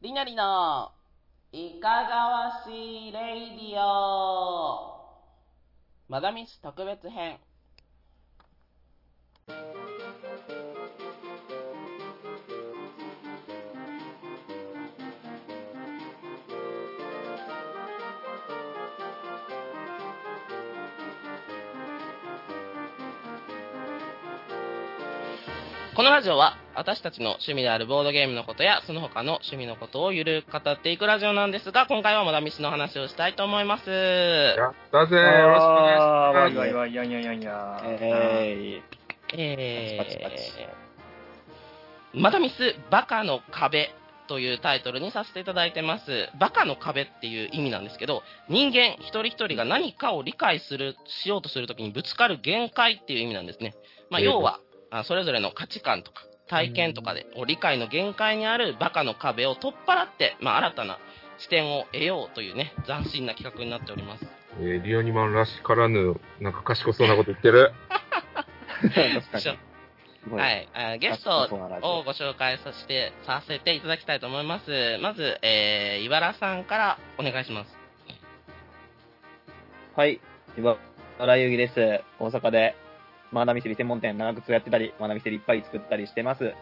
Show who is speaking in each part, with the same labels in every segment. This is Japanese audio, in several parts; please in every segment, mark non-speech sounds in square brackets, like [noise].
Speaker 1: りなりの、いかがわしいレイディオマダミス特別編。このラジオは私たちの趣味であるボードゲームのことやその他の趣味のことをゆるく語っていくラジオなんですが今回はモダミスの話をしたいと思います
Speaker 2: やったぜ、よろしくお
Speaker 3: あー
Speaker 2: 願
Speaker 3: わ
Speaker 2: い
Speaker 3: い
Speaker 2: します。
Speaker 3: わいわいやんやんやんや。
Speaker 4: え
Speaker 1: えー
Speaker 4: パチパチパチ
Speaker 1: マダミスバカの壁というタイトルにさせていただいてます。バカの壁っていう意味なんですけど、人間一人一人が何かを理解する、しようとするときにぶつかる限界っていう意味なんですね。まあ、
Speaker 2: ええ
Speaker 1: 要は、あそれぞれの価値観とか体験とかで、お理解の限界にあるバカの壁を取っ払って、まあ、新たな視点を得ようというね、斬新な企画になっております。
Speaker 2: えーリオニマンらしからぬ、なんか賢そうなこと言ってる。
Speaker 4: ー、確かに。
Speaker 1: 一緒
Speaker 4: すごい
Speaker 1: はい、あゲスト
Speaker 4: 賢そうなラジオ
Speaker 1: をご紹介させてさせていただきたいと思います。まず、えー、いばらさんからお願いします。
Speaker 4: はい。今、荒井ゆぎです。大阪で、マナミセリ専門店、長靴をやってたり、マナミセリいっぱい作ったりしてます。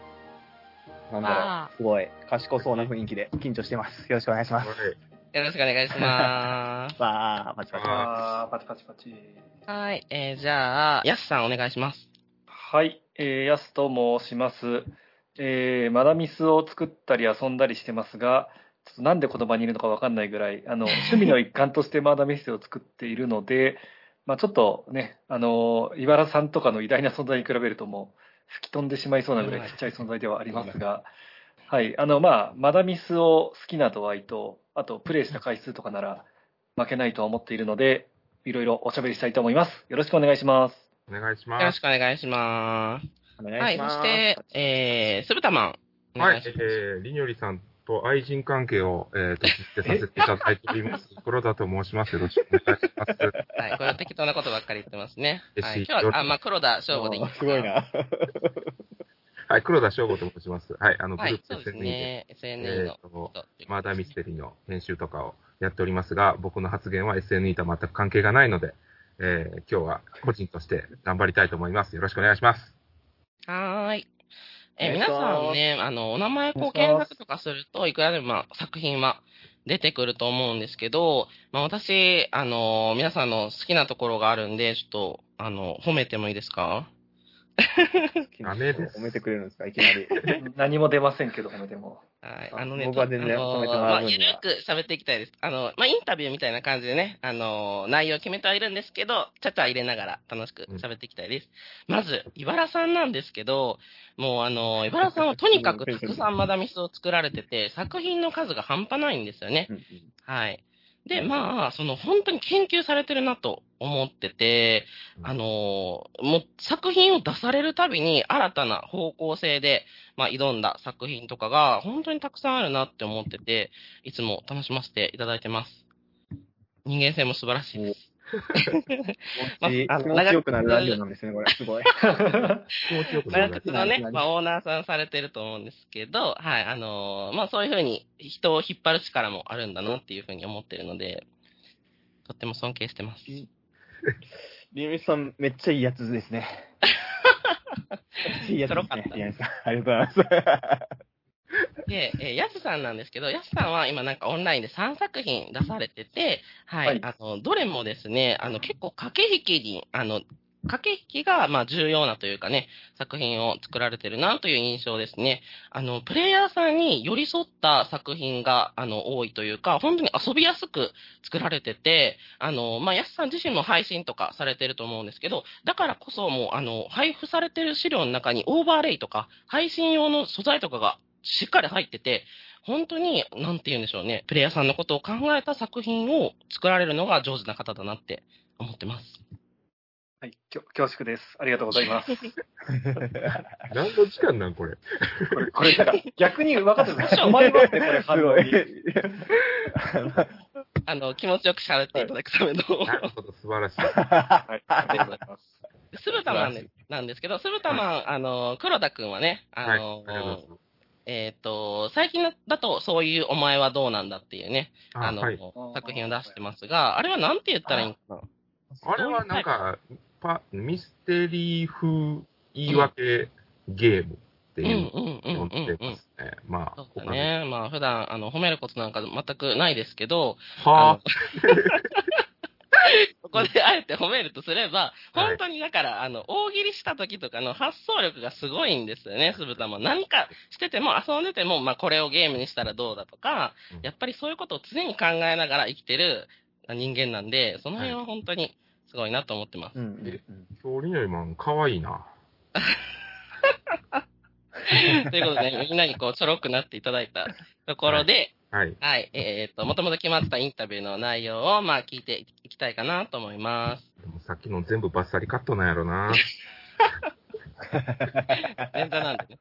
Speaker 4: なんだ
Speaker 1: あ
Speaker 4: ろう、すごい、賢そうな雰囲気で緊張してます。よろしくお願いしま
Speaker 2: はい
Speaker 4: す。。
Speaker 1: よろしくお願いします。
Speaker 4: わー、パチパチパ
Speaker 3: あーパチパチパチ。
Speaker 1: [laughs] はい、えー、じゃあ、やすさんお願いします。
Speaker 3: はい、えー、やすと申します。えー、マダミスを作ったり遊んだりしてますが、ちょっとなんでこの場にいるのかわかんないぐらい、 [laughs] あの、趣味の一環としてマダミスを作っているので、まあちょっとね、あの、いばらさんとかの偉大な存在に比べるともう、吹き飛んでしまいそうなぐらいちっちゃい存在ではありますが、はい、あの、まあマダミスを好きな度合いと、あと、プレイした回数とかなら負けないとは思っているので、いろいろおしゃべりしたいと思います。よろしくお願いします。
Speaker 2: お願いし
Speaker 1: よろ
Speaker 2: ま
Speaker 1: し
Speaker 2: す。
Speaker 1: くお願いします。
Speaker 4: チ。お願
Speaker 1: はいい、
Speaker 4: し
Speaker 1: そ
Speaker 4: ます。
Speaker 1: して、えー、すぶたまん。お
Speaker 2: は
Speaker 1: 願
Speaker 2: い
Speaker 1: し、ます
Speaker 2: えー、りにょりさんと愛人関係を、えー、と、実践させていただいてお
Speaker 1: [laughs]
Speaker 2: ります。黒田と申します。よろしくお願いします。
Speaker 1: はい、これは適当なことばっかり言ってますね。
Speaker 2: 嬉しい
Speaker 1: はい、今日は、あ、まあ、黒田翔吾でいい
Speaker 4: あーすごい。な。
Speaker 2: はい、黒田翔吾と申します。はい、あの、グ
Speaker 1: は
Speaker 2: ルー
Speaker 1: い、
Speaker 2: プ
Speaker 1: そ
Speaker 2: の
Speaker 1: うです
Speaker 2: 宣伝で、
Speaker 1: ね。SNE の
Speaker 2: えー
Speaker 1: 人ってい
Speaker 2: と
Speaker 1: うことですね。
Speaker 2: マーダーミステリーの編集とかをやっておりますが、僕の発言は SNE とは全く関係がないので、えー、今日は個人として頑張りたいと思います。よろしくお願いします。
Speaker 1: はーい。え、
Speaker 4: お願い
Speaker 1: 皆
Speaker 4: します
Speaker 1: さんね、あの、お名前こう
Speaker 3: お願いし
Speaker 1: 検
Speaker 3: ます
Speaker 1: 索とかすると、いくらでも、まあ、作品は出てくると思うんですけど、まあ、私、あの、皆さんの好きなところがあるんで、ちょっと、あの、褒めてもいいですか
Speaker 2: [laughs] ダメです
Speaker 4: 褒めてくれるんですか、いきなり。
Speaker 3: [laughs] 何も出ませんけど、褒めても。
Speaker 1: はい。
Speaker 4: あ
Speaker 1: あのね、
Speaker 4: 僕は全然
Speaker 1: あの
Speaker 4: 褒めても
Speaker 1: ま
Speaker 4: ら
Speaker 1: あ、
Speaker 4: う分
Speaker 1: ゆ
Speaker 4: に
Speaker 1: る
Speaker 4: は
Speaker 1: く喋っていきたいです。あの、まあ、インタビューみたいな感じでね、あの、内容決めてはいるんですけど、ちゃちゃ入れながら楽しく喋っていきたいです。まず、いばらさんなんですけど、もうあの、いばらさんはとにかくたくさんマダミスを作られてて、作品の数が半端ないんですよね。
Speaker 4: うんうん
Speaker 1: はい。で、まあ、その本当に研究されてるなと思ってて、あのーもう作品を出されるたびに新たな方向性で、まあ、挑んだ作品とかが本当にたくさんあるなって思ってて、いつも楽しませていただいてます。人間性も素晴らしいです。まあ
Speaker 4: 気
Speaker 1: あ
Speaker 4: 持
Speaker 1: の
Speaker 4: ち気持ちよくなるラジオなんですね、これ。すごい。
Speaker 2: 気持ちよくなり
Speaker 1: 長
Speaker 2: ます
Speaker 1: 靴の
Speaker 4: いき
Speaker 1: ね
Speaker 4: な、り
Speaker 1: まあ、オーナーさんされてると思うんですけど、はい、あのーまあ、そういうふうに人を引っ張る力もあるんだなっていうふうに思ってるので、とっても尊敬してます。
Speaker 4: りみさん、めっちゃいいやつです [laughs] ね。めっちゃいいやつで
Speaker 1: ちょろかっ
Speaker 4: す
Speaker 1: た
Speaker 4: ね。りみさん、ありがとうございます。
Speaker 1: で、えー、やすさんなんですけど、やすさんは今なんかオンラインで3作品出されてて、はい、
Speaker 3: はい
Speaker 1: あの、どれもですね、あの、結構駆け引きに、あの、駆け引きが、まあ、重要なというかね、作品を作られてるなという印象ですね。あの、プレイヤーさんに寄り添った作品が、あの、多いというか、本当に遊びやすく作られてて、あの、まあ、やすさん自身も配信とかされてると思うんですけど、だからこそもう、あの、配布されてる資料の中にオーバーレイとか、配信用の素材とかがしっかり入ってて、本当に、なんて言うんでしょうね、プレイヤーさんのことを考えた作品を作られるのが上手な方だなって思ってます。
Speaker 3: はい、きょ恐縮です。ありがとうございます。 [laughs]
Speaker 2: 何の時間なんこれ。
Speaker 3: これ、これなん [laughs] か逆に分かってた。
Speaker 4: お
Speaker 3: 困りますね、こ
Speaker 4: [laughs]
Speaker 3: れ、
Speaker 4: す
Speaker 3: 反
Speaker 4: ご
Speaker 3: 応
Speaker 4: い
Speaker 3: に。。
Speaker 1: あの、気持ちよく喋っていただくための、
Speaker 2: なるほど、素晴らしい。
Speaker 3: はい、ありがとうございます。
Speaker 1: すぶたまんなんですけど、すぶたまん、あの、黒田くんはね、あの、
Speaker 2: はい、ありがとうございます。
Speaker 1: えっ、と、最近だとそういうお前はどうなんだっていうね、あの、
Speaker 2: はい。
Speaker 1: 作品を出してますが、あれはなんて言ったらいいんかな。
Speaker 2: あれはなんか、パミステリー風言い訳ゲームって
Speaker 1: うん
Speaker 2: いう
Speaker 1: うんう
Speaker 2: のを
Speaker 1: んう
Speaker 2: 呼ん
Speaker 1: ん
Speaker 2: で
Speaker 1: う
Speaker 2: ま
Speaker 1: ん。
Speaker 2: すね。まあ
Speaker 1: そ、う
Speaker 2: 他
Speaker 1: だ
Speaker 2: の
Speaker 1: ね。まあ普段、あの、褒めることなんか全くないですけど、
Speaker 2: [laughs] は
Speaker 1: ここであえて褒めるとすれば、
Speaker 2: はい
Speaker 1: 本当にだから、あの、大喜利した時とかの発想力がすごいんですよね、酢豚も。何かしてても、遊んでても、まあこれをゲームにしたらどうだとか
Speaker 2: うん、
Speaker 1: やっぱりそういうことを常に考えながら生きてる人間なんで、その辺は本当にすごいなと思って
Speaker 2: [laughs]
Speaker 1: ます。
Speaker 4: うんうんうん
Speaker 2: あ、恐竜よりも可愛いな。
Speaker 1: ということで、みんなにこう、ちょろくなっていただいたところで、
Speaker 2: はい。
Speaker 1: はい、えっ、と、もともと決まってたインタビューの内容を、まあ聞いていきたいかなと思います。
Speaker 2: でもさっきの全部バッサリカットなんやろな。
Speaker 1: 連座なんで
Speaker 2: [laughs]
Speaker 1: ね。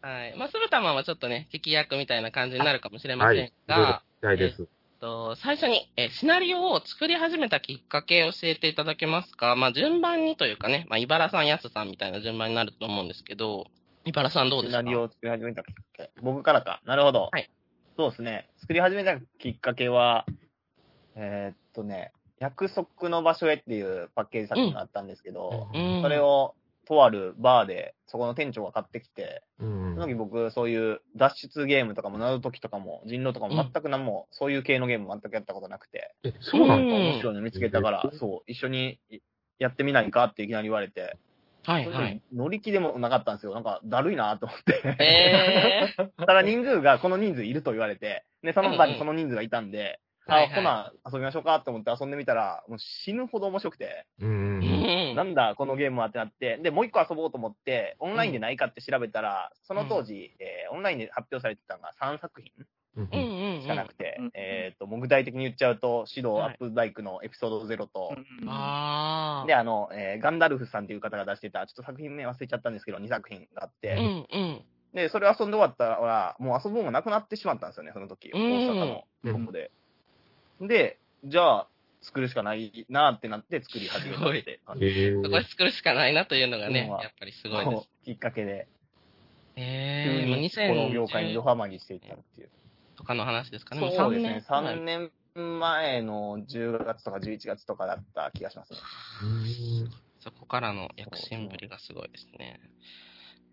Speaker 1: はい。まあ、スルタマンはちょっとね、敵役みたいな感じになるかもしれま
Speaker 2: は
Speaker 1: せ
Speaker 2: い。
Speaker 1: ん
Speaker 2: い
Speaker 1: が、
Speaker 2: ろいろ聞きたいです。
Speaker 1: えっと最初に、えーシナリオを作り始めたきっかけを教えていただけますかまあ、順番にというかね、まあ、茨さん、安さんみたいな順番になると思うんですけど、茨さんどうで
Speaker 4: シ
Speaker 1: すか
Speaker 4: ナリオを作り始めたきっかけ。僕からか。なるほど。
Speaker 1: はい
Speaker 4: そうですね。作り始めたきっかけは、えーっとね、約束の場所へっていうパッケージ作品があったんですけど、
Speaker 1: うん
Speaker 4: それをとあるバーで、そこの店長が買ってきて、
Speaker 2: うん
Speaker 4: その時僕、そういう脱出ゲームとかも謎解きとかも人狼とかも全く何も、そういう系のゲーム全くやったことなくて、
Speaker 2: え、そうな
Speaker 1: うん
Speaker 2: だ。
Speaker 4: 面白いの見つけたから、そう、一緒にやってみないかっていきなり言われて、
Speaker 1: はい
Speaker 4: それ
Speaker 1: はい。
Speaker 4: で乗り気でもなかったんですよ。なんか、だるいなと思って。
Speaker 1: えー、
Speaker 4: ただ人数がこの人数いると言われて、で、その場
Speaker 1: うんうん
Speaker 4: にその人数がいたんで、
Speaker 1: はい
Speaker 4: あ、
Speaker 1: はい
Speaker 4: ほな、遊びましょうかと思って遊んでみたら、もう死ぬほど面白くて、
Speaker 2: うんう。
Speaker 4: [laughs]
Speaker 1: うんん
Speaker 4: なんだ、このゲームはってなって、で、もう一個遊ぼうと思って、オンラインでないかって調べたら、その当時、えーオンラインで発表されてたのが3作品
Speaker 2: うん
Speaker 1: うん
Speaker 2: うん
Speaker 1: うん
Speaker 4: しかなくて、
Speaker 3: うんうん
Speaker 4: えっと、もう具体的に言っちゃうと、指導
Speaker 1: は
Speaker 4: ア
Speaker 1: い
Speaker 4: ップバイクのエピソード0と、
Speaker 3: うん
Speaker 1: あ
Speaker 4: で、あの、えーガンダルフさんという方が出してた、ちょっと作品名忘れちゃったんですけど、2作品があって、
Speaker 1: ー。うんうん。
Speaker 4: で、それ遊んで終わったら、もう遊ぶもんがなくなってしまったんですよね、その時。
Speaker 1: う
Speaker 4: 大
Speaker 1: ん
Speaker 4: 阪の
Speaker 2: うん
Speaker 4: ここで。で、じゃあ、作るしかないなってなって作り始めたって感じ。
Speaker 2: え
Speaker 1: そこで作るしかないなというのがね、
Speaker 4: うん
Speaker 1: やっぱりすごいです。
Speaker 4: きっかけで、
Speaker 1: え
Speaker 4: 急
Speaker 1: ー、もう
Speaker 4: にこの業界にド
Speaker 1: 2010
Speaker 4: ハマりしていったっていう。
Speaker 1: とかの話ですかね。も
Speaker 4: そう
Speaker 1: 3
Speaker 4: です
Speaker 1: 年
Speaker 4: ね、3年前の10月とか11月とかだった気がしますね。
Speaker 1: そこからの躍進ぶりがすごいですね。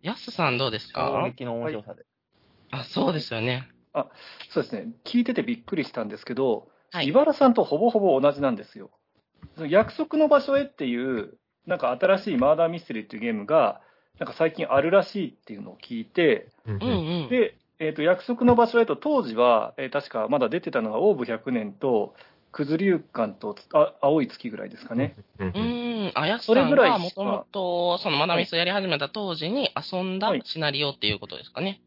Speaker 1: ヤスさんどうです
Speaker 4: 衝
Speaker 1: か
Speaker 4: 撃の面白さで。
Speaker 1: あ、そうですよね。
Speaker 3: そうですね、聞いててびっくりしたんですけど、
Speaker 1: はい
Speaker 3: 茨さんとほぼほぼ同じなんですよ。その約束の場所へっていう、なんか新しいマーダーミステリーっていうゲームが、なんか最近あるらしいっていうのを聞いて、
Speaker 1: うんうん。
Speaker 3: で、えー、と約束の場所へと当時は、えー確かまだ出てたのがオーブ100年と、九頭竜館とあ青い月ぐらいですかね。
Speaker 2: うん
Speaker 1: う。ん。あ、ヤスさ
Speaker 3: それ
Speaker 1: ん
Speaker 3: ぐらいし
Speaker 1: が
Speaker 3: か
Speaker 1: もともと、そのマナミスをやり始めた当時に遊んだ
Speaker 3: はい
Speaker 1: シナリオっていうことですかね。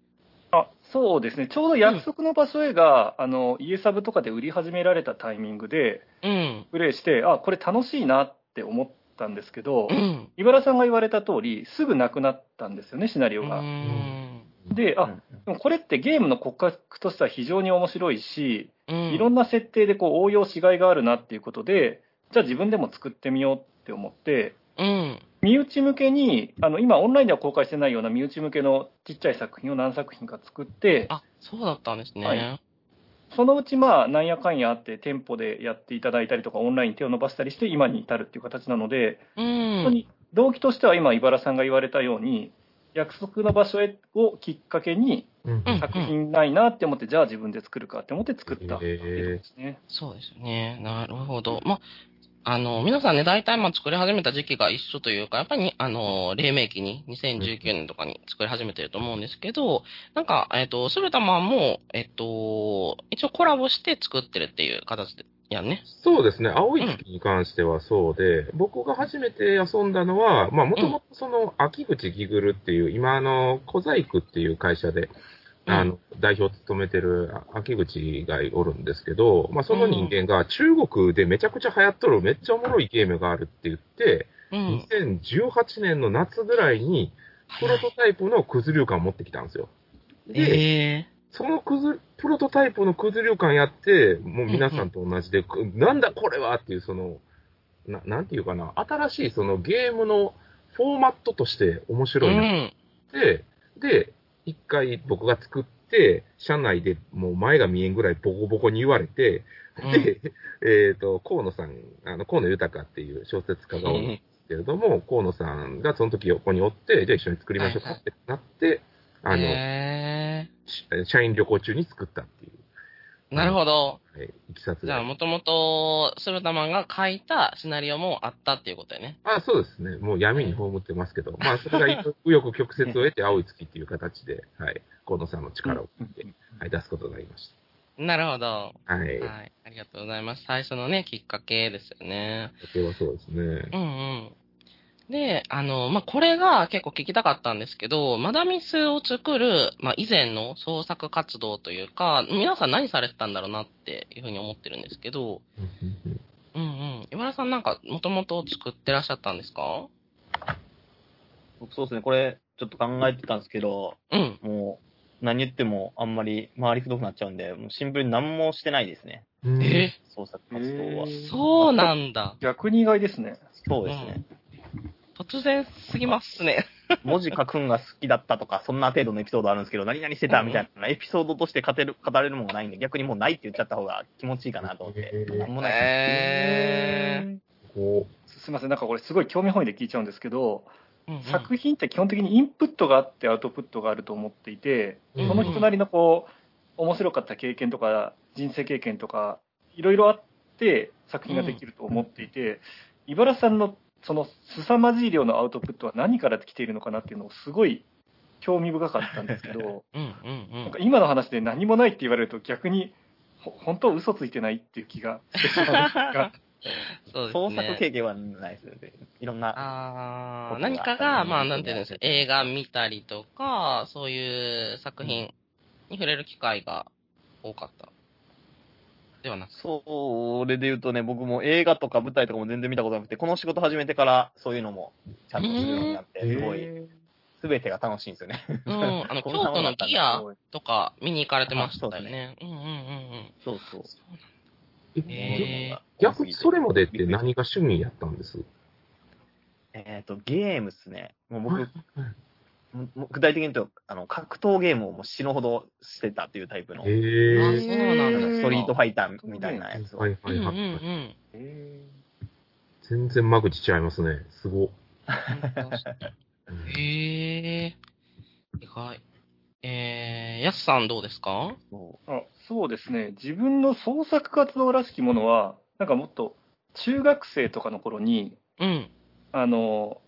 Speaker 3: あそうですね、ちょうど約束の場所へが、あの家サブとかで売り始められたタイミングで、
Speaker 1: うん。
Speaker 3: プレイして、あこれ楽しいなって思ったんですけど
Speaker 1: う、ん。
Speaker 3: 茨さんが言われた通り、すぐなくなったんですよね、シナリ
Speaker 1: う
Speaker 3: オが。
Speaker 1: ん。
Speaker 3: で、あ
Speaker 4: うん
Speaker 3: でもこれってゲームの骨格としては非常に面白いし、
Speaker 1: うん。
Speaker 3: いろんな設定でこう応用しがいがあるなっていうことで、じゃあ自分でも作ってみようって思って、
Speaker 1: うん。
Speaker 3: 身内向けに、あの今、オンラインでは公開してないような身内向けのちっちゃい作品を何作品か作って、
Speaker 1: あ、そうだったんです
Speaker 3: は
Speaker 1: ね
Speaker 3: い。そのうち、まあ、なんやかんやあって、店舗でやっていただいたりとか、オンラインに手を伸ばしたりして、今に至るっていう形なので、
Speaker 1: う
Speaker 3: 本当
Speaker 1: ん。
Speaker 3: に動機としては今、茨さんが言われたように、約束の場所へをきっかけに、
Speaker 2: うん
Speaker 1: うん
Speaker 3: 作品ないなって思って、じゃあ自分で作るかって思って作ったっていうことですね。
Speaker 1: そうですよね。なるほど。まあ、あの、皆さんね、大体まあ作り始めた時期が一緒というか、やっぱりに、あの、黎明期に、2019年とかに作り始めてると思うんですけど、なんか、えっ、と、すべたまんも、えっ、と、一応コラボして作ってるっていう形で、やんね。
Speaker 2: そうですね、青い月に関してはそうで、僕が初めて遊んだのは、まあ、もともとその、秋口ギグルっていう、今、あの、小細工っていう会社で、
Speaker 1: うん
Speaker 2: あの、代表を務めてるあ秋口がおるんですけど、まあ、その人間が中国でめちゃくちゃ流行っとるめっちゃおもろいゲームがあるって言って、
Speaker 1: うん。
Speaker 2: 2018年の夏ぐらいに、プロトタイプのクズ流感を持ってきたんですよ。で、
Speaker 1: え
Speaker 2: そのくず、プロトタイプの崩れ感やって、もう皆さんと同じで、くなんだこれはっていう、その、ななんていうかな、新しいそのゲームのフォーマットとして
Speaker 1: え
Speaker 2: 面
Speaker 1: ー。う
Speaker 2: 白いなっ
Speaker 1: ん。
Speaker 2: て、で、一回僕が作って、社内でもう前が見えんぐらいボコボコに言われて、
Speaker 1: うん
Speaker 2: で、 [laughs] えっ、と、河野さん、あの、河野豊っていう小説家がおるんですけれども、河野さんがその時横におって、じゃあ一緒に作りましょうかってなって、あの、
Speaker 1: へ
Speaker 2: し社員旅行中に作ったっていう、
Speaker 1: ーなるほど。
Speaker 2: はい、いきさつ
Speaker 1: じ
Speaker 2: で
Speaker 1: ゃあ、もともと、スルタマンが書いたシナリオもあったっていうことやね。
Speaker 2: あそうですね。もう闇に葬ってますけど、まあ、それが右翼曲折を得て、青い月っていう形で、はい、河野さんの力を、はい、出すことになりまし
Speaker 1: なるほど。
Speaker 2: た。はい。
Speaker 1: はい。ありがとうございます。最初のね、きっかけですよね。
Speaker 2: それはそうですね。
Speaker 1: うんうん。で、あの、まあ、これが結構聞きたかったんですけど、マダミスを作る、まあ、以前の創作活動というか、皆さん何されてたんだろうなっていうふうに思ってるんですけど、うんうん。岩田さんなんか、もともと作ってらっしゃったんですか
Speaker 4: 僕そうですね、これ、ちょっと考えてたんですけど、
Speaker 1: うん。
Speaker 4: もう、何言ってもあんまり回りくどくなっちゃうんで、もうシンプルに何もしてないですね、
Speaker 2: うん
Speaker 1: え
Speaker 4: 創作活動
Speaker 3: へ。
Speaker 4: は
Speaker 3: ー
Speaker 1: そうなんだ。
Speaker 3: 逆に意外ですね。
Speaker 4: そうですね。
Speaker 1: 突然すぎますね。
Speaker 4: 文字書くんが好きだったとか、そんな程度のエピソードあるんですけど、何々してたみたいなエピソードとして語れる語れるものがないんで、逆にもうないって言っちゃった方が気持ちいいかなと思って。
Speaker 2: へー
Speaker 4: なんもない。
Speaker 1: へ
Speaker 2: こ
Speaker 3: すみません、なんかこれすごい興味本位で聞いちゃうんですけど、
Speaker 1: ー。うん
Speaker 3: 作品って基本的にインプットがあってアウトプットがあると思っていて、
Speaker 2: うん
Speaker 3: その人なりのこう面白かった経験とか人生経験とかいろいろあって作品ができると思っていて、茨さんのその凄まじい量のアウトプットは何から来ているのかなっていうのをすごい興味深かったんですけど
Speaker 1: うんうんう
Speaker 3: なんんか今の話で何もないって言われると逆にほ本当嘘ついてないっていう気がしてしまうんですが。
Speaker 1: [laughs] そうですね。
Speaker 4: 創作経験はないですよね。いろんな。
Speaker 1: あー
Speaker 4: ことが
Speaker 1: 何か
Speaker 4: あった
Speaker 1: が、
Speaker 4: り
Speaker 1: まあ、なんていうんですか、映画見たりとか、そういう作品に触れる機会が多かった。ではなく。
Speaker 4: [laughs] それで言うとね、僕も映画とか舞台とかも全然見たことなくて、この仕事始めてからそういうのもちゃんとするようになって、
Speaker 2: へー
Speaker 4: すご [laughs] い、すべてが楽しいんですよね。 [laughs]
Speaker 1: うん。あの、京
Speaker 4: こんなも
Speaker 1: 都
Speaker 4: んだ
Speaker 1: の
Speaker 4: ったんだ
Speaker 1: ギアとか見に行かれてました
Speaker 4: あ
Speaker 1: よ
Speaker 4: そうだ
Speaker 1: ね。うんうんうんうん。
Speaker 4: そうそう。
Speaker 2: う
Speaker 1: え
Speaker 2: え
Speaker 1: へ
Speaker 2: 逆にそれまでって何が趣味やったんです
Speaker 4: えっ、と、ゲームっすね。もう僕、
Speaker 2: はい
Speaker 4: もう具体的に言うと、あの、格闘ゲームをもう死ぬほどしてたっていうタイプの、
Speaker 1: あ
Speaker 2: え
Speaker 1: ー、
Speaker 2: え。
Speaker 1: そうなんだ。
Speaker 4: ストリートファイターみたいなやつを。
Speaker 2: はいは
Speaker 1: うん
Speaker 2: い
Speaker 1: うんう
Speaker 2: はい。
Speaker 1: ん。
Speaker 3: へ
Speaker 2: 全然間口ちゃいますね。すご。
Speaker 1: へえ。意外。えー、やすさんどうですか
Speaker 4: そ
Speaker 3: あそうですね、自分の創作活動らしきものは、なんかもっと中学生とかの頃に、
Speaker 1: うん。
Speaker 3: あの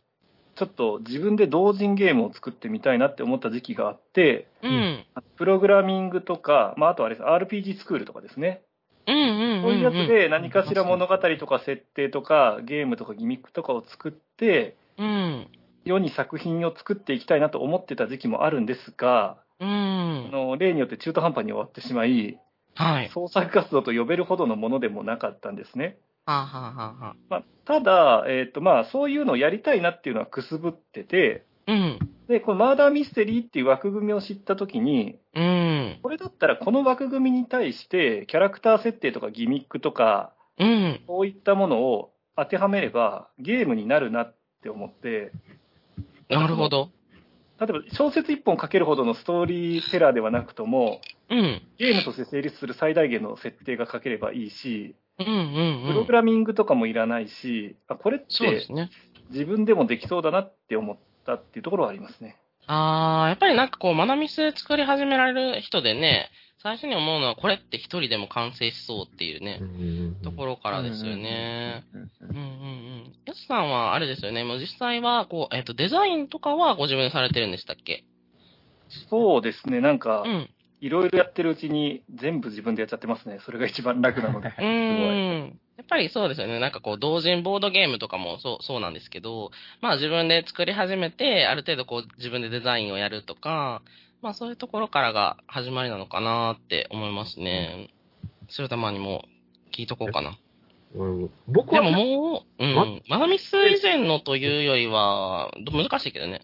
Speaker 3: ちょっと自分で同人ゲームを作ってみたいなって思った時期があって、
Speaker 1: うん。
Speaker 3: プログラミングとか、まあ、あとあれです、RPG スクールとかですね、
Speaker 1: うんうんうん。
Speaker 3: そういうやつで何かしら物語とか設定とか、ゲームとかギミックとかを作って、
Speaker 1: うん。
Speaker 3: 世に作品を作っていきたいなと思ってた時期もあるんですが、
Speaker 1: う
Speaker 3: あ
Speaker 1: ん。
Speaker 3: の例によって中途半端に終わってしまい、
Speaker 1: はい。
Speaker 3: 創作活動と呼べるほどのものでもなかったんですね。
Speaker 1: はあ、はあはあはあ、
Speaker 3: まあ、ただ、えーとまあ、そういうのをやりたいなっていうのはくすぶってて、
Speaker 1: うん。
Speaker 3: でこのマーダーミステリーっていう枠組みを知ったときに、
Speaker 1: うん。
Speaker 3: これだったらこの枠組みに対して、キャラクター設定とかギミックとか、
Speaker 1: うん。
Speaker 3: そういったものを当てはめれば、ゲームになるなって思って、
Speaker 1: なるほど。
Speaker 3: 例えば小説1本書けるほどのストーリーテラーではなくとも、
Speaker 1: うん。
Speaker 3: ゲームとして成立する最大限の設定が書ければいいし、
Speaker 1: うんうん
Speaker 3: プ
Speaker 1: う
Speaker 3: ロ
Speaker 1: ん
Speaker 3: グ。ラミングとかもいらないし、あこれって
Speaker 1: そうですね。
Speaker 3: 自分でもできそうだなって思ったっていうところはありますね。
Speaker 1: あー、やっぱりなんかこう、マナミス作り始められる人でね、最初に思うのは、これって一人でも完成しそうっていうね、ところ
Speaker 4: う
Speaker 1: からですよね。。
Speaker 4: うんうんうん
Speaker 1: うんうんうん。やすさんは、あれですよね、もう実際は、こう、えっ、と、デザインとかはご自分でされてるんでしたっけ
Speaker 3: そうですね、なんか
Speaker 1: う、ん。
Speaker 3: いろいろやってるうちに、全部自分でやっちゃってますね。それが一番楽なので。
Speaker 1: うーん。やっぱりそうですよね。なんかこう、同人ボードゲームとかもそう、そうなんですけど、まあ自分で作り始めて、ある程度こう、自分でデザインをやるとか、まあそういうところからが始まりなのかなって思いますね。白玉にも聞いとこうかな。
Speaker 2: うん僕
Speaker 1: で
Speaker 2: は
Speaker 1: ももう、うん。マナミス以前のというよりは、ど難しいけどね。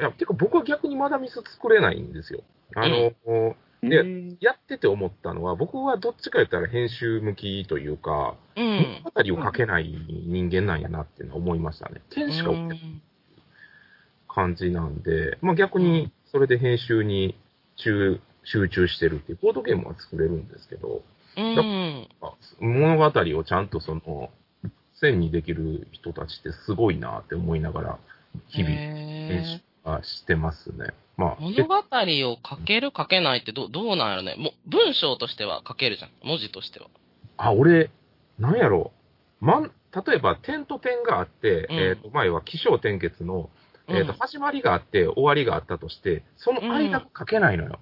Speaker 2: いや、てか僕は逆にまだミス作れないんですよ。あの、で
Speaker 3: へー
Speaker 2: やってて思ったのは、僕はどっちか言ったら編集向きというか、
Speaker 1: うん。
Speaker 2: 物語を書けない人間なんやなっていうのは思いましたね。
Speaker 1: う
Speaker 2: 剣しか
Speaker 1: ん
Speaker 2: 感じなんで、まあ逆にそれで編集に中集中してるっていう、ボードゲームは作れるんですけど、
Speaker 1: うん。
Speaker 2: あ物語をちゃんとその、線にできる人たちってすごいなって思いながら、日々、
Speaker 1: へ
Speaker 2: 編
Speaker 1: ー
Speaker 2: 集はしてますね。まあ、
Speaker 1: 物語を書ける書けないってどどうなんやろねもう文章としては書けるじゃん。文字としては。
Speaker 2: あ、俺、なんやろう。まん、例えば点と点があって、
Speaker 1: うん
Speaker 2: えっ、と、前は起承転結の、
Speaker 1: うん
Speaker 2: えっ、と、始まりがあって、終わりがあったとして、その間が書けないのよ。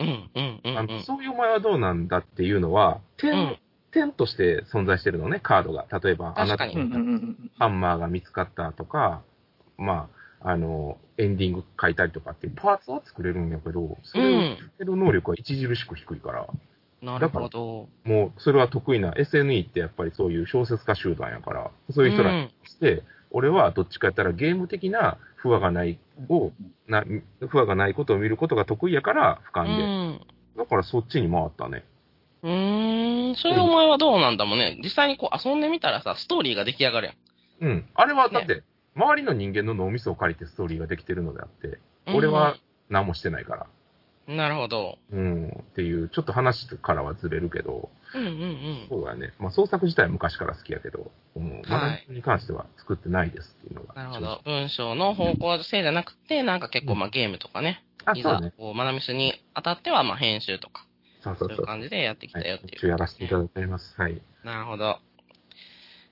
Speaker 1: うん、うん、うんう
Speaker 2: あの
Speaker 1: ん。
Speaker 2: そういう前はどうなんだっていうのは、点、
Speaker 1: うん
Speaker 2: 点として存在してるのね、カードが。例えば、あ
Speaker 1: 確か
Speaker 2: なた
Speaker 1: に
Speaker 3: うんうんうんうん
Speaker 2: ハンマーが見つかったとか、まあ、あの、エンディング書いたりとかっていうパーツは作れるんやけど、そうれを
Speaker 1: ん。
Speaker 2: 作れる能力は著しく低いから、
Speaker 1: なるほど。
Speaker 2: もうそれは得意な、SNE ってやっぱりそういう小説家集団やから、そういう人らにして、俺はどっちかやったらゲーム的な不和がないを、な不和がないことを見ることが得意やから、俯
Speaker 1: う
Speaker 2: 瞰
Speaker 1: ん。う
Speaker 2: で。
Speaker 1: ん
Speaker 2: だからそっちに回ったね。
Speaker 1: うーん、それお前はどうなんだもんね。実際にこう遊んでみたらさ、ストーリーが出来上がる
Speaker 2: うん。あれはだって、周りの人間の脳みそを借りてストーリーができてるのであって、
Speaker 1: やん。
Speaker 2: 俺は何もしてないから。
Speaker 1: うん。なるほど。
Speaker 2: うん。っていう、ちょっと話からはずれるけど、
Speaker 1: うんうんうん。
Speaker 2: そうだね。まあ創作自体は昔から好きやけど、うん。ま
Speaker 1: は
Speaker 2: だ
Speaker 1: い
Speaker 2: に関しては作ってないですっていうのが。
Speaker 1: なるほど。文章の方向性じゃなくて、なんか結構まあゲームとかね、
Speaker 2: あ、
Speaker 1: い
Speaker 2: そう
Speaker 1: ざ
Speaker 2: ね。
Speaker 1: こうマナミスに当たってはまあ編集とか、
Speaker 2: そうそ
Speaker 1: そううい
Speaker 2: そうう。
Speaker 1: 感じでやってき
Speaker 2: は
Speaker 1: たよ
Speaker 2: い
Speaker 1: っ、て
Speaker 2: 一
Speaker 1: い
Speaker 2: 応
Speaker 1: う。
Speaker 2: やらせていただいております。はい。
Speaker 1: なるほど。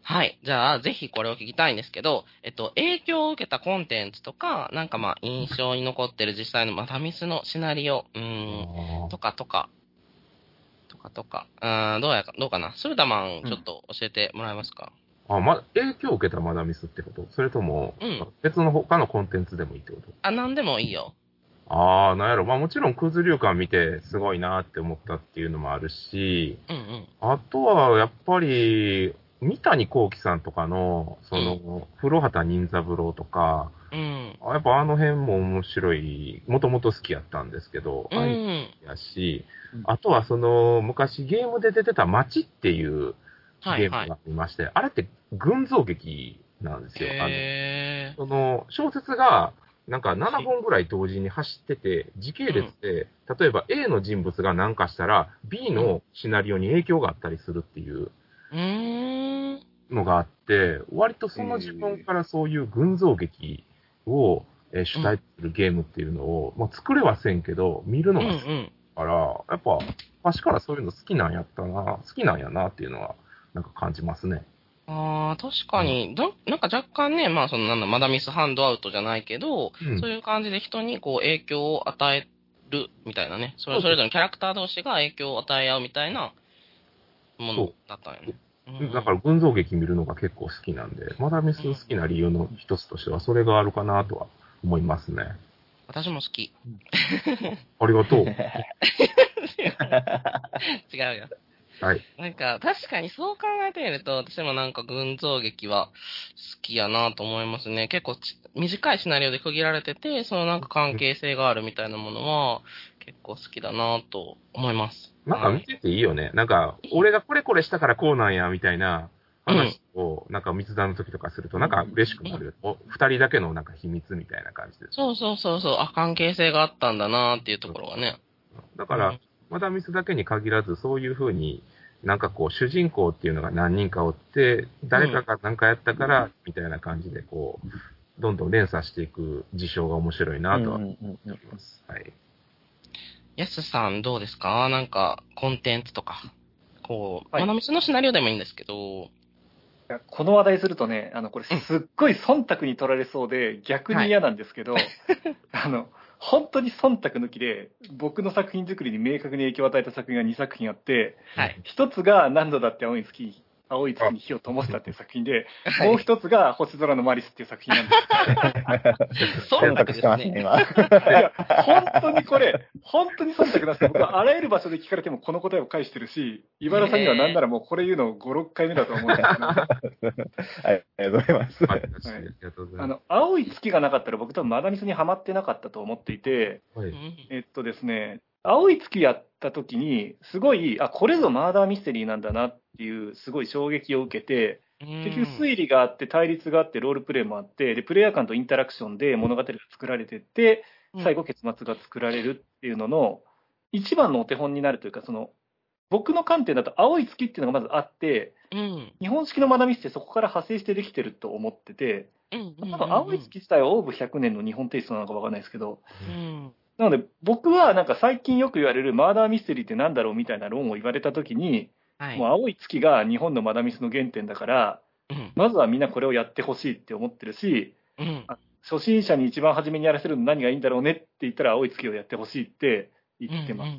Speaker 1: はい。じゃあ、ぜひこれを聞きたいんですけど、えっと、影響を受けたコンテンツとか、なんかまあ印象に残ってる実際のマダミスのシナリオ、う
Speaker 2: あ
Speaker 1: ーん、
Speaker 2: ー
Speaker 1: とかとか、とかとか、あーどうやか、どうかな。スルダマン、ちょっと教えてもらえますか、
Speaker 2: あ、ま、影響を受けたマダミスってことそれとも、
Speaker 1: うん
Speaker 2: 別の他のコンテンツでもいいってこと
Speaker 1: あ、なんでもいいよ。
Speaker 2: ああ、なんやろ。まあもちろん、クズ流感見てすごいなって思ったっていうのもあるし、
Speaker 1: うんうん。
Speaker 2: あとはやっぱり、三谷幸喜さんとかの、その、古畑任三郎とか、
Speaker 1: うん。
Speaker 2: あやっぱあの辺も面白い、もともと好きやったんですけど、
Speaker 1: う。
Speaker 2: ああいうんのやし
Speaker 4: うん、
Speaker 2: あとはその、昔ゲームで出てた街っていう、
Speaker 1: は
Speaker 2: ゲ
Speaker 1: い
Speaker 2: ームが
Speaker 1: はい。
Speaker 2: ありまして、あれって群像劇なんですよ。あの
Speaker 1: へ
Speaker 2: その小説がなんか7本ぐらい同時に走ってて、時系列で、例えば A の人物が何かしたら B のシナリオに影響があったりするっていう
Speaker 1: ー。うーん。
Speaker 2: のがあって、割とその自分からそういう群像劇をえー主体とするゲームっていうのを、まあ、作れはせんけど、見る
Speaker 1: うんう
Speaker 2: のが好き
Speaker 1: ん。
Speaker 2: だから、やっぱ昔からそういうの好きなんやったな、好きなんやなっていうのはなんか感じますね。
Speaker 1: ああ、確かに、ななんか若干ね、まあそのなんだ、マダミスハンドアウトじゃないけど、
Speaker 2: うん
Speaker 1: そういう感じで人にこう影響を与えるみたいなね、それ
Speaker 2: そうそう
Speaker 1: それぞれのキャラクター同士が影響を与え合うみたいなものだったんよね。うん
Speaker 2: だから群像劇見るのが結構好きなんで、マダミス好きな理由の一つとしてはそれがあるかなとは思いますね。
Speaker 1: 私も好き。 [laughs]
Speaker 2: ありがとう。
Speaker 1: 違うよ。
Speaker 2: はい。
Speaker 1: なんか、確かにそう考えてみると、私もなんか群像劇は好きやなと思いますね。結構ち短いシナリオで区切られてて、そのなんか関係性があるみたいなものは、結構好きだなと思います。
Speaker 2: なんか
Speaker 1: は
Speaker 2: 見
Speaker 1: い
Speaker 2: てていいよね。なんか、俺がこれこれしたからこうなんや、みたいな話を、なんか密談の時とかすると、なんか嬉しくなるよ。お二人だけのなんか秘密みたいな感じで。
Speaker 1: そうそうそうそう、あ、関係性があったんだなっていうところがね。
Speaker 2: だか
Speaker 1: う
Speaker 2: ら
Speaker 1: ん、
Speaker 2: マダミスだけに限らず、そういうふうに、なんかこう、主人公っていうのが何人かおって、誰かが何かやったから、みたいな感じで、こう、どんどん連鎖していく事象が面白いなとは
Speaker 4: うんうんうんうん
Speaker 2: はい。
Speaker 1: やすさんどうですかなんか、コンテンツとか。こう、
Speaker 3: はい
Speaker 1: マナミスのシナリオでもいいんですけど、
Speaker 3: いやこの話題するとね、あのこれ、
Speaker 1: うん
Speaker 3: すっごい忖度に取られそうで、逆に嫌なんですけど、 [laughs] あの本当に忖度抜きで、僕の作品作りに明確に影響を与えた作品が2作品あって、
Speaker 1: はい。
Speaker 3: 一つが何度だって青い月に青い月に火を灯したっていう作品で、もう一つが星空のマリスっていう作品なんです
Speaker 1: 忖度で
Speaker 4: 忖度
Speaker 1: す
Speaker 4: してますね、
Speaker 1: ね。
Speaker 4: 今。
Speaker 3: いや、本当にこれ、本当に忖度なしで、僕はあらゆる場所で聞かれてもこの答えを返してるし、茨さんにはなんならもうこれ言うの5、6回目だと思うんですけど、
Speaker 4: はい、ありがとうございます。
Speaker 2: はい、ありがとうござ
Speaker 3: あ
Speaker 2: いま
Speaker 3: の、青い月がなかったら僕多分マダミスにはまってなかったと思っていて、
Speaker 2: す。は
Speaker 1: う
Speaker 2: い。
Speaker 1: ん
Speaker 3: えっとですね、青い月やった時に、すごい、あ、これぞマーダーミステリーなんだなっていう、すごい衝撃を受けて、結局推理があって対立があってロールプレイもあってでプレイヤー間とインタラクションで物語が作られてって
Speaker 1: うん
Speaker 3: 最後結末が作られるっていうのの、一番のお手本になるというか、その、僕の観点だと青い月っていうのがまずあって、
Speaker 1: うん。
Speaker 3: 日本式のマダミスってそこから派生してできてると思ってて、
Speaker 1: うん。
Speaker 3: 多分青い月自体はオーブ100年の日本テイストなのかわかんないですけど、
Speaker 1: うん。
Speaker 3: なので僕はなんか最近よく言われるマーダーミステリーってなんだろうみたいな論を言われた時に、
Speaker 1: はい
Speaker 3: もう。青い月が日本のマダミスの原点だから、
Speaker 1: うん。
Speaker 3: まずはみんなこれをやってほしいって思ってるし、
Speaker 1: うん。
Speaker 3: 初心者に一番初めにやらせるの何がいいんだろうねって言ったら青い月をやってほしいって言ってます。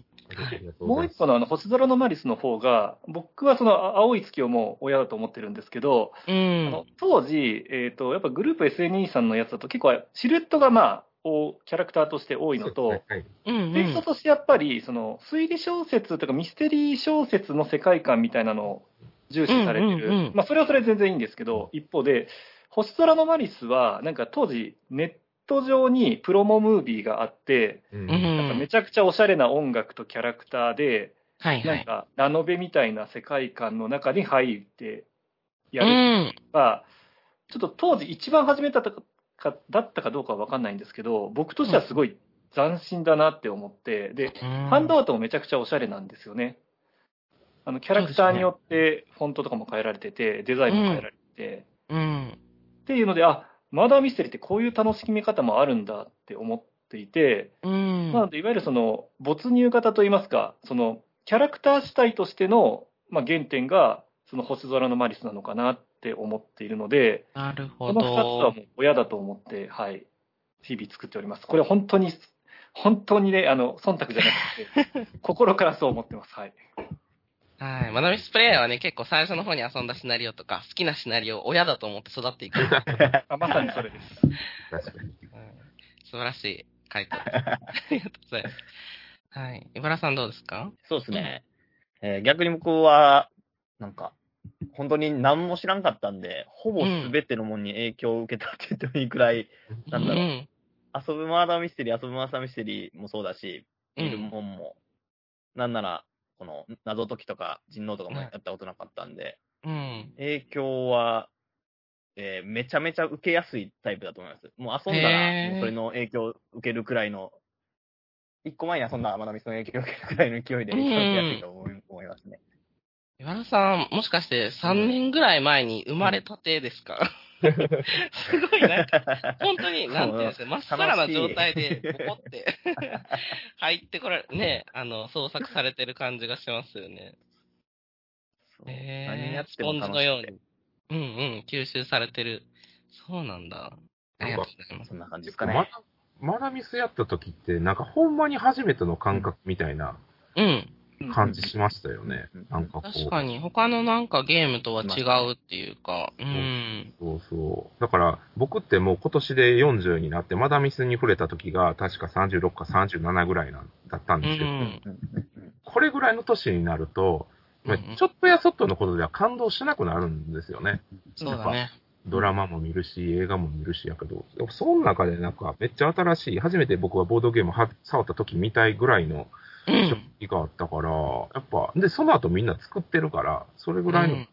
Speaker 3: もう一個のあの星空のマリスの方が、僕はその青い月をもう親だと思ってるんですけど、
Speaker 1: うん。
Speaker 3: あの当時、えっと、やっぱグループ SNE さんのやつだと結構シルエットがまあ、おキャラクターとして多いのと、
Speaker 2: はい、
Speaker 1: うん。
Speaker 3: テイストとしてやっぱり、その推理小説とかミステリー小説の世界観みたいなのを重視されて
Speaker 1: うんうんう
Speaker 3: る
Speaker 1: ん、
Speaker 3: まあそれはそれで全然いいんですけど、一方で、星空のマリスは、なんか当時、ネット上にプロモムービーがあって、
Speaker 2: う。
Speaker 1: うん
Speaker 3: なんかめ
Speaker 1: ん。
Speaker 3: ちゃくちゃおしゃれな音楽とキャラクターで、
Speaker 1: はいは
Speaker 3: なん
Speaker 1: い。
Speaker 3: かラノベみたいな世界観の中に入ってや
Speaker 1: う
Speaker 3: る
Speaker 1: ん。
Speaker 3: が、ちょっと当時一番始めたとかだったかどうかは分かんないんですけど、僕としてはすごい斬新だなって思って、で、ハンドアートもめちゃくちゃおしゃれなんですよね。あのキャラクターによってフォントとかも変えられてて、デザインも変えられてて、
Speaker 1: うん。
Speaker 3: っていうので、あマーダーミステリーってこういう楽しみ方もあるんだって思っていて、
Speaker 1: うん。
Speaker 3: なので、いわゆるその没入型といいますか、そのキャラクター主体としての、まあ、原点が、その星空のマリスなのかなって思っているので、
Speaker 1: なる
Speaker 3: こ
Speaker 1: ほ
Speaker 3: の2つは
Speaker 1: ど。
Speaker 3: もう親だと思って、はい、日々作っております。これ本当に、本当にね、あの、忖度じゃなく
Speaker 1: [laughs]
Speaker 3: て、心からそう思ってます。はい。
Speaker 1: はい。マナミスプレイヤーはね、結構最初の方に遊んだシナリオとか、好きなシナリオを親だと思って育っていく。
Speaker 3: あまさにそれです。
Speaker 2: 確かに。
Speaker 1: 素晴らしい回
Speaker 4: [laughs]
Speaker 1: 答です。ありがとうございます。はい。井原さんどうですか
Speaker 4: そうですね。えー逆に僕は、なんか、本当に何も知らんかったんで、ほぼ全てのものに影響を受けたって言ってもいいくらい、なんだろう
Speaker 1: うん。
Speaker 4: 遊ぶマーダーミステリー、遊ぶマーダーミステリーもそうだし、
Speaker 1: う
Speaker 4: 見る
Speaker 1: ん。
Speaker 4: もんも、なんなら、この謎解きとか人狼とかもやったことなかったんで、
Speaker 1: うん。
Speaker 4: 影響は、えーめちゃめちゃ受けやすいタイプだと思います。もう遊んだ
Speaker 1: へー
Speaker 4: ら、もうそれの影響を受けるくらいの、一個前に遊んだらマダミスの影響を受けるくらいの勢いで、
Speaker 1: うん
Speaker 4: 影響を受けやすいと思い思いますね。
Speaker 1: 井原さん、もしかして3年ぐらい前に生まれたてです
Speaker 4: [laughs]
Speaker 1: か、すごいなんか、本当に、なんていうんですか、まっさらな状態で、ボコって、 [laughs] 入ってこられ、ね、あの、創作されてる感じがしますよね。
Speaker 4: そう
Speaker 1: えー
Speaker 4: 何やっても楽し
Speaker 1: スポン
Speaker 4: くて
Speaker 1: ジのようにうんうん、吸収されてる。そうなんだ。ありがとうございます。
Speaker 4: そんな感じですか
Speaker 2: マ
Speaker 4: ね。
Speaker 2: ダマダミスやった時って、なんかほんまに初めての感覚みたいな
Speaker 1: [laughs] うん。
Speaker 2: 感じしましたよね
Speaker 4: うん。
Speaker 2: なんかこう。
Speaker 1: 確かに、他のなんかゲームとは違うっていうか、うん。
Speaker 2: そうそう。だから、僕ってもう今年で40になって、マダミスに触れた時が、確か36か37ぐらいなんだったん
Speaker 1: う
Speaker 2: ですけど、
Speaker 1: ん。
Speaker 4: うんうん
Speaker 2: これぐらいの年になると、まあ
Speaker 1: うんうん
Speaker 2: ちょっとやそっとのことでは感動しなくなるんですよね。
Speaker 1: そうだね。
Speaker 2: ドラマも見るし、映画も見るしやけど、でもその中でなんかめっちゃ新しい、初めて僕はボードゲームは触った時みたいぐらいの
Speaker 1: う
Speaker 2: 衝
Speaker 1: ん。
Speaker 2: 撃があったから、やっぱ、で、その後みんな作ってるから、それぐらいの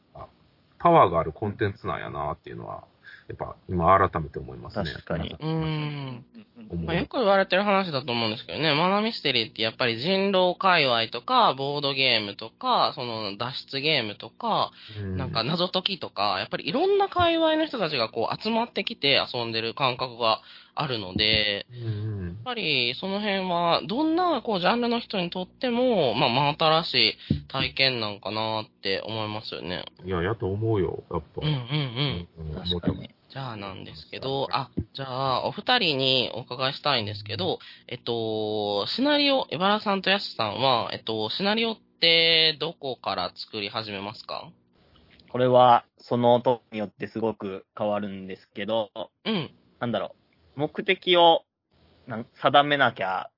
Speaker 2: パワーがあるコンテンツなんやなっていうのは、やっぱ今改めて思いますね。
Speaker 4: 確かに
Speaker 1: う。
Speaker 3: うんん
Speaker 2: 思う
Speaker 1: まあ、よく言われてる話だと思うんですけどね、マナミステリーってやっぱり人狼界隈とか、ボードゲームとか、その脱出ゲームとか、
Speaker 2: うん
Speaker 1: なんか謎解きとか、やっぱりいろんな界隈の人たちがこう集まってきて遊んでる感覚があるので、
Speaker 2: うんうん
Speaker 1: やっぱりその辺はどんなこうジャンルの人にとっても、まあ真新しい体験なんかなって思いますよね。
Speaker 2: いや、やと思うよ、やっぱ。
Speaker 1: うんうんうん。
Speaker 2: うん
Speaker 4: 確かに。
Speaker 1: じゃあなんですけど、あ、じゃあ、お二人にお伺いしたいんですけど、えっと、シナリオ、江原さんとやすさんは、えっと、シナリオってどこから作り始めますか
Speaker 4: これは、その音によってすごく変わるんですけど、
Speaker 1: うん。
Speaker 4: なんだろう、目的をなん定めなきゃ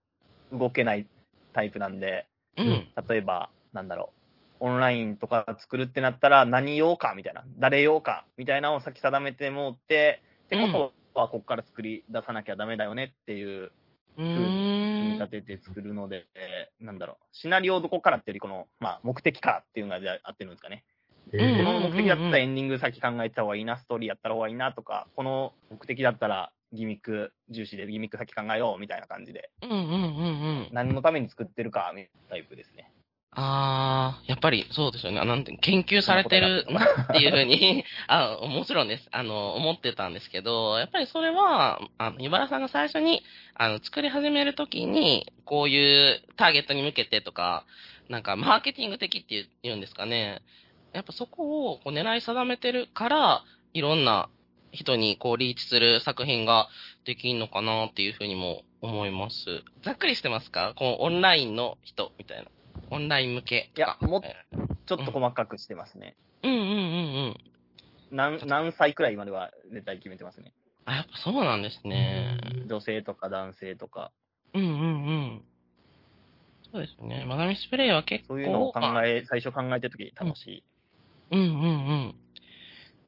Speaker 4: 動けないタイプなんで、
Speaker 1: うん。
Speaker 4: 例えば、なんだろう、オンラインとか作るってなったら何用かみたいな、誰用かみたいなのを先定めてもって、ってことはここから作り出さなきゃダメだよねっていう
Speaker 1: う
Speaker 4: 組み
Speaker 1: ーん。
Speaker 4: 立てて作るので、なんだろう、シナリオどこからっていうより、この、まあ、目的からっていうのが合ってるんですかね。
Speaker 2: え
Speaker 1: うん
Speaker 4: こ
Speaker 2: ー
Speaker 4: の目的だったらエンディング先考えた方がいいな、ストーリーやった方がいいなとか、この目的だったらギミック重視で、ギミック先考えようみたいな感じで、
Speaker 1: うんうんうんうん。
Speaker 4: 何のために作ってるか、みたいなタイプですね。
Speaker 1: あー、やっぱりそうですよね。あなんて研究されてるなっていうふうに [laughs] あ、もちろんです。あの、思ってたんですけど、やっぱりそれは、あの、茨さんが最初に、あの、作り始めるときに、こういうターゲットに向けてとか、なんか、マーケティング的っていう言うんですかね。やっぱそこをこう狙い定めてるから、いろんな人にこうリーチする作品ができんのかなっていうふうにも思います。ざっくりしてますかこうオンラインの人みたいな。オンライン向けとか。
Speaker 4: いやもっ
Speaker 1: え
Speaker 4: ちょっと細かくしてますね。
Speaker 1: ーうんうんうんうん。
Speaker 4: 何、何歳くらいまでは絶対決めてますね。
Speaker 1: あ、やっぱそうなんですね。
Speaker 4: 女性とか男性とか、
Speaker 1: うんうんうん。そうですね。マダミスプレイは結構。
Speaker 4: そういうのを考え、最初考えてるとき楽しい。
Speaker 1: うんうんうん。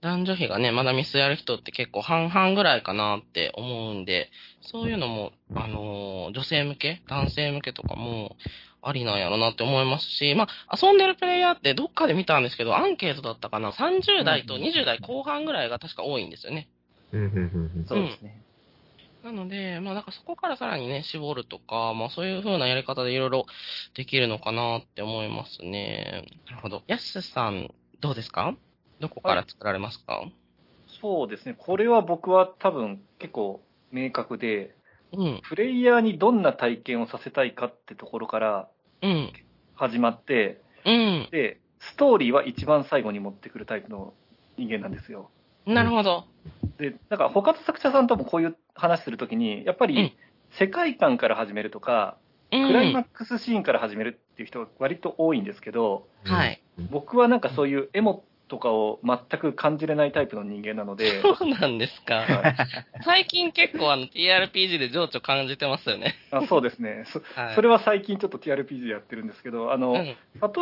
Speaker 1: 男女比がね、まだミスやる人って結構半々ぐらいかなって思うんで、そういうのも、あのー女性向け、男性向けとかも、ありなんやろなって思いますし、まあ、遊んでるプレイヤーってどっかで見たんですけど、アンケートだったかな、30代と20代後半ぐらいが確か多いんですよね。
Speaker 2: うんうんうん
Speaker 4: そうですね。
Speaker 1: なので、まあ、なんかそこからさらにね、絞るとか、まあ、そういう風なやり方でいろいろできるのかなって思いますね。なるほど。ヤスさん、どうですかどこから作られますか、
Speaker 3: そうですね。これは僕は多分結構明確で、
Speaker 1: うん、
Speaker 3: プレイヤーにどんな体験をさせたいかってところから
Speaker 1: うん、
Speaker 3: 始まって、
Speaker 1: うん。
Speaker 3: で、ストーリーは一番最後に持ってくるタイプの人間なんですよ。
Speaker 1: なるほど。
Speaker 3: で、なんか他の作者さんともこういう話するときに、やっぱ
Speaker 1: うん
Speaker 3: り世界観から始めるとか、
Speaker 1: うん。
Speaker 3: クライマックスシーンから始めるっていう人が割と多いんですけど、
Speaker 2: うん
Speaker 1: はい。
Speaker 3: 僕はなんかそういうエモとかを全く感じれないタイプの人間なので、
Speaker 1: [laughs] そうなんですか。
Speaker 3: はい
Speaker 1: 最近結構あの TRPG で情緒感じてますよね。
Speaker 3: あそうですね。そ
Speaker 1: はい。
Speaker 3: それは最近ちょっと TRPG やってるんですけど、あの、
Speaker 1: うん、
Speaker 3: 例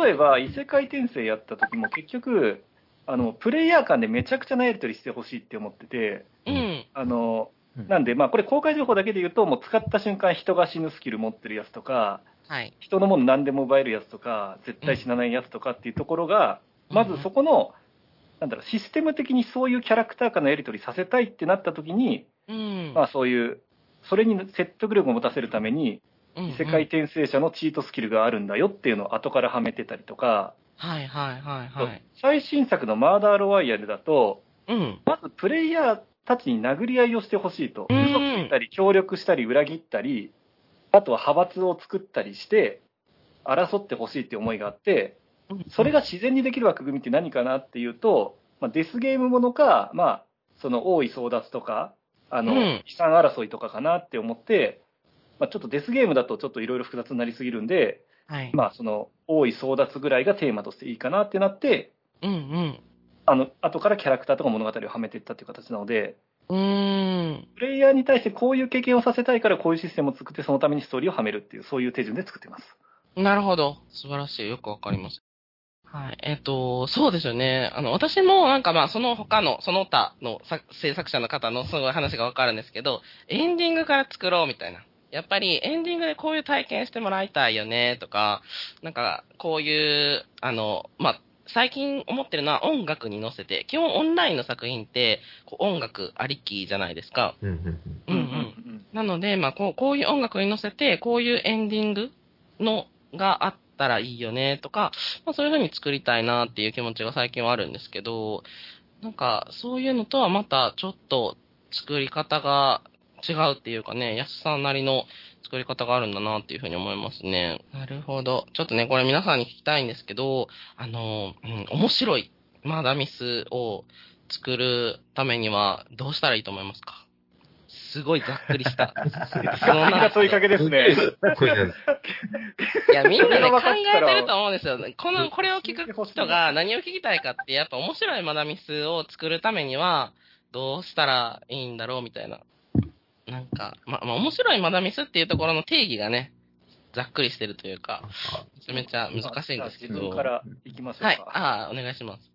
Speaker 3: えば異世界転生やった時も結局あのプレイヤー間でめちゃくちゃなやり取りしてほしいって思ってて
Speaker 1: うん、
Speaker 3: あの
Speaker 4: うん
Speaker 3: なんで、まあ、これ公開情報だけで言うともう使った瞬間人が死ぬスキル持ってるやつとか
Speaker 1: はい。
Speaker 3: 人のもの何でも奪えるやつとか絶対死なないやつとかっていうところがまずそこのなんだろうシステム的にそういうキャラクター間のやり取りさせたいってなった時に、
Speaker 1: うん、
Speaker 3: まあ、そういうそれに説得力を持たせるために
Speaker 1: うん、
Speaker 3: 異世界転生者のチートスキルがあるんだよっていうのを後からはめてたりとか。
Speaker 1: はいはいはいはい。
Speaker 3: 最新作のマーダーロワイヤルだと、
Speaker 1: うん。
Speaker 3: まずプレイヤーたちに殴り合いをしてほしいと、
Speaker 1: うん
Speaker 3: 嘘ついたり、協力したり、裏切ったり、あとは派閥を作ったりして、争ってほしいって思いがあって、それ
Speaker 1: が、
Speaker 3: が自然にできる枠組みって何かなっていうと、まあ、デスゲームものか、まあ、その王位争奪とか、あの、
Speaker 1: うん
Speaker 3: 資産争いとかかなって思って、まあ、ちょっとデスゲームだとちょっといろいろ複雑になりすぎるんで、
Speaker 1: はい。
Speaker 3: まあ、その、王位争奪ぐらいがテーマとしていいかなってなって、
Speaker 1: うんうん。
Speaker 3: あの後からキャラクターとか物語をはめていったという形なので、
Speaker 1: うーん。
Speaker 3: プレイヤーに対してこういう経験をさせたいから、こういうシステムを作って、そのためにストーリーをはめるっていう、そういう手順で作ってます。
Speaker 1: なるほど。素晴らしい。よくわかります。はい。えっ、と、そうですよね。あの、私もなんかまあ、その他の、その他の作制作者の方のすごい話がわかるんですけど、エンディングから作ろうみたいな。やっぱりエンディングでこういう体験してもらいたいよねとか、なんかこういう、あの、まあ、最近思ってるのは音楽に乗せて、基本オンラインの作品ってこう音楽ありきじゃないですか。
Speaker 2: うんうんうん
Speaker 1: うんうん。なので、まあ、こう、こういう音楽に乗せて、こういうエンディングのがあったらいいよね、とか、まあ、そういう風に作りたいなっていう気持ちが最近はあるんですけど、なんか、そういうのとはまたちょっと作り方が違うっていうかね、安さんなりの作り方があるんだなっていう風に思いますね。なるほど。ちょっとね、これ皆さんに聞きたいんですけど、あの、うん、面白いマダミスを作るためにはどうしたらいいと思いますかすごいざっくり [laughs] した。そ
Speaker 3: みんな問いかけですね。
Speaker 2: これね
Speaker 1: いや、みんなね、
Speaker 3: それ
Speaker 1: 考
Speaker 3: が分かっ
Speaker 1: え
Speaker 3: たら
Speaker 1: てると思うんですよ。この、これを聞く人が何を聞きたいかって、やっぱ面白いマダミスを作るためには、どうしたらいいんだろうみたいな。なんか、ま、まあ、面白いマダミスっていうところの定義がね、ざっくりしてるというか、めちゃめちゃ難しいんですけ
Speaker 3: じゃあ自
Speaker 1: ど。
Speaker 3: 分か
Speaker 1: はい。
Speaker 3: らいきましょうか。
Speaker 1: ああ、お願いします。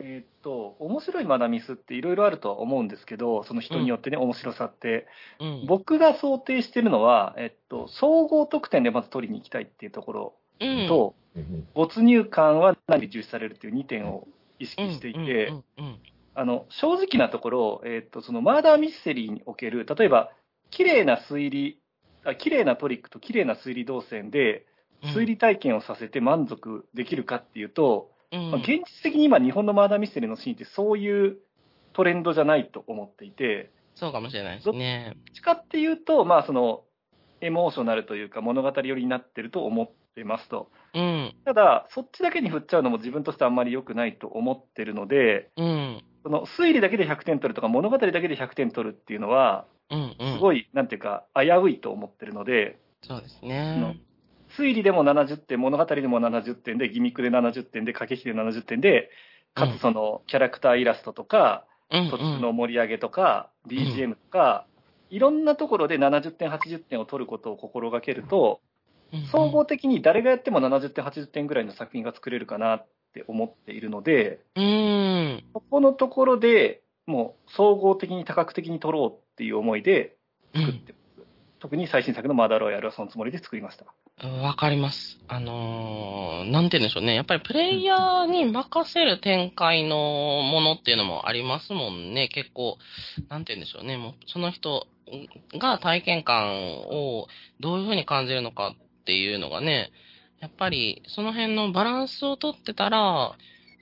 Speaker 3: えーっと、面白いマダミスっていろいろあるとは思うんですけど、その人によってね、面白さって。
Speaker 1: うん。
Speaker 3: 僕が想定してるのは、えっと、総合得点でまず取りに行きたいっていうところ
Speaker 1: うん、
Speaker 3: と、
Speaker 2: うんうん
Speaker 3: 没入感は何で重視されるっていう2点を意
Speaker 1: うん、
Speaker 3: 識していて、
Speaker 1: うん、うん、
Speaker 3: あの、正直なところ、えっと、そのマーダーミステリーにおける、例えば、綺麗な推理、あ綺麗なトリックと綺麗な推理動線で、推理体験をさせて満足できるかっていうと、
Speaker 1: うん、
Speaker 3: まあ、現実的に今日本のマーダーミステリーのシーンってそういうトレンドじゃないと思っていて、
Speaker 1: そうかもしれないですね。
Speaker 3: どっちかっていうと、まあその、エモーショナルというか物語寄りになってると思ってますと。
Speaker 1: うん、
Speaker 3: ただ、そっちだけに振っちゃうのも自分としてあんまり良くないと思ってるので、
Speaker 1: うん、
Speaker 3: その推理だけで100点取るとか物語だけで100点取るっていうのは、
Speaker 1: うん、うん。
Speaker 3: す
Speaker 1: い。
Speaker 3: ごい、なんていうか、危ういと思ってるので、
Speaker 1: そうです
Speaker 3: あの
Speaker 1: ね。
Speaker 3: 推理でも70点、物語でも70点で、ギミックで70点で、駆け引きで70点で、か
Speaker 1: うん
Speaker 3: つそのキャラクターイラストとか、
Speaker 1: うん、
Speaker 3: そっち
Speaker 1: うん
Speaker 3: の盛り上げとか、BGM とか、いろんなところで70点、80点を取ることを心がけると、総合的に誰がやっても70点、80点ぐらいの作品が作れるかなって思っているので、
Speaker 1: うん、
Speaker 3: そこのところでもう総合的に多角的に取ろうっていう思いで
Speaker 1: う
Speaker 3: 作ってます。特に最新作のマーダーロイヤルはそのつもりで作りました。
Speaker 1: ん。わかります。あのー、なんて言うんでしょうね。やっぱりプレイヤーに任せる展開のものっていうのもありますもんね。結構、なんて言うんでしょうね。もう、その人が体験感をどういうふうに感じるのかっていうのがね、やっぱりその辺のバランスをとってたら、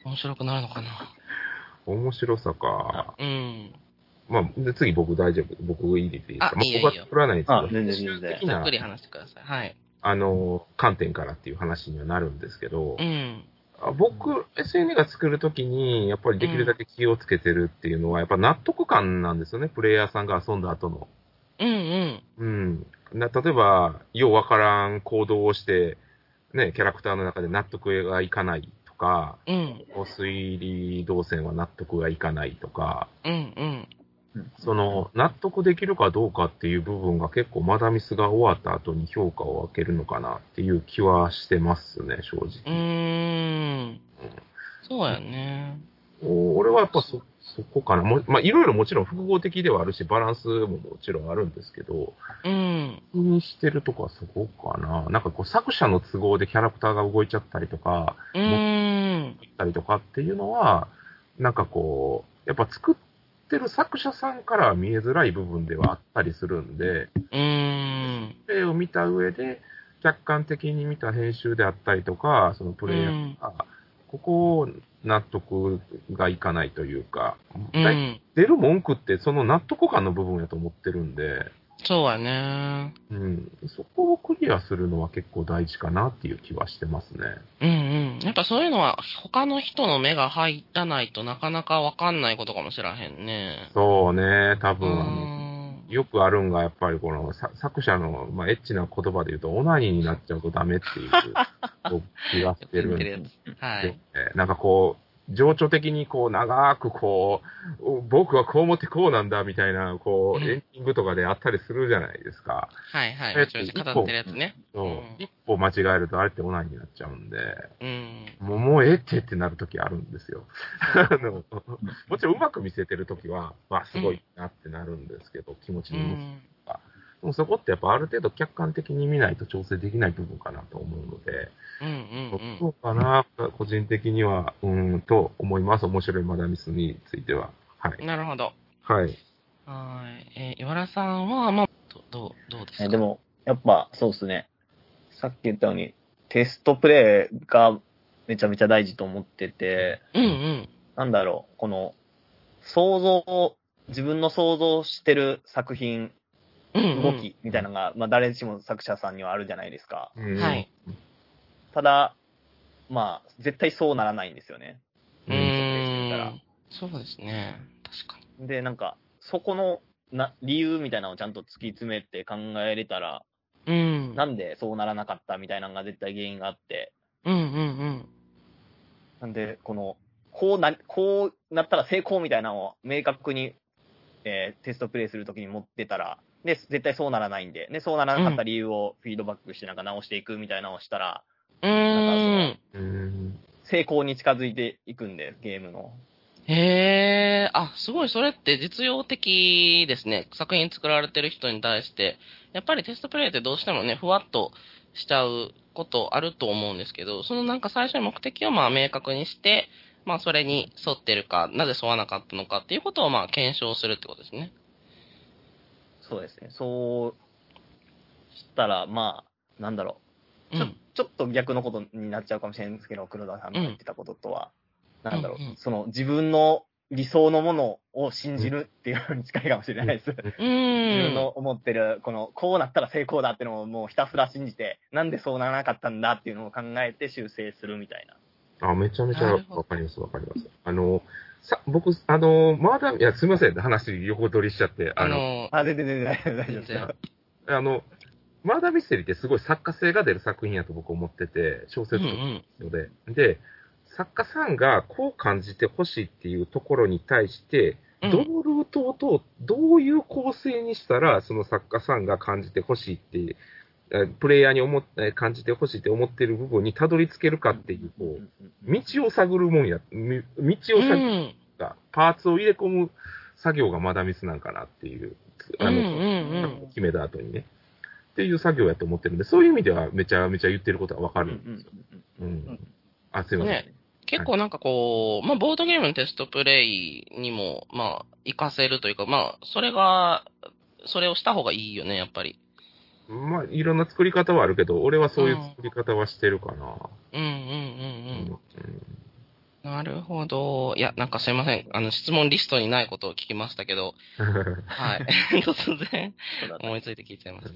Speaker 1: 面白くなるのかな。
Speaker 2: 面白さか。
Speaker 1: うん。
Speaker 2: まあ、で次僕大丈夫。僕いいですいいですか
Speaker 1: あいいよ
Speaker 2: まあ、
Speaker 1: いい
Speaker 2: 僕
Speaker 1: よ
Speaker 2: は作らないですけ
Speaker 4: あ全然全
Speaker 2: 最
Speaker 4: 然
Speaker 2: 終的
Speaker 1: ざっ
Speaker 2: な
Speaker 1: くり話してください。はい。
Speaker 2: あの観点からっていう話にはなるんですけど、
Speaker 1: うん。
Speaker 2: あ僕、SN が作るときに、やっぱりできるだけ気をつけてるっていうのは、やっぱ納得感なんですよね、プレイヤーさんが遊んだ後の。
Speaker 1: うんうん。
Speaker 2: うん。な例えば、ようわからん行動をして、ね、キャラクターの中で納得がいかないとか、
Speaker 1: うん。
Speaker 2: 推理動線は納得がいかないとか、
Speaker 1: うんうん。
Speaker 2: その、納得できるかどうかっていう部分が結構マダミスが終わった後に評価を分けるのかなっていう気はしてますね、正
Speaker 1: う
Speaker 2: 直。
Speaker 1: ーん。そうやね。
Speaker 2: お俺はやっぱそ、そこかな。もまあ、いろいろもちろん複合的ではあるし、バランスももちろんあるんですけど、
Speaker 1: うん。
Speaker 2: 気にしてるとこはそこかな。なんかこう、作者の都合でキャラクターが動いちゃったりとか、
Speaker 1: うーん。
Speaker 2: ったりとかっていうのは、なんかこう、やっぱ作ってる作者さんからは見えづらい部分ではあったりするんで、
Speaker 1: うーん。
Speaker 2: 例を見た上で、客観的に見た編集であったりとか、そのプレイヤーが、ここを納得がいかないというか、
Speaker 1: うん。
Speaker 2: 出る文句ってその納得感の部分やと思ってるんで、
Speaker 1: そうやね。
Speaker 2: うん、そこをクリアするのは結構大事かなっていう気はしてますね。
Speaker 1: うんうん。やっぱそういうのは他の人の目が入らないとなかなかわかんないことかもしらへんね。
Speaker 2: そうね、多
Speaker 1: うー
Speaker 2: 分、
Speaker 1: ん。
Speaker 2: よくあるんが、やっぱりこのさ作者の、まあ、エッチな言葉で言うと、オナニーになっちゃうとダメって
Speaker 1: [laughs]
Speaker 2: いう僕気が
Speaker 1: よ
Speaker 2: し
Speaker 1: く
Speaker 2: て
Speaker 1: 言
Speaker 2: る
Speaker 1: っ
Speaker 2: ん
Speaker 1: て
Speaker 2: で
Speaker 1: るやつ。はい。
Speaker 2: えーなんかこう、情緒的にこう長くこう、お僕はこう思ってこうなんだみたいな、こ
Speaker 1: うん
Speaker 2: う、エンディングとかであったりするじゃないですか。
Speaker 1: はいはい。
Speaker 2: え
Speaker 1: め
Speaker 2: っ
Speaker 1: ち
Speaker 2: と
Speaker 1: ゃめちゃ語ってるやつね。
Speaker 2: そう
Speaker 1: うん
Speaker 2: 一歩間違えるとあれってオナニーになっちゃうんで、
Speaker 1: うん。
Speaker 2: もうもうええってってなるときあるんですよ。 [laughs] あのもちろんうまく見せてるときは、わあ、すごいなってなるんですけど、気持ち
Speaker 1: う
Speaker 2: にも
Speaker 1: ん。
Speaker 2: でもそこってやっぱある程度客観的に見ないと調整できない部分かなと思うので、
Speaker 1: うんうん
Speaker 2: そうかな、個人的には、うーんと思います。面白いマダミスについては。は
Speaker 1: う
Speaker 2: い。
Speaker 1: ん。なるほど。
Speaker 2: はい。
Speaker 1: はい。えー、岩田さんは、まあ、どどう、どうですか
Speaker 4: えで、も、やっぱ、そうですね。さっき言ったように、テストプレイがめちゃめちゃ大事と思ってて、
Speaker 1: うんうん。
Speaker 4: なんだろう、この、想像を、自分の想像してる作品、
Speaker 1: うんうん、
Speaker 4: 動きみたいなのが、まあ誰しも作者さんにはあるじゃないですか。
Speaker 2: うん
Speaker 1: はい。
Speaker 4: ただ、まあ、絶対そうならないんですよね。
Speaker 1: う
Speaker 2: う
Speaker 1: ーん。そうですね。確かに。
Speaker 4: で、なんか、そこの、な、理由みたいなのをちゃんと突き詰めて考えれたら、
Speaker 1: うん。
Speaker 4: なんでそうならなかったみたいなのが絶対原因があって、
Speaker 1: うんうん
Speaker 4: なんで、この、こうな、こうなったら成功みたいなのを明確に、えーテストプレイするときに持ってたら、で、絶対そうならないんで、で、そうならなかった理由をフィードバックしてなんか直していくみたいなのをしたら、
Speaker 1: うん。うーん。
Speaker 2: うん。
Speaker 4: 成功に近づいていくんで、ゲームの。
Speaker 1: へえ、あ、すごい、それって実用的ですね。作品作られてる人に対して。やっぱりテストプレイってどうしてもね、ふわっとしちゃうことあると思うんですけど、そのなんか最初に目的をまあ明確にして、まあ、それに沿ってるか、なぜ沿わなかったのかっていうことを、まあ、検証するってことですね。
Speaker 4: そうですね。そうしたら、まあ、なんだろう。
Speaker 1: う
Speaker 4: ちょ,、
Speaker 1: ん。
Speaker 4: ちょっと逆のことになっちゃうかもしれないんですけど、黒田さんが言ってたこととは、なんだろう、
Speaker 1: うんうん
Speaker 4: その自分の理想のものを信じるっていうのに近いかもしれないです。
Speaker 1: う
Speaker 4: 自
Speaker 1: ー
Speaker 4: 分
Speaker 1: ん。
Speaker 4: の思ってる、この、こうなったら成功だってのをもうひたすら信じて、なんでそうならなかったんだっていうのを考えて修正するみたいな。
Speaker 2: あ、めちゃめちゃ
Speaker 1: なるほど
Speaker 2: わかります、わかります。あの、さ、僕、あの、マーダー、いや、すみません、話横取りしちゃって、あ
Speaker 1: あ
Speaker 2: の、
Speaker 1: の、
Speaker 4: あ、全然全然大丈夫大丈夫
Speaker 1: 全然
Speaker 2: あの、マーダーミステリーってすごい作家性が出る作品やと僕思ってて、小
Speaker 1: うん
Speaker 2: 説
Speaker 1: う
Speaker 2: と
Speaker 1: ん。
Speaker 2: ので、で、作家さんがこう感じてほしいっていうところに対して、
Speaker 1: う
Speaker 2: ど
Speaker 1: ん
Speaker 2: のルートをと、どういう構成にしたら、その作家さんが感じてほしいっていう、えプレイヤーに思っえ感じてほしいって思ってる部分にたどり着けるかっていう、こう、道を探るもんや、み道を
Speaker 1: う
Speaker 2: 探る
Speaker 1: ん。
Speaker 2: か、パーツを入れ込む作業がまだミスなんかなっていう、
Speaker 1: うんう
Speaker 2: あの、
Speaker 1: ん
Speaker 2: 決めた後にね。っていう作業やと思ってるんで、そういう意味ではめちゃめちゃ言ってることはわか
Speaker 4: うんう
Speaker 2: る
Speaker 4: ん。うんうん
Speaker 2: うん。
Speaker 3: ん
Speaker 2: あ、すいません。
Speaker 1: ね結構なんかこう、まあ、ボードゲームのテストプレイにも、まあ、活かせるというか、まあ、それが、それをした方がいいよね、やっぱり。
Speaker 2: まあ、いろんな作り方はあるけど、俺はそういう作り方はしてるかな。
Speaker 1: うんうんう
Speaker 2: う
Speaker 1: んうん。なるほど。いや、なんかすいません。あの、質問リストにないことを聞きましたけど、 [laughs] はい。突然、
Speaker 4: そうだね
Speaker 1: 思いついて聞いちゃいました。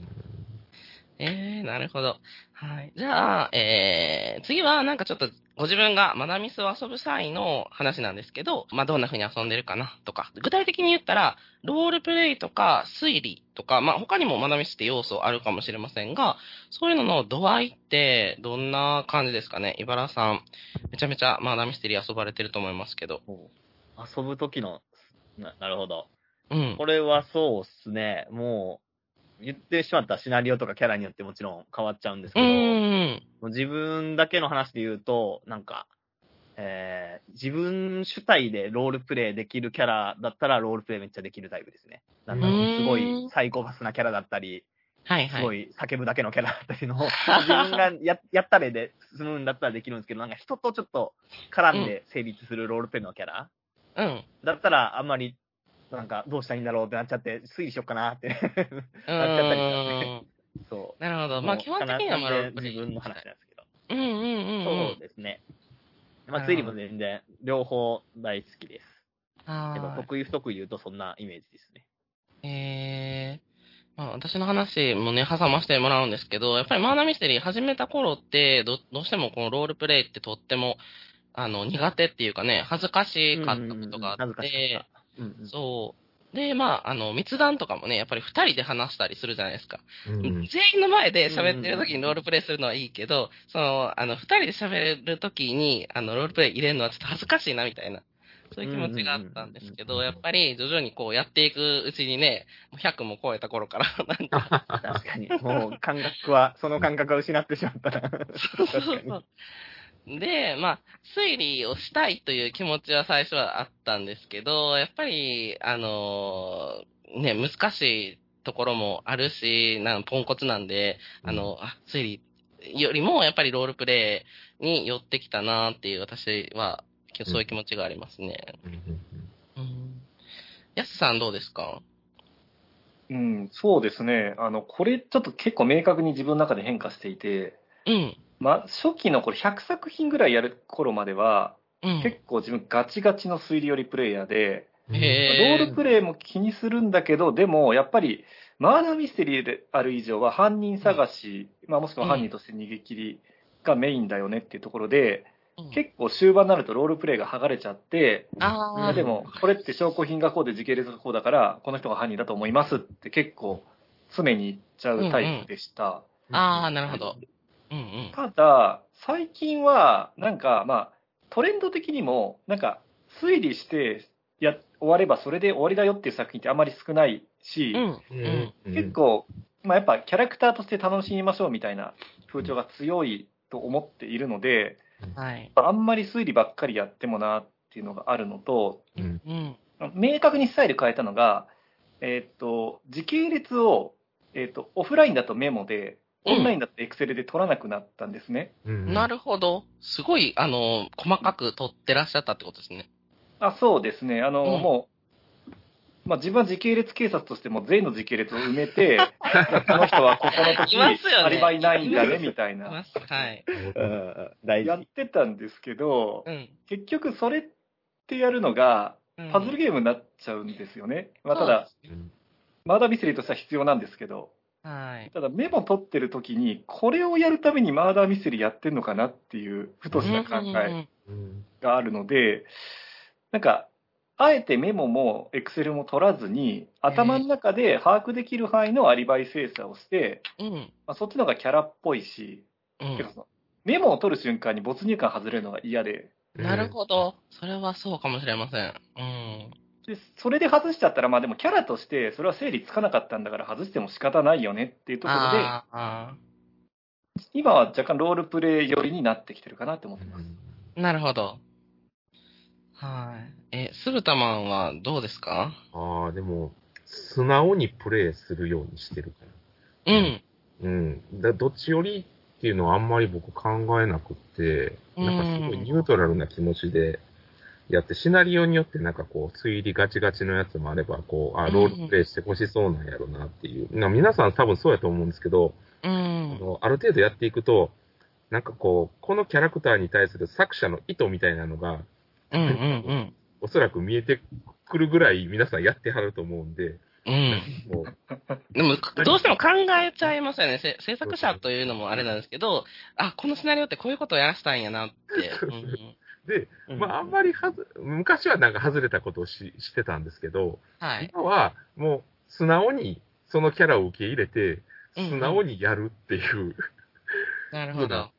Speaker 1: えー、なるほど。はい。じゃあ、えー、次はなんかちょっと、ご自分がマダミスを遊ぶ際の話なんですけど、まあ、どんな風に遊んでるかなとか、具体的に言ったら、ロールプレイとか推理とか、まあ、他にもマダミスって要素あるかもしれませんが、そういうのの度合いってどんな感じですかね茨さん、めちゃめちゃマダミステリー遊ばれてると思いますけど。
Speaker 4: ほう遊ぶ時の、ななるほど。
Speaker 1: うん。
Speaker 4: これはそうっすね。もう、言ってしまったシナリオとかキャラによってもちろん変わっちゃうんですけ
Speaker 1: う
Speaker 4: ど、
Speaker 1: ん。
Speaker 4: もう自分だけの話で言うと、なんか、えー自分主体でロールプレイできるキャラだったらロールプレイめっちゃできるタイプですね。なんだろう、すご
Speaker 1: うん
Speaker 4: いサイコパスなキャラだったり、
Speaker 1: はいはい。
Speaker 4: すごい叫ぶだけのキャラだっ
Speaker 1: [laughs]
Speaker 4: たりの、自分がややったれで済むんだったらできるんですけど、なんか人とちょっと絡んで成立するロールプレイのキャラ、
Speaker 1: うん。
Speaker 4: だったら、あんまり、なんか、どうしたらいいんだろうってなっちゃって、推理しよっかなって。 [laughs]
Speaker 1: う
Speaker 4: なっちゃったりした
Speaker 1: ーん。
Speaker 4: そう。
Speaker 1: なるほど。まあ、基本的にはまあロールプレイ
Speaker 4: 自分の話なんですけど。
Speaker 1: うんうんうんうん。
Speaker 4: そうですね。まあ、推理も全然、両方大好きです。けど
Speaker 1: あ、
Speaker 4: 得意不得意言うとそんなイメージですね。
Speaker 1: ーえー。まあ、私の話もね、挟ませてもらうんですけど、やっぱりマーナミステリー始めた頃って、どどうしてもこのロールプレイってとっても、あの、苦手っていうかね、恥ずかしかったことがあって、
Speaker 4: うんうんうん恥ずかしかった。うんうん
Speaker 1: そう。で、まあ、あの、密談とかもね、やっぱり二人で話したりするじゃないですか。
Speaker 2: うん
Speaker 1: 全員の前で喋ってる時にロールプレイするのはいいけど、その、あの、二人で喋る時に、あの、ロールプレイ入れるのはちょっと恥ずかしいな、みたいな。そういう気持ちがあったんですけ
Speaker 2: うん
Speaker 1: ど、
Speaker 2: うんうん
Speaker 1: やっぱり徐々にこうやっていくうちにね、もう100も超えた頃から、 [laughs] なんか、
Speaker 2: [laughs]
Speaker 4: 確かに。もう感
Speaker 1: [laughs]
Speaker 4: 覚は、その感覚は失ってしまったな。
Speaker 1: そうそうそう。で、まあ、推理をしたいという気持ちは最初はあったんですけど、やっぱり、あのーね、難しいところもあるし、なんポンコツなんで、あの、あ、推理よりも、やっぱりロールプレイに寄ってきたなっていう、私は、きょそういう気持ちがありますね。
Speaker 2: うんうん
Speaker 1: うん。やすさんどうですか
Speaker 3: うん、そうですね。あの、これちょっと結構明確に自分の中で変化していて、
Speaker 1: うん。
Speaker 3: まあ、初期のこれ100作品ぐらいやる頃までは、
Speaker 1: うん。
Speaker 3: 結構自分ガチガチの推理寄りプレイヤーで、
Speaker 2: うん
Speaker 1: へえ
Speaker 3: ロールプレイも気にするんだけど、でもやっぱり、マーダーミステリーである以上は犯人探し、まあ、もしくは犯人として逃げ切りがメインだよねっていうところで、結構終盤になるとロールプレイが剥がれちゃって、
Speaker 1: あ
Speaker 3: あ
Speaker 1: あ、
Speaker 3: でも、これって証拠品がこうで時系列がこうだから、この人が犯人だと思いますって結構、詰めにいっちゃうタイプでした。
Speaker 1: ああ、なるほど。うんうん。
Speaker 3: ただ、最近は、なんか、まあ、トレンド的にも、なんか、推理してや終わればそれで終わりだよっていう作品ってあまり少ないし、
Speaker 1: うん。
Speaker 2: う
Speaker 1: うん
Speaker 2: ん。うん
Speaker 3: 結、構、まあ、やっぱキャラクターとして楽しみましょうみたいな風潮が強いと思っているので、
Speaker 1: はい。
Speaker 3: あんまり推理ばっかりやってもなっていうのがあるのと、
Speaker 2: うん
Speaker 1: うん。
Speaker 3: 明確にスタイル変えたのが、えーっと、時系列を、えーっと、オフラインだとメモで、オンラインだってエクセルで取らなくなったんですね。
Speaker 2: うん
Speaker 1: なるほど。すごい、あの、細かく取ってらっしゃったってことですね。
Speaker 3: あ、そうですね。あの、
Speaker 1: うん
Speaker 3: もう、まあ、自分は時系列警察としても全の時系列を埋
Speaker 1: [laughs]
Speaker 3: めて、この人はここの時
Speaker 1: いますよね
Speaker 3: アリバイないんだね、みたいな。
Speaker 1: ますはい。
Speaker 4: うん、大
Speaker 3: やっ
Speaker 4: 事。
Speaker 3: てたんですけど
Speaker 1: う、ん。
Speaker 3: 結局それってやるのが、
Speaker 1: うん
Speaker 3: パズルゲームになっちゃうんですよね。まあ、た
Speaker 1: そうで
Speaker 3: だ、
Speaker 1: すね
Speaker 2: うん
Speaker 3: マーダーミステリーとしては必要なんですけど、
Speaker 1: はい。
Speaker 3: ただメモ取ってる時に、これをやるためにマーダーミステリーやってんのかなっていう、ふとした考
Speaker 1: うんうんう
Speaker 3: え
Speaker 1: ん
Speaker 2: うん
Speaker 3: があるので、なんか、あえてメモもエクセルも取らずに、頭の中で把握できる範囲のアリバイ精査をして、
Speaker 1: うん。
Speaker 3: まあ、そっちの方がキャラっぽいし、
Speaker 1: う
Speaker 3: てか
Speaker 1: ん。
Speaker 3: そのメモを取る瞬間に没入感外れるのが嫌で、
Speaker 1: なるほど。それはそうかもしれません。うん。
Speaker 3: で、それで外しちゃったら、まあでもキャラとして、それは整理つかなかったんだから外しても仕方ないよねっていうところで、
Speaker 1: あーあ
Speaker 3: 今は若干ロールプレイ寄りになってきてるかなって思ってます。
Speaker 1: ー、なるほど。はい。え、スルタマンはどうですか
Speaker 2: ああ、でも、素直にプレイするようにしてるから。
Speaker 1: うん。
Speaker 2: うん。だどっちよりっていうのはあんまり僕考えなくって、なんかすごいニュートラルな気持ちでやって、シナリオによってなんかこう、推理ガチガチのやつもあれば、こう、あ、ロールプレイしてほしそうなんやろなっていう。な皆さん多分そうやと思うんですけど、
Speaker 1: う
Speaker 2: あ
Speaker 1: ん。
Speaker 2: のある程度やっていくと、なんかこう、このキャラクターに対する作者の意図みたいなのが、
Speaker 1: うんうん
Speaker 2: おそらく見えてくるぐらい皆さんやってはると思うんで、
Speaker 1: うん。うん。
Speaker 2: もう
Speaker 1: でも、どうしても考えちゃいますよね。せ制作者というのもあれなんですけど、あ、このシナリオってこういうことをやらせたんやなって。うん、
Speaker 2: で、まあ、あんまりはず、昔はなんか外れたことをししてたんですけど、
Speaker 1: はい。
Speaker 2: 今はもう素直にそのキャラを受け入れて、
Speaker 1: うん
Speaker 2: 素直にやるっていう、
Speaker 1: なるほど。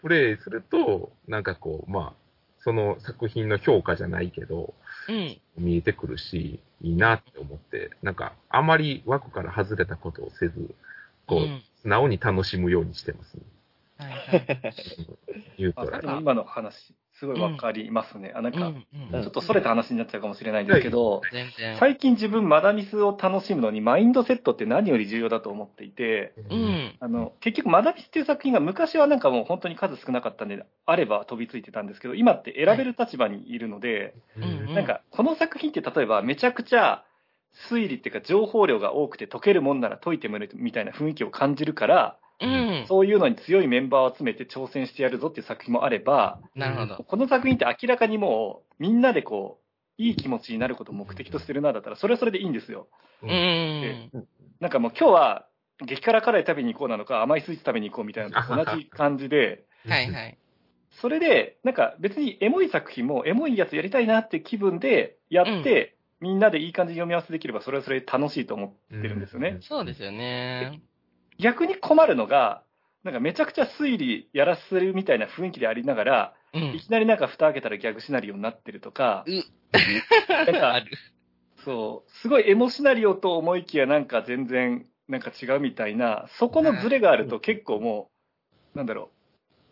Speaker 2: プレイすると、なんかこう、まあ、その作品の評価じゃないけど、
Speaker 1: うん。
Speaker 2: 見えてくるし、いいなって思って、なんか、あまり枠から外れたことをせず、こう、
Speaker 1: うん
Speaker 2: 素直に楽しむようにしてますね、
Speaker 1: はいはい
Speaker 2: ニュートラ
Speaker 3: あ
Speaker 2: ル
Speaker 3: でも今の話、すごいわかりますね。あなん
Speaker 1: う
Speaker 3: か、
Speaker 1: んうん
Speaker 3: ちょっとそれた話になっちゃうかもしれないんですけど、
Speaker 1: 全然。
Speaker 3: 最近自分マダミスを楽しむのにマインドセットって何より重要だと思っていて、
Speaker 1: う。ん。
Speaker 3: あの、結局マダミスっていう作品が昔はなんかもう本当に数少なかったんで、あれば飛びついてたんですけど、今って選べる立場にいるので、
Speaker 2: うん
Speaker 1: うん
Speaker 3: なんかこの作品って例えばめちゃくちゃ推理っていうか情報量が多くて解けるもんなら解いてみるみたいな雰囲気を感じるから、
Speaker 1: うん。
Speaker 3: そういうのに強いメンバーを集めて挑戦してやるぞっていう作品もあれば、
Speaker 1: なるほど。
Speaker 3: この作品って明らかにもう、みんなでこう、いい気持ちになることを目的としてるなだったら、それはそれでいいんですよ。
Speaker 1: うん。
Speaker 3: なんかもう今日は、激辛辛い食べに行こうなのか、甘いスイーツ食べに行こうみたいなのと同じ感じで、
Speaker 1: はいはい。
Speaker 3: それで、なんか別にエモい作品も、エモいやつやりたいなって気分でやって、みんなでいい感じに読み合わせできれば、それはそれで楽しいと思ってるんですよね。
Speaker 1: そうですよ
Speaker 3: [laughs]
Speaker 1: ね。
Speaker 3: 逆に困るのが、なんかめちゃくちゃ推理やらせるみたいな雰囲気でありながら、
Speaker 1: う
Speaker 3: い
Speaker 1: ん。
Speaker 3: きなりなんか蓋開けたらギャグシナリオになってるとか、
Speaker 1: あ
Speaker 3: なんか
Speaker 1: る。
Speaker 3: そう、すごいエモシナリオと思いきや、なんか全然、なんか違うみたいな、そこのズレがあると結構もう、なんだろ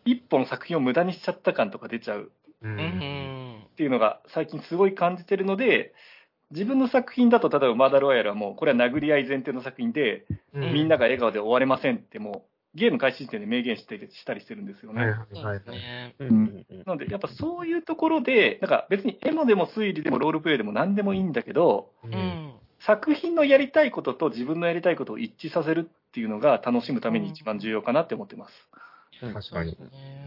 Speaker 3: う、一本作品を無駄にしちゃった感とか出ちゃう
Speaker 1: う
Speaker 2: う
Speaker 1: んん。
Speaker 3: っていうのが最近すごい感じてるので、自分の作品だと、例えばマーダロワイヤルはもう、これは殴り合い前提の作品で、
Speaker 2: う
Speaker 3: みんなが笑顔で終われませんって、もう、ゲーム開始時点で明言してしたりしてるんですよ
Speaker 2: はい
Speaker 3: ね。
Speaker 2: はい
Speaker 1: そう
Speaker 2: は
Speaker 1: で
Speaker 2: い
Speaker 1: す。ね。
Speaker 4: うんうんうん
Speaker 3: なので、やっぱそういうところで、なんか別にエモでも推理でもロールプレイでも何でもいいんだけど、
Speaker 2: う
Speaker 1: う。ん。
Speaker 3: 作品のやりたいことと自分のやりたいことを一致させるっていうのが楽しむために一番重要かなって思ってます。
Speaker 2: 確かに。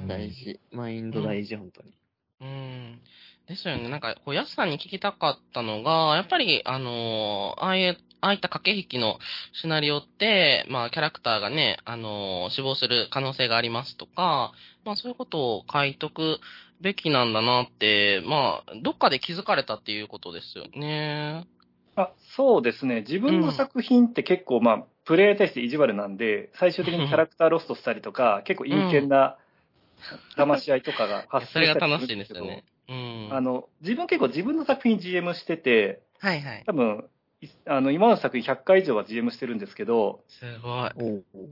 Speaker 5: 大事。マインド大事、本当に。
Speaker 1: うんですよね。なんか、こう、やすさんに聞きたかったのが、やっぱり、あのーああいう、ああいった駆け引きのシナリオって、まあ、キャラクターがね、あのー死亡する可能性がありますとか、まあ、そういうことを書いとくべきなんだなって、まあ、どっかで気づかれたっていうことですよね。
Speaker 3: あそうですね。自分の作品って結構、まあ、プレイに対して意地悪なんで、最終的にキャラクターロストしたりとか、結構陰険な騙し合いとかが
Speaker 1: いや
Speaker 3: 発
Speaker 1: そ
Speaker 3: 生
Speaker 1: れ
Speaker 3: し
Speaker 1: が
Speaker 3: たり
Speaker 1: 楽
Speaker 3: す
Speaker 1: しい
Speaker 3: る
Speaker 1: んで
Speaker 3: んです
Speaker 1: す
Speaker 3: け
Speaker 1: よ
Speaker 3: ど、
Speaker 1: ね。うん。
Speaker 3: あの、自分結構自分の作品 GM してて、
Speaker 1: はいはい。
Speaker 3: 多分、いあの、今の作品100回以上は GM してるんですけど、
Speaker 1: すご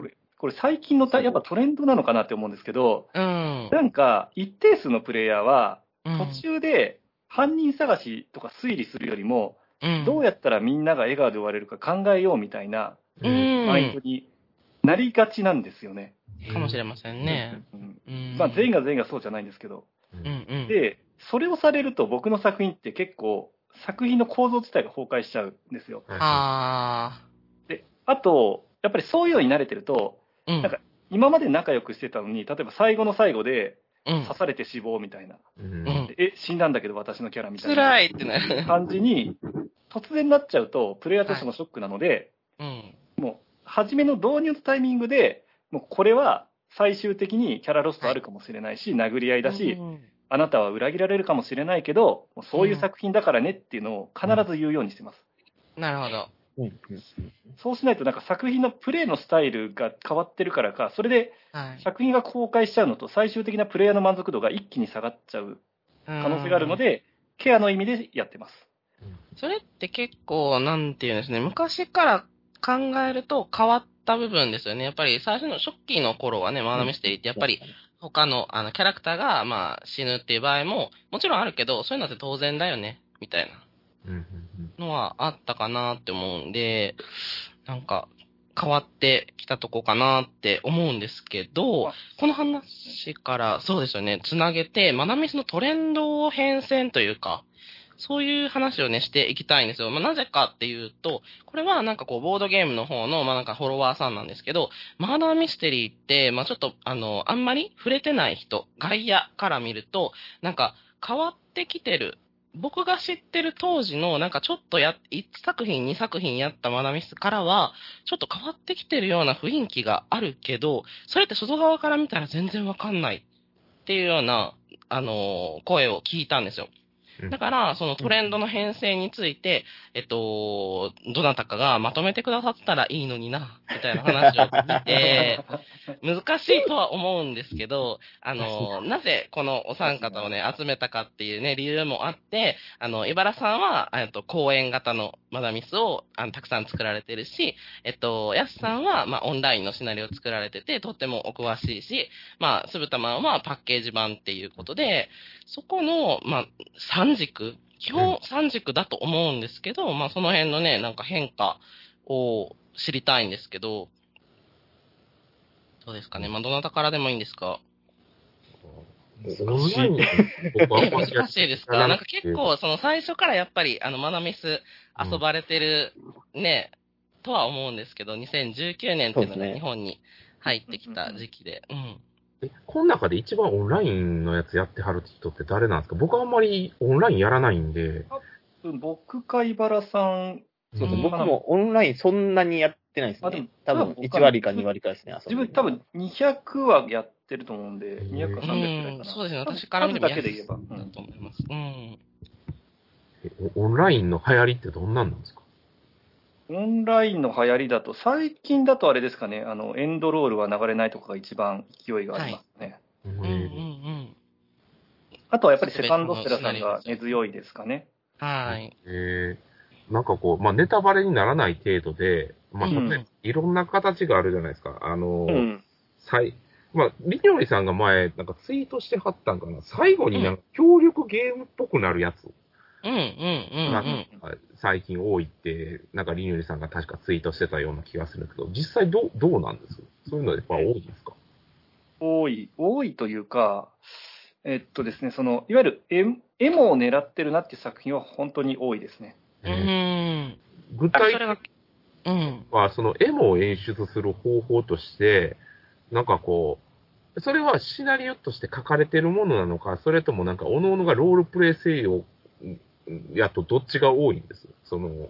Speaker 1: い。
Speaker 3: これ最近のたやっぱトレンドなのかなって思うんですけど、
Speaker 1: うん。
Speaker 3: なんか、一定数のプレイヤーは、途中で犯人探しとか推理するよりも、
Speaker 1: うん、
Speaker 3: どうやったらみんなが笑顔で終われるか考えようみたいな
Speaker 1: うん、
Speaker 3: マインドになりがちなんですよね。
Speaker 1: かもしれませんね。
Speaker 3: うん
Speaker 1: うん。
Speaker 3: まあ、全員
Speaker 1: が、
Speaker 3: が全員がそうじゃないんですけど。
Speaker 1: うんうん。
Speaker 3: で、それをされると僕の作品って結構、作品の構造自体が崩壊しちゃうんですよ。
Speaker 1: あ
Speaker 3: で、あと、やっぱりそういうのに慣れてると、
Speaker 1: ー。うん。
Speaker 3: なんか今まで仲良くしてたのに、例えば最後の最後で
Speaker 1: うん
Speaker 3: 刺されて死亡みたいな。
Speaker 2: うん
Speaker 1: うん
Speaker 3: でえ、死んだんだけど私のキャラみたい
Speaker 1: 辛
Speaker 3: ない
Speaker 1: ってなる。
Speaker 3: 感じに、突然なっちゃうと、プレイヤーとしてもショックなので、
Speaker 1: うん。
Speaker 3: 初めの導入のタイミングで、もうこれは最終的にキャラロストあるかもしれないし、殴り合いだし、
Speaker 1: うん
Speaker 3: あなたは裏切られるかもしれないけど、もうそういう作品だからねっていうのを必ず言うようにしてます。
Speaker 1: なるほど。
Speaker 5: うんうん
Speaker 3: そうしないとなんか作品のプレイのスタイルが変わってるからか、それで
Speaker 1: はい。
Speaker 3: 作品が公開しちゃうのと最終的なプレイヤーの満足度が一気に下がっちゃう可
Speaker 1: 可
Speaker 3: 能性があるの。で、ケアの意味でやってます。
Speaker 1: それって結構、なんていうんですね、昔から考えると変わった部分ですよね。やっぱり最初の初期の頃はね、マナミステリーってやっぱり他のあのキャラクターがまあ死ぬっていう場合ももちろんあるけど、そういうのって当然だよね、みたい
Speaker 2: うんうん
Speaker 1: なのはあったかなって思うんで、なんか変わってきたとこかなって思うんですけど
Speaker 3: あ、
Speaker 1: この話からそうですよね、つなげて、マナミスのトレンド変遷というか、そういう話をね、していきたいんですよ。まあ、なぜかっていうと、これはなんかこう、ボードゲームの方の、まあ、なんかフォロワーさんなんですけど、マーダーミステリーって、まあ、ちょっと、あの、あんまり触れてない人、外野から見ると、なんか変わってきてる。僕が知ってる当時の、なんかちょっとや、1作品、2作品やったマナミスからは、ちょっと変わってきてるような雰囲気があるけど、それって外側から見たら全然わかんないっていうような、あの声を聞いたんですよ。
Speaker 2: うん
Speaker 1: だから、そのトレンドの編成について、えっと、どなたかがまとめてくださったらいいのにな、みたいな話を聞い
Speaker 2: [laughs]
Speaker 1: て、難しいとは思うんですけど、あの、なぜこのお三方をね、集めたかっていうね、理由もあって、あの、茨さんは、えっと、公演型のマダミスをあのたくさん作られてるし、えっと、やすさんは、まあ、オンラインのシナリオを作られてて、とってもお詳しいし、まあ、すぶたまんはパッケージ版っていうことで、そこの、まあ、三軸、基本三軸だと思うんですけど、まあ、その辺のね、なんか変化を知りたいんですけど、どうですかね。まあ、どなたからでもいいんですか。
Speaker 2: うんオンライン僕あんまりや
Speaker 1: 難
Speaker 2: っ
Speaker 1: しいですかなんか結構、その最初からやっぱり、あの、マナミス遊ばれてる、ね、とは思うんですけど、2019年ってい
Speaker 5: そう
Speaker 1: うの
Speaker 5: です
Speaker 1: が
Speaker 5: ね
Speaker 1: 日本に入ってきた時期で。うん。
Speaker 2: えこの中で一番オンラインのやつやってはる人って誰なんですか僕あんまりオンラインやらないんで。
Speaker 3: 僕か茨さん、
Speaker 5: そうです
Speaker 1: うん
Speaker 5: ね。僕もオンラインそんなにやってないです
Speaker 3: あでも
Speaker 5: ね。多分1割か2割かですね。
Speaker 3: 自分多分200はやってると思うんで、200
Speaker 2: う
Speaker 3: か300くらいかな。
Speaker 1: そうですね。私から見ても
Speaker 3: 数だけで言えば。う
Speaker 1: だ
Speaker 3: ん
Speaker 1: と思います。うん。
Speaker 2: えオンラインの流行りってどんなんなんですか
Speaker 3: オンラインの流行りだと、最近だとあれですかね、あのエンドロールは流れないとかが一番勢いがありますね。
Speaker 2: うん
Speaker 1: うんうんうん。
Speaker 3: あとはやっぱりセカンドステラさんが根強いですかね。
Speaker 1: はい。
Speaker 2: えーなんかこう、まあ、ネタバレにならない程度で、まあ、
Speaker 1: うん
Speaker 2: 例えばいろんな形があるじゃないですか。あの、
Speaker 3: うん。
Speaker 2: 最、まあ、りのりさんが前、なんかツイートしてはったんかな。最後になんか協力ゲームっぽくなるやつ
Speaker 1: うんうんうんう
Speaker 2: が、
Speaker 1: ん。
Speaker 2: 最近多いって、なんかりのりさんが確かツイートしてたような気がするけど、実際どう、どうなんですそういうのやっぱ多いんですか
Speaker 3: 多い、多いというか、えっとですね、その、いわゆるエモエモを狙ってるなっていう作品は本当に多いですね。
Speaker 1: う
Speaker 2: え
Speaker 1: ん。
Speaker 2: ー具
Speaker 1: あ
Speaker 2: 体
Speaker 1: それが、うん。
Speaker 2: は、その絵も演出する方法として、なんかこう、それはシナリオとして書かれてるものなのか、それともなんか、おのおのがロールプレイ性を、やとどっちが多いんですその、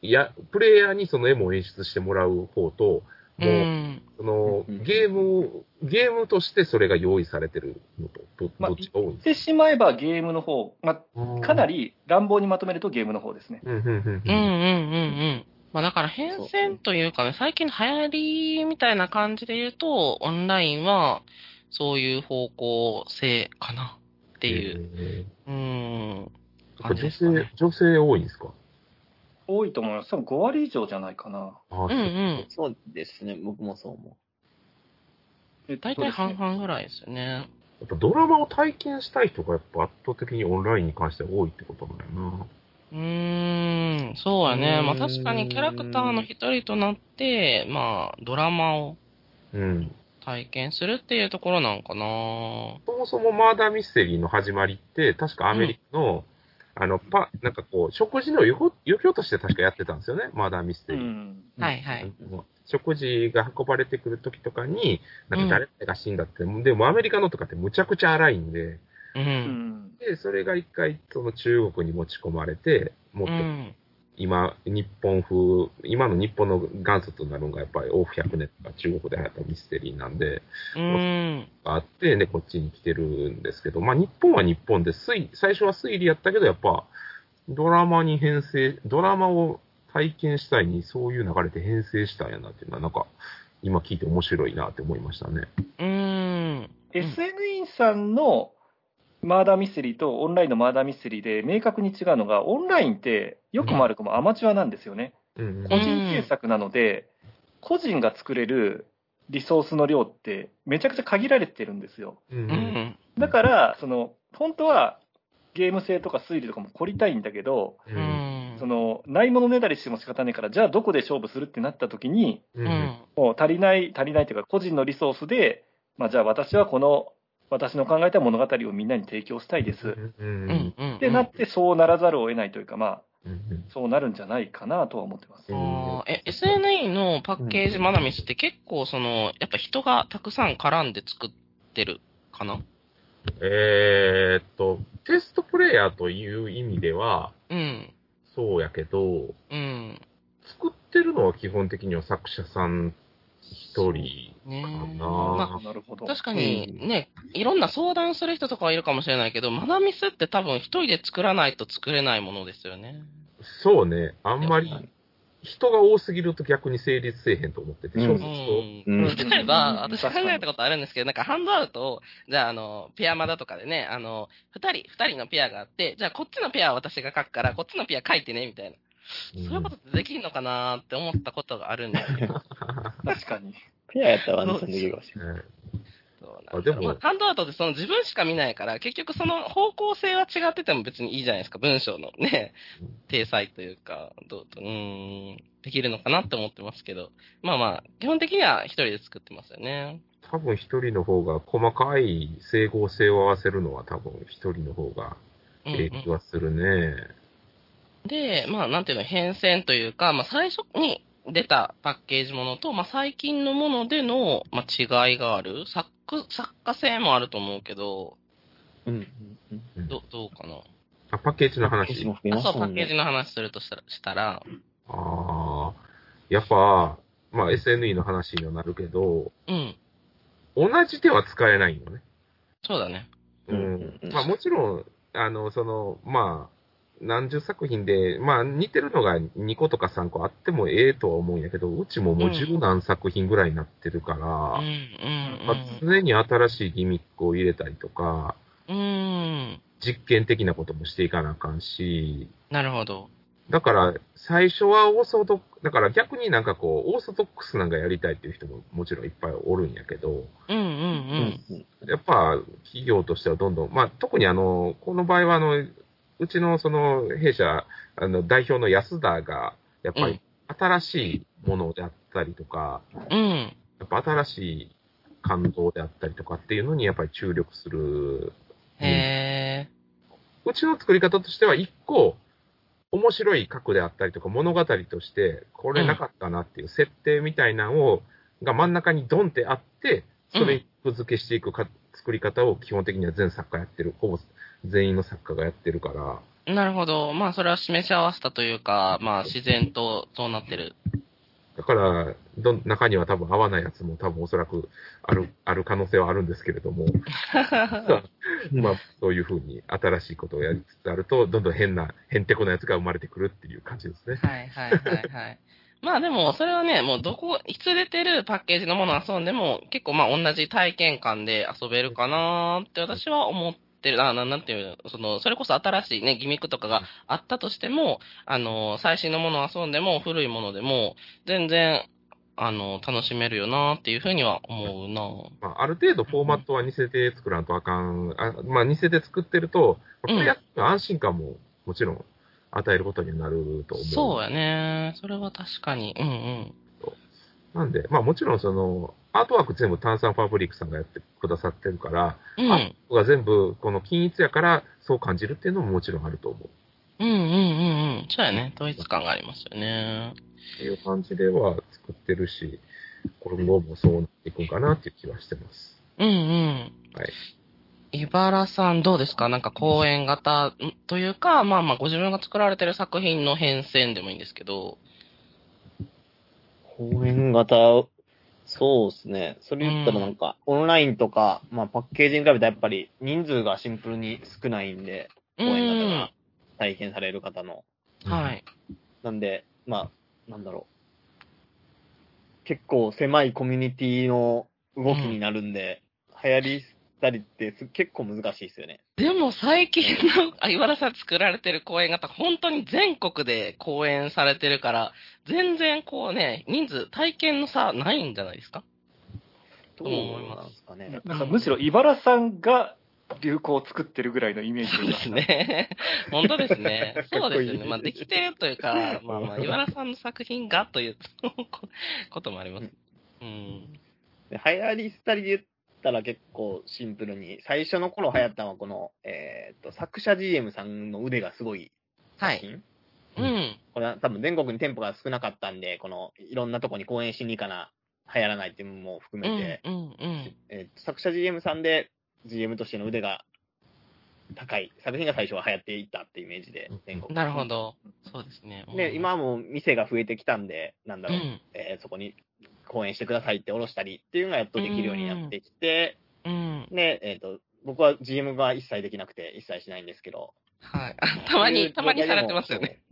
Speaker 2: いや、プレイヤーにその絵も演出してもらう方と、
Speaker 1: う
Speaker 2: もう、
Speaker 1: ん。
Speaker 2: その
Speaker 5: うん、
Speaker 2: ゲーム、ゲームとしてそれが用意されてるのと、ど
Speaker 3: まあ
Speaker 2: どっちが多いん
Speaker 3: 言っ
Speaker 2: で
Speaker 3: てしまえばゲームの方、まあ、
Speaker 2: す
Speaker 3: かな
Speaker 2: り。
Speaker 3: り乱暴にまとめるとゲームの方ですね。
Speaker 2: うん、うん、うん
Speaker 1: うんうんうんうん。まあだから変遷というかね、最近の流行りみたいな感じで言うと、オンラインはそういう方向性かなっていう。
Speaker 2: え
Speaker 1: うん。
Speaker 2: ーやっぱ
Speaker 1: 感じで
Speaker 2: 女
Speaker 1: すか
Speaker 2: 性
Speaker 1: ね、
Speaker 2: 女性多いんですか
Speaker 3: 多いと思います。多分5割以上じゃないかな。
Speaker 2: あ
Speaker 1: うんうん。
Speaker 5: そうですね。僕もそう思
Speaker 3: えっと
Speaker 1: 大体半々ぐらいですよね。
Speaker 2: やっぱドラマを体験したい人がやっぱ圧倒的にオンラインに関しては多いってことなんやな。
Speaker 1: うーん、そうやね。まあ
Speaker 5: うーん
Speaker 1: 確かにキャラクターの一人となって、まあドラマを
Speaker 2: うん。
Speaker 1: 体験するっていうところなんかな
Speaker 2: そもそもマーダーミステリーの始まりって、確かアメリカの、あの、パ、なんかこう、食事の余興余興として確かやってたんですよね、マーダーミステ
Speaker 3: う
Speaker 2: リー。
Speaker 3: ん。
Speaker 1: はいはい。
Speaker 2: 食事が運ばれてくるときとかに、なんか誰々が死んだって、でもアメリカのとかってむちゃくちゃ荒いんで、
Speaker 1: う。
Speaker 3: うんん。
Speaker 2: で、それが一回その中国に持ち込まれて、も
Speaker 1: う
Speaker 2: っと
Speaker 1: ん。
Speaker 2: 今、日本風、今の日本の元祖となるのがやっぱり、オフ100年とか中国で流行ったミステリーなんで、
Speaker 1: うん。
Speaker 2: があって、ね、こっちに来てるんですけど、まあ日本は日本で推、最初は推理やったけど、やっぱドラマに編成、ドラマを体験したいにそういう流れで編成したんやなっていうのは、なんか今聞いて面白いなって思いましたね。
Speaker 1: うん。
Speaker 3: SNE さんのマーダーミステリーとオンラインのマーダーミステリーで明確に違うのが、オンラインってよくも悪くもアマチュアなんですよね。
Speaker 2: うん
Speaker 3: 個人制作なので、個人が作れるリソースの量ってめちゃくちゃ限られてるんですよ。
Speaker 2: う
Speaker 1: うんん。
Speaker 3: だから、その、本当はゲーム性とか推理とかも凝りたいんだけど、
Speaker 2: う
Speaker 1: うんん。
Speaker 3: その、ないものねだりしても仕方ないから、じゃあどこで勝負するってなった時に、
Speaker 2: う
Speaker 1: うんん。
Speaker 3: もう足りない、足りないというか、個人のリソースで、まあじゃあ私はこの、私の考えた物語をみんなに提供したいです。っ
Speaker 2: うん
Speaker 1: うん。うん。
Speaker 3: てなって、そうならざるを得ないというか、まあ、
Speaker 2: うん
Speaker 3: そうなるんじゃないかなとは思ってます。
Speaker 1: あーえ、SNE のパッケージマナミスって結構その、やっぱ人がたくさん絡んで作ってるかな
Speaker 2: えーっと、テストプレイヤーという意味では、
Speaker 1: うん。
Speaker 2: そうやけど、
Speaker 1: うん。
Speaker 2: 作ってるのは基本的には作者さん一人
Speaker 1: ね
Speaker 2: か
Speaker 1: え。まあ
Speaker 2: な。
Speaker 3: なるほど。
Speaker 1: 確かにね、いろんな相談する人とかはいるかもしれないけど、マナミスって多分一人で作らないと作れないものですよね。
Speaker 2: そうね、あんまり人が多すぎると逆に成立せえへんと思ってて、
Speaker 5: うん
Speaker 2: 小
Speaker 1: う
Speaker 2: 説と。
Speaker 1: ん。
Speaker 5: う
Speaker 3: うん
Speaker 5: ん。
Speaker 1: 例えば、私考
Speaker 3: 確かに
Speaker 1: えたことあるんですけど、なんかハンドアウトを、じゃあ、あの、ペアマだとかでね、あの、二人、二人のペアがあって、じゃあ、こっちのペアは私が書くから、こっちのペア書いてね、みたいな。
Speaker 2: うん
Speaker 1: そういうことってできるのかなーって思ったことがあるんですけど。
Speaker 3: 確かに。
Speaker 5: ペアやったらワンチャンできるかもしれない。
Speaker 2: [laughs] ね
Speaker 1: そうなん
Speaker 2: あ
Speaker 1: だ
Speaker 2: で
Speaker 1: ろう
Speaker 2: も
Speaker 1: まあハンドアウトってその自分しか見ないから、結局その方向性は違ってても別にいいじゃないですか、文章のね
Speaker 2: うん、
Speaker 1: 体裁というか、どうと、うーん、できるのかなって思ってますけど、まあまあ、基本的には一人で作ってますよね。
Speaker 2: 多分一人の方が細かい整合性を合わせるのは多分一人の方が
Speaker 1: うん
Speaker 2: ええ気はするね。
Speaker 1: で、まあ、なんていうの、変遷というか、まあ、最初に出たパッケージものと、まあ、最近のものでの、まあ、違いがある作、作家性もあると思うけど、
Speaker 5: うん。うん
Speaker 1: ど、どうかな。
Speaker 2: あ、パッケージの
Speaker 5: 私
Speaker 2: 話。
Speaker 5: も増え
Speaker 1: あ
Speaker 5: ま
Speaker 1: そ
Speaker 5: し
Speaker 1: う、
Speaker 5: たも
Speaker 1: パッ
Speaker 5: ん
Speaker 1: ケージ
Speaker 5: ね。
Speaker 1: の話するとしたら、したら
Speaker 2: ああ、やっぱ、まあ SNE の話にはなるけど、
Speaker 1: うん、
Speaker 2: 同じ手は使えないよね。
Speaker 1: そうだね。
Speaker 2: う
Speaker 5: うん
Speaker 2: ん。まあもちろん、あの、その、まあ、何十作品で、まあ似てるのが2個とか3個あってもええとは思うんやけど、うちももう十何作品ぐらいになってるから、
Speaker 1: うん、
Speaker 2: まあ、常に新しいギミックを入れたりとか、
Speaker 1: うん、うん。うん。
Speaker 2: 実験的なこともしていかなあかんし、
Speaker 1: なるほど。
Speaker 2: だから、最初はオーソドック、だから逆になんかこう、オーソドックスなんかやりたいっていう人ももちろんいっぱいおるんやけど、
Speaker 1: うん、うん、
Speaker 5: う
Speaker 1: うん。
Speaker 5: ん。
Speaker 2: やっぱ企業としてはどんどん、まあ特にあの、この場合はあの、うちのその弊社、あの代表の安田が、やっぱり新しいものであったりとか、
Speaker 1: うん、
Speaker 2: やっぱ新しい感動であったりとかっていうのにやっぱり注力する
Speaker 1: へ
Speaker 2: うちの作り方としては、一個、面白い核であったりとか、物語として、これなかったなっていう設定みたいなのを、が真ん中にドンってあって、それに付付けしていくか作り方を基本的には全作家やってる、ほぼ全員の作家がやってるから、
Speaker 1: え。なるほど。まあ、それは示し合わせたというか、まあ、自然とそうなってる。
Speaker 2: だから、どん中には多分合わないやつも多分おそらくある、ある可能性はあるんですけれども、まあ、そういうふうに新しいことをやりつつあると、どんどん変な、変てこなやつが生まれてくるっていう感じですね。
Speaker 1: はいはいはいはい。 [laughs] まあでも、それはね、もうどこ、いつ出てるパッケージのものを遊んでも、結構まあ同じ体験感で遊べるかなーって私は思ってる。あ、ななんていうの、その、それこそ新しいね、ギミックとかがあったとしても、あの、最新のものを遊んでも、古いものでも、全然、あの、楽しめるよなーっていうふうには思うな
Speaker 2: まあ、ある程度フォーマットは似せて作らんとあかん。あまあ、似せて作ってると、これやっぱ安心感ももちろん与えることになると思う。
Speaker 1: そうやね。それは確かに。うん
Speaker 2: なんで、まあもちろんその、アートワーク全部炭酸ファブリックさんがやってくださってるから、
Speaker 1: うん。うん。
Speaker 2: 僕が全部この均一やからそう感じるっていうのももちろんあると思う。
Speaker 1: うんうんうんうん。そうやね。統一感がありますよね。
Speaker 2: っていう感じでは作ってるし、今後もそうなっていくんかなっていう気はしてます。
Speaker 1: うんうん。
Speaker 2: はい。
Speaker 1: 茨さんどうですかなんか公演型んというか、まあまあご自分が作られてる作品の変遷でもいいんですけど。
Speaker 5: 公演型、そうですね。それ言ったらなんか、
Speaker 4: オンラインとか、まあ、パッケージに比べてやっぱり人数がシンプルに少ないんで、
Speaker 1: う
Speaker 4: 公
Speaker 1: ん
Speaker 4: 演方が体験される方の。
Speaker 1: うん。は。い。
Speaker 4: なんで、まあ、なんだろう。結構狭いコミュニティの動きになるんで、流行りしたりってす結構難しいですよね。
Speaker 1: でも最近の、あ、茨さん作られてる公演型、本当に全国で公演されてるから、全然こうね、人数、体験の差ないんじゃないですか
Speaker 4: どう思いますかね。
Speaker 3: なんかむしろ茨さんが流行を作ってるぐらいのイメージ
Speaker 1: そう
Speaker 3: が
Speaker 1: ですね。本当ですね。そうですよね。まあ、できてるというか、まあまあ、
Speaker 2: うん
Speaker 1: 岩田さんの作品がということもあります。うん。
Speaker 4: で流行りしたりで言ったら結構シンプルに、最初の頃流行ったのはこの、えーっと、作者 GM さんの腕がすごい
Speaker 1: は
Speaker 4: 作
Speaker 1: い。
Speaker 4: 品。
Speaker 1: うん。
Speaker 4: これは多分全国に店舗が少なかったんで、このいろんなとこに公演しに行かな、流行らないっていうのも含
Speaker 1: うん。うん
Speaker 4: めて、。
Speaker 1: うん。
Speaker 4: えー作者 GM さんで GM としての腕が高い作品が最初は流行っていったっていうイメージで、全国。
Speaker 1: なるほど。そうですね。
Speaker 4: で、今はもう店が増えてきたんで、なんだ
Speaker 1: う
Speaker 4: ろう、
Speaker 1: ん。
Speaker 4: えーそこに公演してくださいっておろしたりっていうのがやっとできるようになってきて、
Speaker 1: うん。
Speaker 4: で、えっ、と、僕は GM が一切できなくて、一切しないんですけど。
Speaker 1: はい。あ [laughs] たまに、たまにされてますよね。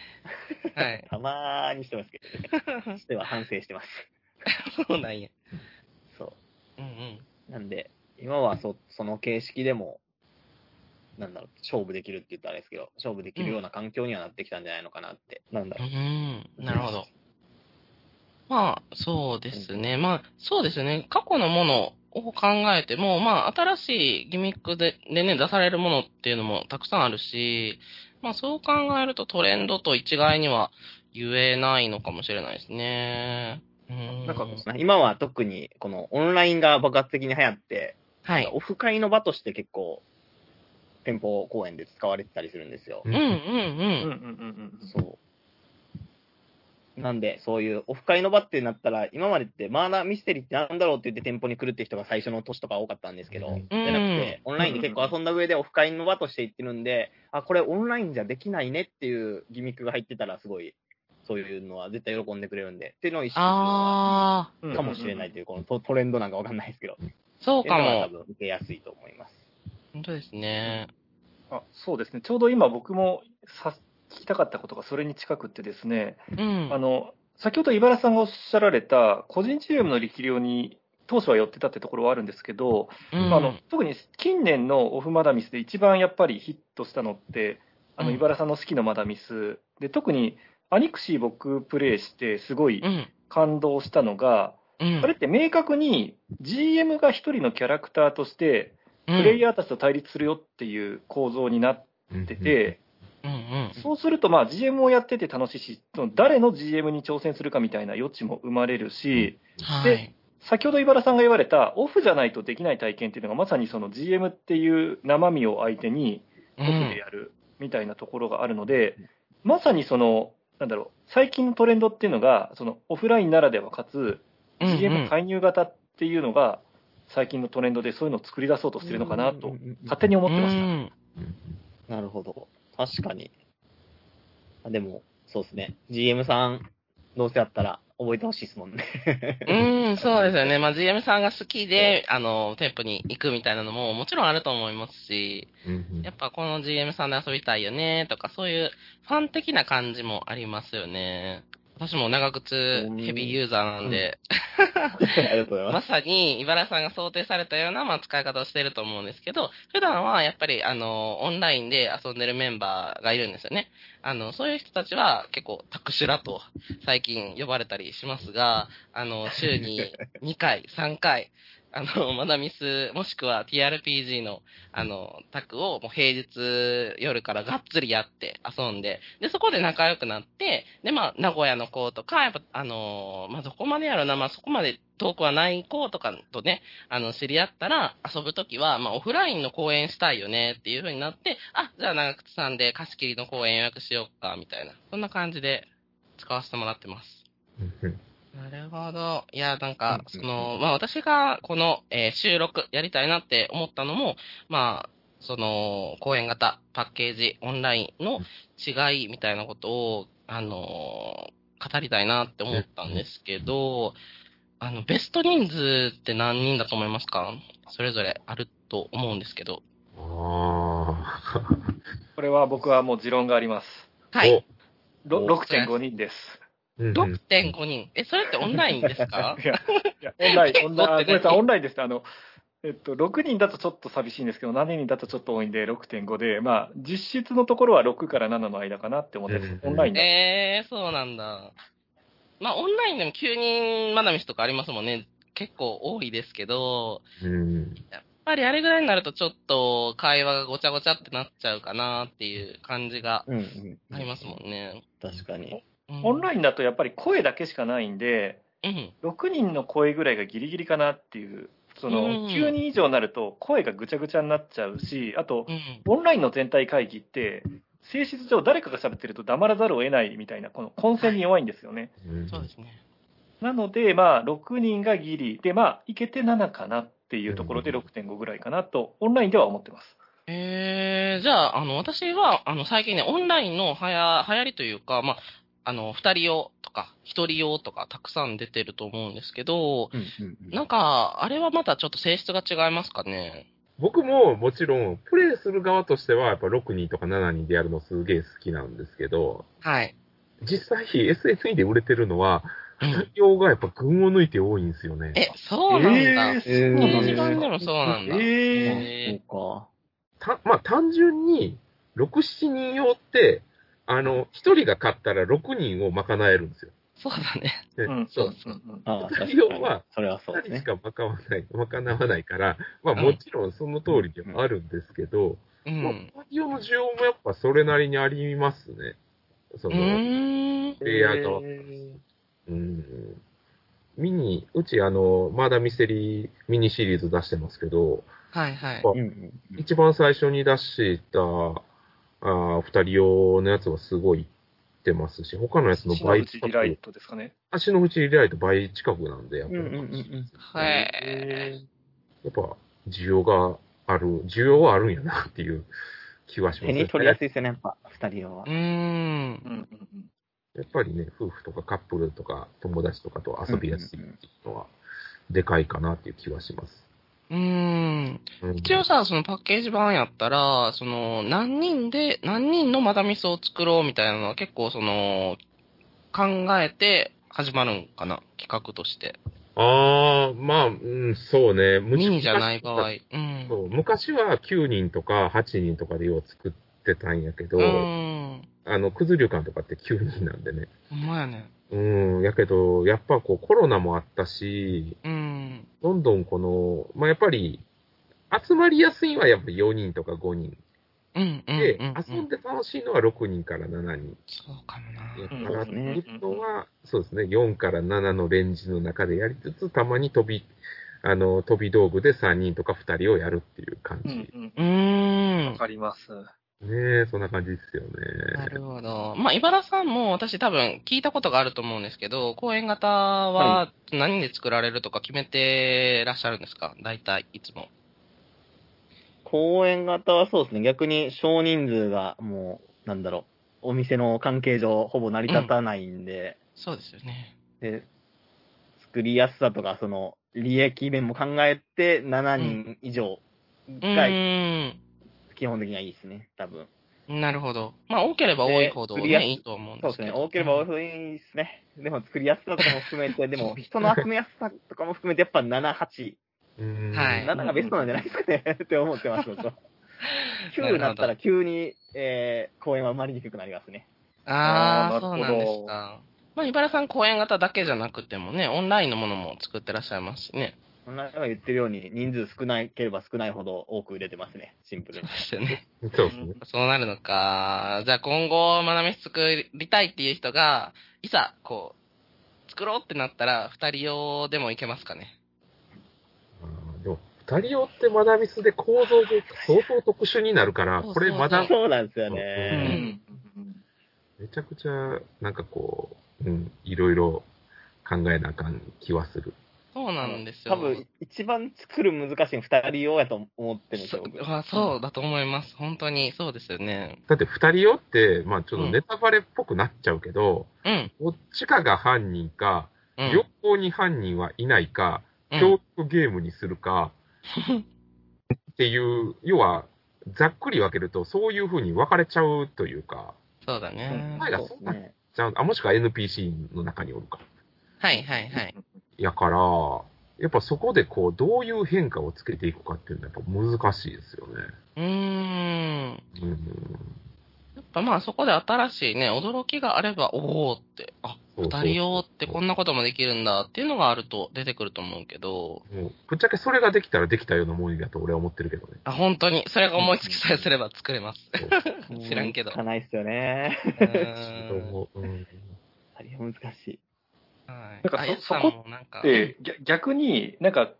Speaker 1: [laughs] はい。
Speaker 4: そう。たまーにしてますけど、ね、しては反省してます。 [laughs]
Speaker 1: そうなんや。
Speaker 4: そ
Speaker 1: うんうん。
Speaker 4: う。なんで、今はそその形式でも、なんだろう、勝負できるって言ったらあれですけど、勝負できるような環境にはなってきたんじゃないのかなって。なんだ
Speaker 1: う
Speaker 4: ろう。
Speaker 1: ん、なるほど。まあ、そうですね。まあ、そうですね。過去のものを考えても、まあ、新しいギミックででね、出されるものっていうのもたくさんあるし、まあ、そう考えるとトレンドと一概には言えないのかもしれないですね。うん。
Speaker 4: なんか今は特にこのオンラインが爆発的に流行って、
Speaker 1: はい。
Speaker 4: オフ会の場として結構、店舗公演で使われてたりするんですよ。
Speaker 2: う
Speaker 1: うんうん
Speaker 3: うんうん
Speaker 1: う
Speaker 3: うん
Speaker 1: ん。
Speaker 3: うんうん。
Speaker 4: そう。なんで、そういうオフ会の場ってなったら、今までってマーナーミステリーってなんだろうって言って店舗に来るって人が最初の年とか多かったんですけど、
Speaker 2: うん
Speaker 4: じゃなくて、オンラインで結構遊んだ上でオフ会の場として行ってるんで、あ、これオンラインじゃできないねっていうギミックが入ってたら、すごい、そういうのは絶対喜んでくれるんで、っていうのを意識するのは
Speaker 1: あ
Speaker 3: うんうんうん
Speaker 4: かもしれないという、このトトレンドなんかわかんないですけど、
Speaker 1: ー、そうか
Speaker 4: っていうのは多
Speaker 1: も。
Speaker 4: 分受けやすいと思います。
Speaker 1: 本当ですね。
Speaker 3: あそうですね、ちょうど今、僕もさ聞きたかったことがそれに近くってですね、
Speaker 1: うん。
Speaker 3: あの先ほど茨さんがおっしゃられた、個人治療の力量に当初は寄ってたってところはあるんですけど、
Speaker 1: うん、
Speaker 3: あの特に近年のオフマダミスで一番やっぱりヒットしたのって、あの
Speaker 1: うん
Speaker 3: 茨さんの式のマダミスで、特にアニクシー僕プレイして、すごい
Speaker 1: うん。
Speaker 3: 感動したのが、
Speaker 1: うん。
Speaker 3: あれって明確に GM が一人のキャラクターとして、
Speaker 1: プ
Speaker 3: プレイヤーたちと対立するよっていう構造になっ
Speaker 2: うん
Speaker 3: てて、
Speaker 1: うんうん。
Speaker 3: そうすると、まあ、GM をやってて楽しいし、その誰の GM に挑戦するかみたいな余地も生まれるし、
Speaker 1: はい。
Speaker 3: 先ほど茨さんが言われた、オフじゃないとできない体験っていうのが、まさにその GM っていう生身を相手に、
Speaker 1: う
Speaker 3: オフで
Speaker 1: ん
Speaker 3: やるみたいなところがあるので、まさにその、なんだろう、最近のトレンドっていうのが、そのオフラインならではかつ、
Speaker 1: うんうん
Speaker 3: GM 介入型っていうのが、最近のトレンドでそういうのを作り出そうとしてるのかなと、勝手に思ってま
Speaker 1: う
Speaker 3: した。
Speaker 1: ん
Speaker 4: なるほど。確かに。あでも、そうですね。GM さん、どうせやったら覚えてほしいですもんね。
Speaker 1: うん、そうですよね。まあ、GM さんが好きで、あの、店舗に行くみたいなのももちろんあると思いますし、
Speaker 2: うん
Speaker 1: やっぱこの GM さんで遊びたいよねとか、そういうファン的な感じもありますよね。私も長靴ヘビーユーザーなんで、
Speaker 4: ありがとうございま。
Speaker 1: ますさに茨さんが想定されたような、まあ、使い方をしていると思うんですけど、普段はやっぱりあのオンラインで遊んでるメンバーがいるんですよね。あのそういう人たちは結構タクシュラと最近呼ばれたりしますが、あの週に2回、3回、あの、マナミス、もしくは TRPG の、あの、タクを、もう平日夜からがっつりやって遊んで、で、そこで仲良くなって、で、まあ、名古屋の子とか、やっぱ、あの、まあ、どこまでやろうな、まあ、そこまで遠くはない子とかとね、あの、知り合ったら、遊ぶときは、まあ、オフラインの公演したいよね、っていう風になって、あ、じゃあ長靴さんで貸し切りの公演予約しようか、みたいな。そんな感じで、使わせてもらってます。
Speaker 2: うん
Speaker 1: なるほど。いや、なんか、
Speaker 4: う
Speaker 1: そ
Speaker 4: んうん
Speaker 1: の、まあ私がこの、えー収録やりたいなって思ったのも、まあ、その、講演型、パッケージ、オンラインの違いみたいなことを、あのー語りたいなって思ったんですけど、あの、ベスト人数って何人だと思いますかそれぞれあると思うんですけど。
Speaker 2: あ
Speaker 3: これは僕はもう持論があります。
Speaker 2: あ。
Speaker 1: はい。
Speaker 3: ろ
Speaker 2: お
Speaker 3: 6.5人です。
Speaker 2: お。うんうん
Speaker 1: 6.5人。え、それってオンラインですか
Speaker 3: いや、いやオンライン、オンラインあ、ごめんな
Speaker 1: 持ってな
Speaker 3: さい、
Speaker 1: い
Speaker 3: オンラインですね。あの、えっと、6人だとちょっと寂しいんですけど、7人だとちょっと多いんで、6.5で、まあ、実質のところは6から7の間かなって思ってます
Speaker 2: うん。
Speaker 3: オンラインだ。
Speaker 1: えー、そうなんだ。まあ、オンラインでも9人まなみしとかありますもんね。結構多いですけど、
Speaker 2: うん。
Speaker 1: やっぱりあれぐらいになるとちょっと会話がごちゃごちゃってなっちゃうかなっていう感じが
Speaker 5: うんうん。
Speaker 1: ありますもんね。
Speaker 5: 確かに。
Speaker 3: オン
Speaker 1: イ
Speaker 3: ラインだとやっぱり声だけしかないんで、
Speaker 1: ンうん。
Speaker 3: 6人の声ぐらいがギリギリかなっていう、そ
Speaker 1: うん
Speaker 3: の、9人以上になると声がぐちゃぐちゃになっちゃうし、あと
Speaker 1: う、ん。
Speaker 3: オンラインの全体会議って、性質上誰かが喋ってると黙らざるを得ないみたいな、この混戦に弱いんですよね。
Speaker 2: うん
Speaker 1: そうですね。
Speaker 3: なので、まあ、6人がギリ、で、まあ、いけて7かなっていうところで
Speaker 2: うん
Speaker 3: 6.5ぐらいかなと、オンラインでは思ってます。
Speaker 1: えー、じゃあ、あの、私は、あの、最近ね、オンラインのはや、流行りというか、まあ、あの、二人用とか、一人用とか、たくさん出てると思うんですけど、
Speaker 5: うんうんうん
Speaker 1: なんか、あれはまたちょっと性質が違いますかね。
Speaker 2: 僕ももちろん、プレイする側としては、やっぱ6人とか7人でやるのすげえ好きなんですけど、
Speaker 1: はい。
Speaker 2: 実際 SNE で売れてるのは、
Speaker 1: うん
Speaker 2: 用がやっぱ群を抜いて多いんですよね。
Speaker 1: え、そうなんだ。
Speaker 3: えー
Speaker 5: えー
Speaker 1: この
Speaker 3: そうなん
Speaker 1: 時間で
Speaker 3: だ
Speaker 1: もそうなんだ。
Speaker 3: えー
Speaker 1: え
Speaker 5: そ
Speaker 2: たまあ単純に、6、7人用って、あの、1人が買ったら6人を賄えるんですよ。
Speaker 1: そうだね。
Speaker 2: で
Speaker 3: うん
Speaker 1: そうそう
Speaker 3: うん
Speaker 5: うか。ああ、確かに
Speaker 2: 内容は。
Speaker 5: それはそう
Speaker 2: 2
Speaker 5: です
Speaker 2: 人し
Speaker 5: ね。
Speaker 2: か賄わない、賄わないから、まあ
Speaker 1: うん
Speaker 2: もちろんその通りではあるんですけど、
Speaker 1: う
Speaker 2: まあ
Speaker 1: ん。、
Speaker 2: パリオの需要もやっぱそれなりにありますね。そうの、
Speaker 1: ーん。
Speaker 2: プレイヤーと。うん。ミニ、うちあの、まだミステリーミニシリーズ出してますけど、
Speaker 1: はいはい。
Speaker 2: あ
Speaker 5: うんうんうん
Speaker 2: 一番最初に出した、あー二人用のやつはすごいいってますし、他のやつの
Speaker 3: 島
Speaker 2: 倍
Speaker 3: 口
Speaker 2: 近
Speaker 3: リライ
Speaker 2: く、
Speaker 3: トですかね。
Speaker 2: 足の縁リライト倍近くなんで、やっぱ
Speaker 5: う
Speaker 2: り
Speaker 5: んうんうん
Speaker 1: はい。
Speaker 2: やっぱ需要がある、需要はあるんやなっていう [laughs] 気はしま
Speaker 5: 手
Speaker 2: す
Speaker 5: に取りやすいですよね、やっぱ、二人用は
Speaker 1: うー。ん
Speaker 3: う。んうんうん
Speaker 2: やっぱりね、夫婦とかカップルとか友達とかと遊びやすいっていうのは、でかいかなっていう気はします。
Speaker 1: うーん。
Speaker 2: うん
Speaker 1: 一応さ、そのパッケージ版やったら、その、何人で、何人のマダミスを作ろうみたいなのは結構その、考えて始まるんかな企画として。
Speaker 2: ああ、まあ、うん、そうね。
Speaker 1: ミニじゃない場合。
Speaker 2: 昔
Speaker 1: うん。
Speaker 2: そう昔は9人とか8人とかでよう作ってたんやけど、
Speaker 1: うーん。
Speaker 2: あの、くず旅館とかって9人なんでね。
Speaker 1: ほんまやね。
Speaker 2: うん、やけど、やっぱこうコロナもあったし、
Speaker 1: うん。
Speaker 2: どんどんこの、まあ、やっぱり、集まりやすいのはやっぱ4人とか5人
Speaker 1: うん。うん。
Speaker 2: で、
Speaker 1: うん
Speaker 2: 遊んで楽しいのは6人から7人
Speaker 1: そうかもな。
Speaker 2: や
Speaker 3: うん
Speaker 2: からっていうの
Speaker 3: う
Speaker 2: は、そうですね、4から7のレンジの中でやりつつ、たまに飛び、あの、飛び道具で3人とか2人をやるっていう感
Speaker 3: う
Speaker 2: じ。
Speaker 3: んうん
Speaker 1: うーん
Speaker 3: わ。かります。
Speaker 2: ねえ、そんな感じですよね。
Speaker 1: なるほど。まあ、茨さんも私多分聞いたことがあると思うんですけど、公演型は何で作られるとか決めてらっしゃるんですか大体、いつも。
Speaker 5: 公演型はそうですね、逆に少人数がもう、なんだろう、お店の関係上、ほぼ成り立たないんで、
Speaker 1: そうですよね。
Speaker 5: で、作りやすさとか、その、利益面も考えて、7人以上
Speaker 1: う
Speaker 5: が
Speaker 1: ー
Speaker 5: 基本的にはいいですね、多分。
Speaker 1: ん。なるほど。まあ、多ければ多いほど
Speaker 5: でクリア
Speaker 1: ね、いいと思う
Speaker 5: そ
Speaker 1: ん
Speaker 5: う
Speaker 1: で
Speaker 5: ですす
Speaker 1: け
Speaker 5: ね、
Speaker 1: ど。
Speaker 5: 多ければ多いほどいいですね。でも作りやすさとかも含めて、でも人の集めやすさとかも含めて、やっぱ7、8、
Speaker 2: うん
Speaker 1: はい
Speaker 5: 7がベストなんじゃないですかねって思ってます、僕は9になったら急に、えー、公演は生まれにくくなりますね。
Speaker 1: ああ
Speaker 3: あー
Speaker 1: そう
Speaker 3: な
Speaker 1: な
Speaker 3: る
Speaker 1: ん
Speaker 3: ほど
Speaker 1: ですか。まあ、茨さん公演型だけじゃなくてもね、オンラインのものも作ってらっしゃいますしね。
Speaker 5: なんか言ってるように、人数少なければ少ないほど多く売れてますね、シンプルに。
Speaker 1: ですよね。
Speaker 2: そうですね。
Speaker 1: そうなるのか。じゃあ今後、まなみ作りたいっていう人が、いざ、こう、作ろうってなったら、二人用でもいけますかね。
Speaker 2: うんでも、二人用ってマダミスで構造が相当特殊になるから、
Speaker 1: そう
Speaker 2: これまだ
Speaker 5: そうなんですよ
Speaker 1: う
Speaker 5: ね。
Speaker 1: ん。
Speaker 2: めちゃくちゃ、なんかこう、うん、いろいろ考えなあかん気はする。
Speaker 1: そうなんですよ。
Speaker 5: 多分、一番作る難しいの二人用やと思ってるんです
Speaker 1: そ
Speaker 5: よ、僕。
Speaker 1: あそうだと思います。本当に、そうですよね。
Speaker 2: だって二人用って、まあちょっ
Speaker 1: う
Speaker 2: と
Speaker 1: ん
Speaker 2: ネタバレっぽくなっちゃうけど、
Speaker 1: うん。
Speaker 2: どっちかが犯人か、
Speaker 1: うん。
Speaker 2: 両方に犯人はいないか、
Speaker 1: うん
Speaker 2: 協力ゲームにするか、っていう、要は、ざっくり分けると、そういう風に分かれちゃうというか、
Speaker 1: そうだね。
Speaker 2: 前が
Speaker 5: そう
Speaker 2: そ
Speaker 5: で
Speaker 2: う
Speaker 5: す
Speaker 2: なっ
Speaker 5: ね。
Speaker 2: ちゃう、あ、もしくは NPC の中におるか。
Speaker 1: はいはいはい。
Speaker 2: やから、やっぱそこでこう、どういう変化をつけていくかっていうのはやっぱ難しいですよね。
Speaker 1: うーん。
Speaker 2: うん。
Speaker 1: やっぱまあそこで新しいね、驚きがあれば、おおって、あ、
Speaker 2: そう
Speaker 1: 二
Speaker 2: そう
Speaker 1: 人用ってこんなこともできるんだっていうのがあると出てくると思うけど、
Speaker 2: もうぶっちゃけそれができたらできたようなもんだと俺は思ってるけどね。
Speaker 1: あ、本当に、それが思いつきさえすれば作れます。知らんけど。
Speaker 5: かないっすよね。
Speaker 1: うーん
Speaker 2: 思ううん
Speaker 5: あれ難しい。
Speaker 1: はい
Speaker 3: なんかそ
Speaker 1: あやっさんもなんか、
Speaker 3: でぎゃ逆になんか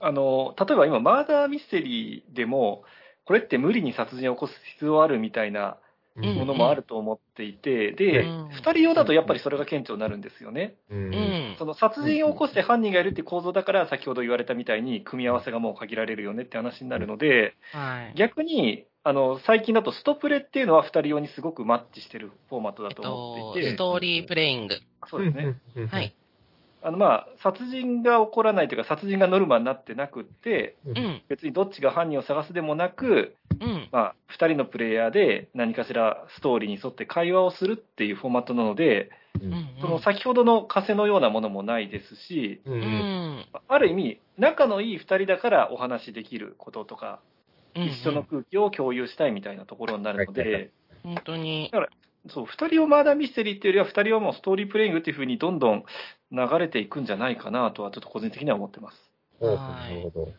Speaker 3: あの例えば今マーダーミステリーでもこれって無理に殺人を起こす必要あるみたいな
Speaker 2: うん
Speaker 3: ものもあると思っていて、で、
Speaker 1: うん
Speaker 3: 2人用だとやっぱりそれが顕著になるんですよね、
Speaker 2: う。
Speaker 1: うんん
Speaker 3: そ。の殺人を起こして犯人がいるって構造だから先ほど言われたみたいに組み合わせがもう限られるよねって話になるので
Speaker 1: はい。
Speaker 3: 逆にあの最近だとストプレっていうのは2人用にすごくマッチしてるフォーマットだ
Speaker 1: えっ
Speaker 3: と思
Speaker 1: と
Speaker 3: っ、ていて、
Speaker 1: ストーリープレイング。
Speaker 3: そうですね、
Speaker 2: うん。
Speaker 1: はい。
Speaker 3: あのまあ、殺人が起こらないというか、殺人がノルマになってなくって、
Speaker 2: う。
Speaker 1: うんん。
Speaker 3: 別にどっちが犯人を探すでもなく、
Speaker 1: うん。
Speaker 3: まあ、2人のプレイヤーで何かしらストーリーに沿って会話をするっていうフォーマットなので、
Speaker 2: う。
Speaker 1: うんん。
Speaker 3: その先ほどの枷のようなものもないですし、
Speaker 2: う。
Speaker 1: うんん。
Speaker 3: ある意味、仲のいい2人だからお話しできることとか、
Speaker 1: うん
Speaker 3: 一緒の。空気を共有したいみたいなところになるの
Speaker 2: はいはいは
Speaker 3: で、
Speaker 1: 本当に。
Speaker 3: そう、2人をマーダーミステリーっていうよりは、2人はもうストーリープレイングっていうふうにどんどん流れていくんじゃないかなとは、ちょっと個人的には思ってます。
Speaker 2: おう
Speaker 1: は
Speaker 2: ないるほど。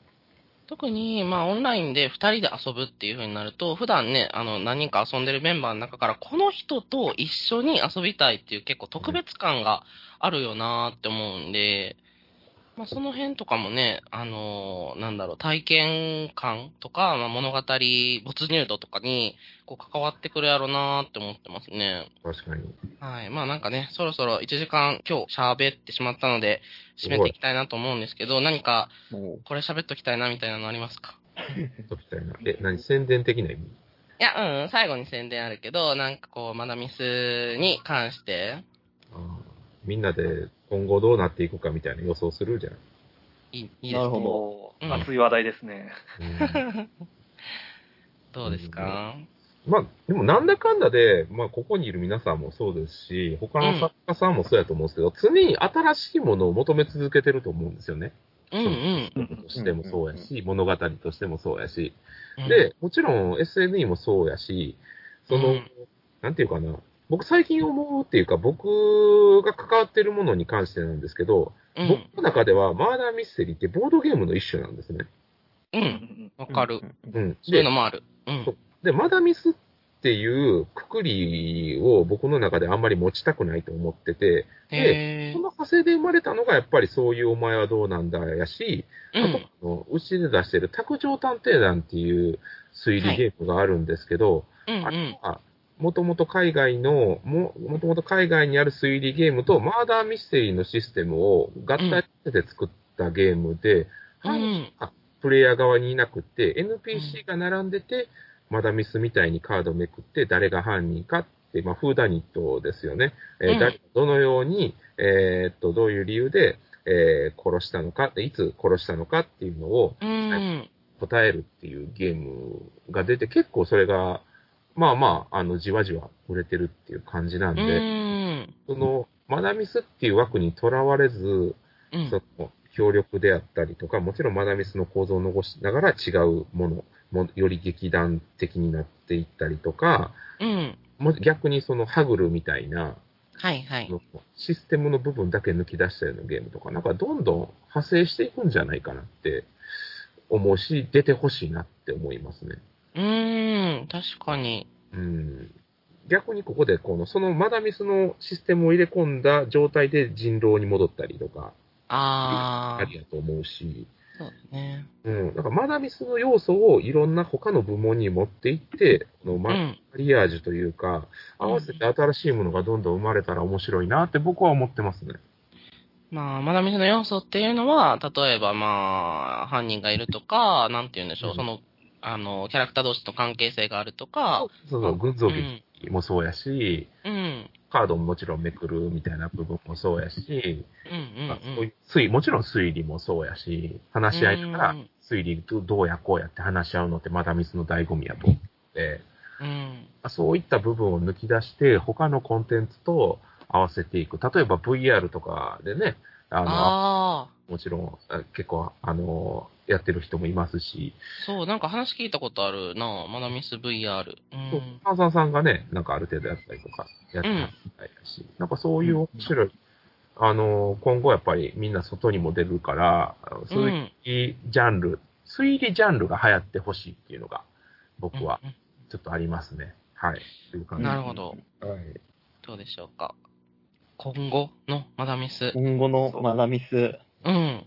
Speaker 1: 特に、まあ、オンラインで2人で遊ぶっていう風になると、普段ね、あの、何人か遊んでるメンバーの中から、この人と一緒に遊びたいっていう結構特別感があるよなーって思うんで、まあ、その辺とかもね、あのーなんだろう、体験感とか、まあ、物語没入度とかに、こう、関わってくるやろうなーって思ってますね。
Speaker 2: 確かに。
Speaker 1: はい。まあなんかね、そろそろ1時間今日喋ってしまったので、締めていきたいなと思うんですけど、何か
Speaker 5: も
Speaker 1: これ喋っときたいなみたいなのありますか
Speaker 2: ときたいな。え、何宣伝的な意味
Speaker 1: いや、うん、最後に宣伝あるけど、なんかこう、マダミスに関して、
Speaker 2: あーみんなで今後どうなっていくかみたいな予想するじゃない
Speaker 1: いいいいです
Speaker 5: なるほど
Speaker 3: おー
Speaker 1: うん
Speaker 3: 熱い話題ですね。
Speaker 1: [laughs]
Speaker 2: うん
Speaker 1: どうですか、
Speaker 2: まあ、でもなんだかんだで、まあ、ここにいる皆さんもそうですし、他の作家さんもそうやと思うんですけど、常に新しいものを求め続けてると思うんですよね。
Speaker 1: うん、うん
Speaker 2: としてもそうやし、物語としてもそうやし。
Speaker 1: うん。
Speaker 2: で、もちろん SNE もそうやし、その、
Speaker 1: うん
Speaker 2: なんていうかな、僕最近思うっていうか、僕が関わってるものに関してなんですけど、
Speaker 1: うん、
Speaker 2: 僕の中ではマーダーミステリーってボードゲームの一種なんですね。
Speaker 1: う、
Speaker 3: うんん
Speaker 1: わ
Speaker 5: う。
Speaker 1: かる。
Speaker 5: うん。
Speaker 2: うん。
Speaker 1: そうい
Speaker 2: で
Speaker 1: うの、もある。うん。
Speaker 2: でマダミスっていうくくりを僕の中であんまり持ちたくないと思ってて、
Speaker 1: へ
Speaker 2: その派生で生まれたのがやっぱりそういうお前はどうなんだやし、
Speaker 1: え。う
Speaker 2: あと
Speaker 1: ん。
Speaker 2: あの、うちで出してる卓上探偵団っていう推理ゲームがあるんですけど、
Speaker 1: うん、う
Speaker 2: あ
Speaker 1: ん
Speaker 2: れ。は、もともと海外の、も、もともと海外にある推理ゲームとマーダーミステリーのシステムを合体してて作ったゲームで、
Speaker 1: うん
Speaker 2: プレイヤー側にいなくって、NPC が並んでて、マダミスみたいにカードめくって、誰が犯人かって、まあ、フーダニットですよね。えー
Speaker 1: うん
Speaker 2: 誰どのように、えーっと、どういう理由で、えー殺したのか、いつ殺したのかっていうのを
Speaker 1: うん。
Speaker 2: 答えるっていうゲームが出て、結構それが、まあまあ、あの、じわじわ売れてるっていう感じなん
Speaker 1: う
Speaker 2: で、
Speaker 1: ん。
Speaker 2: その、マダミスっていう枠にとらわれず、
Speaker 1: うん
Speaker 2: その協力であったりとか、もちろんマダミスの構造を残しながら違うものも、より劇団的になっていったりとか、
Speaker 1: うん。
Speaker 2: も逆にそのハグルみたいな、
Speaker 1: はいはい。
Speaker 2: システムの部分だけ抜き出したようなゲームとか、なんかどんどん派生していくんじゃないかなって思うし、出てほしいなって思いますね。
Speaker 1: うーん、確かに。
Speaker 2: うん。逆にここで、この、そのマダミスのシステムを入れ込んだ状態で人狼に戻ったりとか、
Speaker 1: あ
Speaker 2: あり
Speaker 1: ー、
Speaker 2: だと思うし、
Speaker 1: そうですね。
Speaker 2: うん。なんかマダミスの要素をいろんな他の部門に持っていって、この
Speaker 1: う
Speaker 2: マ
Speaker 1: ん。
Speaker 2: リアージュというか、
Speaker 1: うん
Speaker 2: 合わせて新しいものがどんどん生まれたら面白いなって僕は思ってますね。
Speaker 1: まあ、まだ見せの要素っていうのは、例えばまあ、犯人がいるとか、なんて言うんでしょう、
Speaker 2: うん
Speaker 1: その、あの、キャラクター同士の関係性があるとか、
Speaker 2: そうそう、群
Speaker 1: う
Speaker 2: 像劇
Speaker 1: ん。
Speaker 2: もそうやし、
Speaker 1: うん。うん
Speaker 2: カードももちろんめくるみたいな部分もそうやし、
Speaker 1: う
Speaker 2: まあ
Speaker 1: ん
Speaker 2: そういう推もちろん推理もそうやし、話し合いながら
Speaker 1: うん
Speaker 2: 推理とどうやこうやって話し合うのってまだ水の醍醐味やと思って、
Speaker 1: うん。うん。
Speaker 2: まあそういった部分を抜き出して、他のコンテンツと合わせていく。例えば VR とかでね、あの、
Speaker 1: ああ、
Speaker 2: もちろんあ結構、あの、やってる人もいますし、
Speaker 1: そう、なんか話聞いたことあるなマダミス VR。う。
Speaker 2: そうん炭酸さんがね、なんかある程度やったりとか、やってますみたいだし、なんかそういう面白い、あの、今後やっぱりみんな外にも出るから、あのそう
Speaker 1: う。
Speaker 2: いうんジャンル、推理ジャンルが流行ってほしいっていうのが、僕は
Speaker 1: うん
Speaker 2: ちょっとありますね。はい。という感じ
Speaker 1: なるほど。
Speaker 2: はい
Speaker 1: どうでしょうか。今後のマダミス。
Speaker 5: 今後のマダミス、
Speaker 1: うん。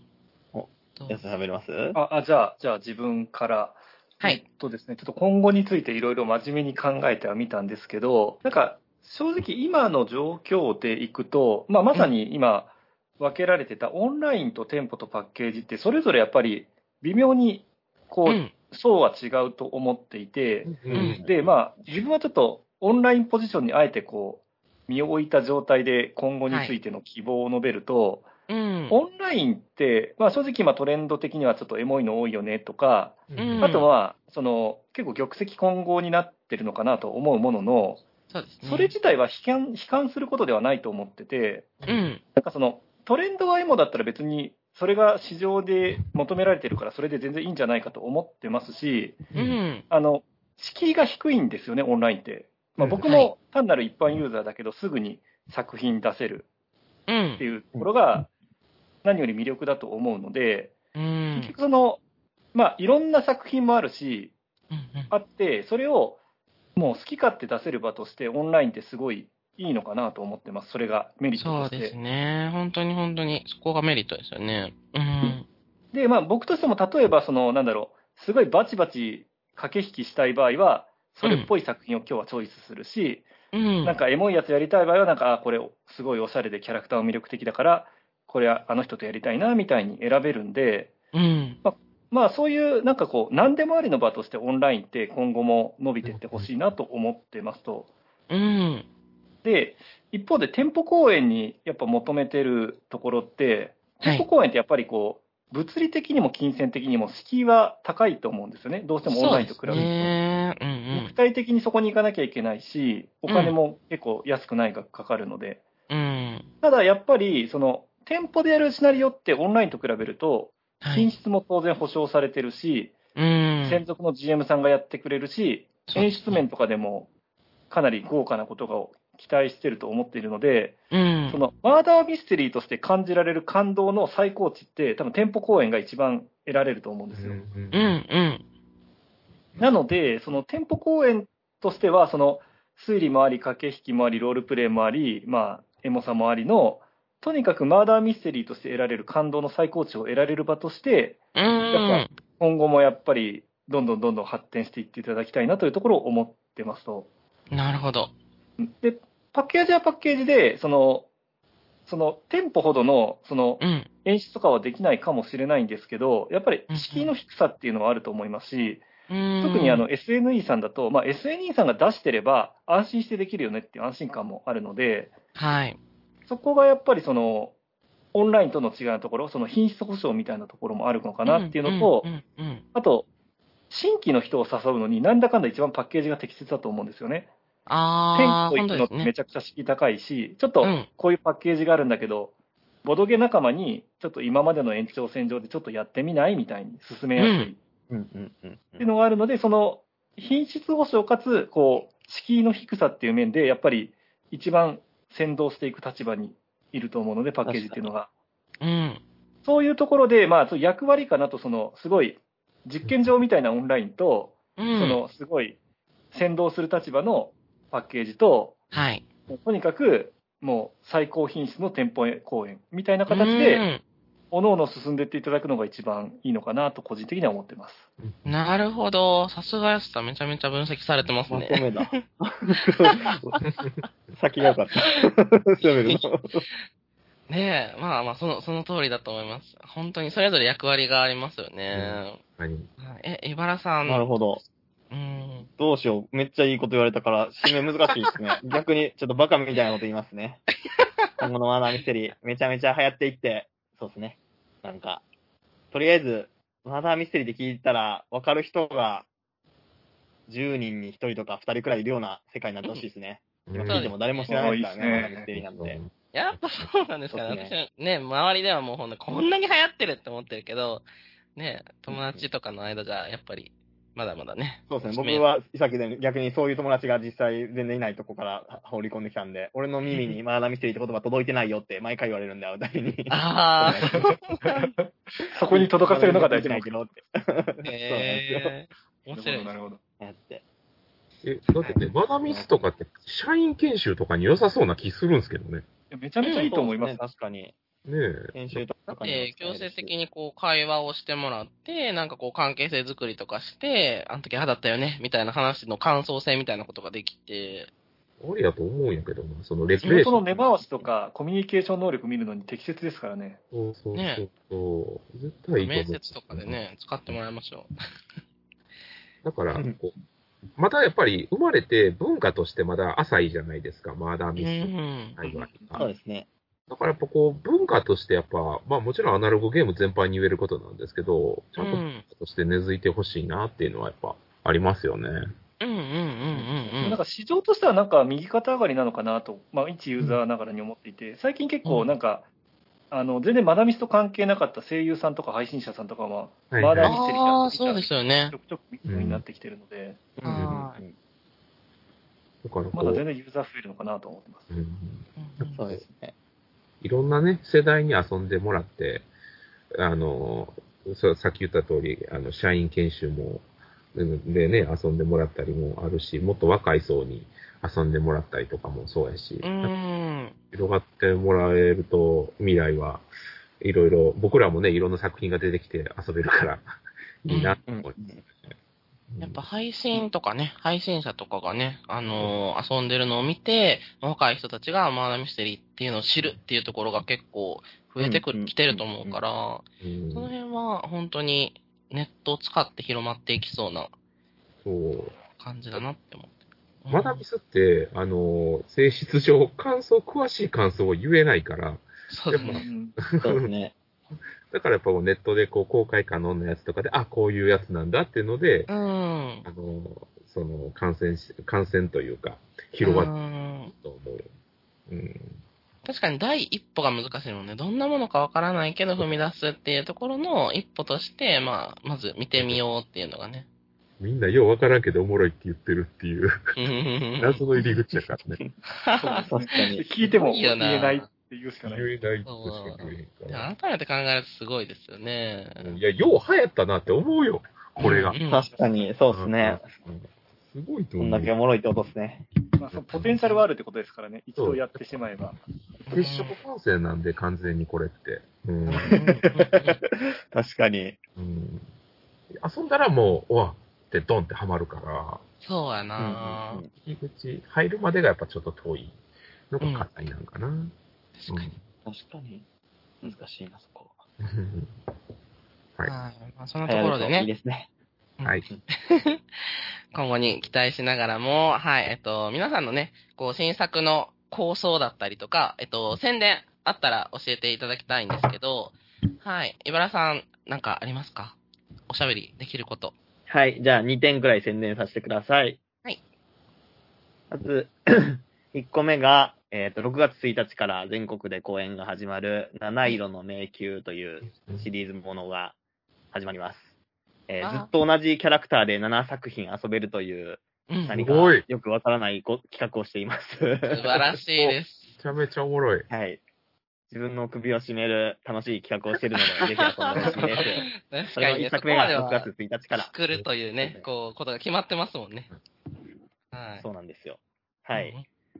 Speaker 5: お
Speaker 1: どう
Speaker 5: やつ喋ります
Speaker 3: ああじゃあ、じゃあ自分から。
Speaker 1: はい
Speaker 3: えっとですね、ちょっと今後についていろいろ真面目に考えてはみたんですけど、なんか正直今の状況でいくと、まあ、まさに今分けられてたオンラインと店舗とパッケージってそれぞれやっぱり微妙にこ
Speaker 1: う。
Speaker 3: うん層は違うと思っていて、
Speaker 1: ん
Speaker 3: で、まあ自分はちょっとオンラインポジションにあえてこう身を置いた状態で今後についての希望を述べると、
Speaker 1: うん。
Speaker 3: オンラインって、まあ、正直今トレンド的にはちょっとエモいの多いよねとか、
Speaker 1: うん
Speaker 3: あとはその結構玉石混合になってるのかなと思うものの、
Speaker 1: そうですね。
Speaker 3: それ自体は悲観悲観することではないと思ってて、
Speaker 1: うん。
Speaker 3: なんかそのトレンドはエモだったら別にそれが市場で求められてるからそれで全然いいんじゃないかと思ってますし、
Speaker 1: う
Speaker 2: うん
Speaker 1: ん。
Speaker 3: あの敷居が低いんですよね、オンラインって。まあ、僕も単なる一般ユーザーだけど、すぐに作品出せる
Speaker 1: う
Speaker 3: って
Speaker 1: ん。
Speaker 3: いうところが何より魅力だと思うので、
Speaker 1: う
Speaker 3: 結
Speaker 1: ん。
Speaker 3: 局その、まあ、いろんな作品もあるし、
Speaker 1: うん
Speaker 3: あって、それをもう好き勝手出せる場として、オンラインってすごいいいのかなと思ってます、それがメリッ
Speaker 1: そ
Speaker 3: ト
Speaker 1: う
Speaker 3: とし
Speaker 1: で
Speaker 3: て
Speaker 1: す。ね。本当に本当に、そこがメリットですよね。うん。
Speaker 3: でまあ、僕としても、例えばその、なんだろう、すごいバチバチ駆け引きしたい場合は、それっぽい作品を今日はチョイスするし、
Speaker 1: うん。
Speaker 3: なんかエモいやつやりたい場合は、なんか、あこれ、すごいおしゃれでキャラクターも魅力的だから、これはあの人とやりたいなみたいに選べるんで、
Speaker 1: うん。
Speaker 3: まあ、そういうなんかこう、何でもありの場としてオンラインって今後も伸びていってほしいなと思ってますと。
Speaker 1: うん。
Speaker 3: で、一方で店舗公演にやっぱ求めてるところって、
Speaker 1: は
Speaker 3: 店舗
Speaker 1: い。
Speaker 3: 公演ってやっぱりこう、物理的にも金銭的にも敷居は高いと思うんですよね。どうしてもオンラインと比べ
Speaker 1: そうです
Speaker 3: る
Speaker 1: ね。う
Speaker 3: と。肉体的にそこに行かなきゃいけないし、お金も結構安くない額かかるので。
Speaker 1: んうん。うん。
Speaker 3: ただやっぱり、その、店舗でやるシナリオってオンラインと比べると、
Speaker 1: は
Speaker 3: 品
Speaker 1: い。
Speaker 3: 質も当然保証されてるし、
Speaker 1: うん。
Speaker 3: 専属の GM さんがやってくれるし、
Speaker 1: そうで
Speaker 3: 演
Speaker 1: すね
Speaker 3: 出面とかでもかなり豪華なことが期待してると思っているので、
Speaker 1: うん。
Speaker 3: そのマーダーミステリーとして感じられる感動の最高値って、多分店舗公演が一番得られると思うんですよ。
Speaker 2: うん
Speaker 1: うん。うん。
Speaker 3: なので、その店舗公演としては、その推理もあり、駆け引きもあり、ロールプレイもあり、まあ、エモさもありの、とにかくマーダーミステリーとして得られる感動の最高値を得られる場として、
Speaker 1: うん。
Speaker 3: 今後もやっぱりどんどんどんどん発展していっていただきたいなというところを思ってますと。
Speaker 1: なるほど。
Speaker 3: で、パッケージはパッケージで、その、その店舗ほどのその
Speaker 1: うん。
Speaker 3: 演出とかはできないかもしれないんですけど、やっぱり
Speaker 1: うんうん
Speaker 3: 敷居の低さっていうのはあると思いますし、
Speaker 1: うん
Speaker 3: 特にあの SNE さんだと、まあ、SNE さんが出してれば安心してできるよねっていう安心感もあるので、
Speaker 1: はい。
Speaker 3: そこがやっぱりその、オンラインとの違いのところ、その品質保証みたいなところもあるのかなっていうのと、
Speaker 1: うん。うん。
Speaker 3: あと、新規の人を誘うのに、なんだかんだ一番パッケージが適切だと思うんですよね。店
Speaker 1: ああ、
Speaker 3: 舗
Speaker 1: 本当で
Speaker 3: 行くのっ
Speaker 1: す
Speaker 3: て
Speaker 1: ね
Speaker 3: め。ちゃくちゃ敷居高いし、ちょっと
Speaker 1: うん
Speaker 3: こういうパッケージがあるんだけど、ボドゲ仲間に、ちょっと今までの延長線上でちょっとやってみないみたいに進めやすいっ
Speaker 5: うんうんうん
Speaker 3: ていうのがあるので、その品質保証かつ、こう、敷居の低さっていう面で、やっぱり一番先導していく立場にいると思うので、パッケージっていうのが。
Speaker 1: うん。
Speaker 3: そういうところで、まあ、ちょっと役割かなと、その、すごい、実験場みたいなオンラインと、
Speaker 1: うん。
Speaker 3: その、すごい、先導する立場のパッケージと、
Speaker 1: はい。
Speaker 3: とにかく、もう、最高品質の店舗公演みたいな形で、
Speaker 1: うん
Speaker 3: おのおの進んでいっていただくのが一番いいのかなと個人的には思ってます。
Speaker 1: なるほど。さすがやすさん、めちゃめちゃ分析されてます
Speaker 4: まと
Speaker 1: ね。[laughs]
Speaker 4: めだ。先が良か
Speaker 5: [laughs]
Speaker 4: った。調
Speaker 1: [laughs]
Speaker 4: べるの。
Speaker 1: ねえ、まあまあ、その、その通りだと思います。本当に、それぞれ役割がありますよね。
Speaker 2: 何
Speaker 1: え、え、茨さん。
Speaker 4: なるほど。
Speaker 1: うん。
Speaker 4: どうしよう。めっちゃいいこと言われたから、締め難しいです [laughs] ね。逆に、ちょっとバカみたいなこと言いますね。今後のマナーミステリー、めちゃめちゃ流行っていって、そうですね。なんか、とりあえず、マナーミステリーで聞いたら、わかる人が、10人に1人とか2人くらいいるような世界になってほしいですね。今聞いても誰も知らないですからね、マナーミステリーなんて。
Speaker 1: やっぱそうなんですかね。
Speaker 4: そうです
Speaker 1: 私、ね、周りではもうほんと、こんなに流行ってるって思ってるけど、ねえ、友達とかの間じゃ、やっぱり、まだまだね。
Speaker 4: そうですね。僕は、さっきで逆にそういう友達が実際全然いないとこから放り込んできたんで、俺の耳 [laughs] にマナーミステリーって言葉届いてないよって毎回言われるんだよ、お互い [laughs] に。
Speaker 1: あ
Speaker 3: そこに届かせるのが大事
Speaker 4: な
Speaker 3: ない
Speaker 4: けどって。
Speaker 1: あ、へえ。面白いです
Speaker 3: なるほど。
Speaker 4: やって。
Speaker 2: え、だってね、マダミスとかって、社員研修とかに良さそうな気するんですけどね。
Speaker 3: いやめちゃめちゃいいと思います。
Speaker 4: そうでね確かに。
Speaker 2: ね
Speaker 4: 研修と
Speaker 1: だっ
Speaker 4: かにも使える
Speaker 1: て
Speaker 4: し。、
Speaker 1: 強制的にこう、会話をしてもらって、なんかこう、関係性作りとかして、あの時ああだったよね、みたいな話の感想性みたいなことができて、
Speaker 2: え、ありだと思うんやけどな、そのレ
Speaker 3: 仕
Speaker 2: クレーシ
Speaker 3: 事
Speaker 2: ョ
Speaker 3: の
Speaker 2: ン
Speaker 3: 根回しとか、コミュニケーション能力見るのに適切ですからね。
Speaker 2: そうそう
Speaker 1: ね
Speaker 2: そう
Speaker 1: え
Speaker 2: そう。絶対いいと思う
Speaker 1: 面接とかで。ね、使ってもらいましょう。
Speaker 2: だから、こう、またやっぱり生まれて文化としてまだ浅いじゃないですか、マダ
Speaker 1: う
Speaker 2: ミス
Speaker 1: ん。
Speaker 2: 界は。
Speaker 4: そうですね。
Speaker 2: だからやっぱこう、文化としてやっぱ、まあもちろんアナログゲーム全般に言えることなんですけど、ち
Speaker 1: う
Speaker 2: ゃんと
Speaker 1: ん。
Speaker 2: として根付いてほしいなっていうのはやっぱありますよ
Speaker 1: うん
Speaker 2: ね。
Speaker 1: うんうんうんう
Speaker 3: なん
Speaker 1: ん。
Speaker 3: か市場としてはなんか右肩上がりなのかなと、まあ、一ユーザーながらに思っていて、最近結構なんか、あの全然マダミスと関係なかった声優さんとか配信者さんとかは、
Speaker 2: はい
Speaker 3: まだ
Speaker 2: はい
Speaker 1: ああ、そうですよね
Speaker 3: ちょ。くちょく見るようになってきてるので、
Speaker 4: うんうん
Speaker 1: は
Speaker 4: うん
Speaker 2: だからこう、
Speaker 3: まだ全然ユーザー増えるのかなと思ってます。
Speaker 2: うん、
Speaker 4: そうですね。
Speaker 2: いろんなね、世代に遊んでもらって、あの、そうさっき言った通り、あの、社員研修も、うんでね、遊んでもらったりもあるし、もっと若い層に遊んでもらったりとかもそうやし、
Speaker 1: うん。
Speaker 2: 広がってもらえると、未来はいろいろ、僕らもね、いろんな作品が出てきて遊べるから、いいなと
Speaker 4: うん
Speaker 2: 思います。
Speaker 1: やっぱ配信とかね、配信者とかがね、あのー遊んでるのを見て、若い人たちがマーダミステリーっていうのを知るっていうところが結構増えてく
Speaker 4: うんう
Speaker 1: る、
Speaker 4: ん
Speaker 1: 来てると思うから、
Speaker 2: うん、
Speaker 1: その辺は本当にネットを使って広まっていきそうな
Speaker 2: そう。
Speaker 1: 感じだなって思って。
Speaker 2: マダミスって、あの、性質上、感想、詳しい感想を言えないから、
Speaker 1: そうですね。
Speaker 3: うん
Speaker 4: そうですね。
Speaker 2: だからやっぱこうネットでこう公開可能なやつとかで、あ、こういうやつなんだっていうので、
Speaker 1: うん。
Speaker 2: あの、その、感染し、感染というか、広がっ
Speaker 1: うん
Speaker 2: たと思う。うん。
Speaker 1: 確かに第一歩が難しいもんね。どんなものかわからないけど踏み出すっていうところの一歩として、まあ、まず見てみようっていうのがね。
Speaker 2: みんなようわからんけどおもろいって言ってるっていう、
Speaker 1: うんうんうんうん
Speaker 2: 謎の入り口だからね。
Speaker 4: 確かに。
Speaker 3: 聞いても
Speaker 1: いい
Speaker 3: 言
Speaker 1: よ
Speaker 3: え
Speaker 1: な
Speaker 3: ないっていうしかない。
Speaker 2: 言えないとしか言えへん
Speaker 1: [laughs] い
Speaker 2: から
Speaker 1: や改めて考えるとすごいですよね。
Speaker 2: いや、よう流行ったなって思うよ、これが。
Speaker 1: うん
Speaker 4: 確かに、そうですね。
Speaker 2: うん。すごいと
Speaker 4: こ
Speaker 2: 思
Speaker 4: ん
Speaker 2: う。
Speaker 4: だけおもろいってことですね。
Speaker 3: まあ、そのポテンシャルはあるってことですからね、一度やってしまえば。
Speaker 2: 接触感染なんで、完全にこれって。うん。
Speaker 4: 確かに。
Speaker 2: うん、遊んだらもう、うわってドンってハマるから、
Speaker 1: そうや
Speaker 4: うん
Speaker 1: な、
Speaker 4: うんうん
Speaker 2: 入り口、入るまでがやっぱちょっと遠いのが課題なんかな。うん
Speaker 1: 確かに。
Speaker 4: 確かに。難しいな、そこ。
Speaker 2: は
Speaker 1: は
Speaker 2: い
Speaker 1: いまあ、そんなところで
Speaker 4: いい
Speaker 1: ね、
Speaker 4: ですね。
Speaker 2: はい。
Speaker 1: 今後に期待しながらも、はい、えっと、皆さんのね、こう、新作の構想だったりとか、えっと、宣伝あったら教えていただきたいんですけど、はい、茨さん、なんかありますかおしゃべりできること。
Speaker 4: はい。じゃあ、2点くらい宣伝させてください。
Speaker 1: はい。
Speaker 4: まず、1個目が、えっ、と、6月1日から全国で公演が始まる、七色の迷宮というシリーズものが始まります。えー
Speaker 1: あー
Speaker 4: ずっと同じキャラクターで7作品遊べるという、
Speaker 1: うん。
Speaker 4: 何
Speaker 1: 素
Speaker 4: か
Speaker 2: すごい
Speaker 4: よくわからないご企画をしています。 [laughs]
Speaker 1: 晴らしいです。
Speaker 2: ちゃめちゃおもろい。
Speaker 4: はい。自分の首を絞める楽しい企画をしてるので、ぜひ遊んでほしいで
Speaker 1: [laughs] 確
Speaker 4: す。それ
Speaker 1: か
Speaker 4: の
Speaker 1: にね、
Speaker 4: 一
Speaker 1: そこ
Speaker 4: 作目が
Speaker 1: まで
Speaker 4: 6
Speaker 1: は
Speaker 4: 月1日から。
Speaker 1: 作るというね、こう、ことが決まってますもんね。はい。
Speaker 4: そうなんですよ。はい。。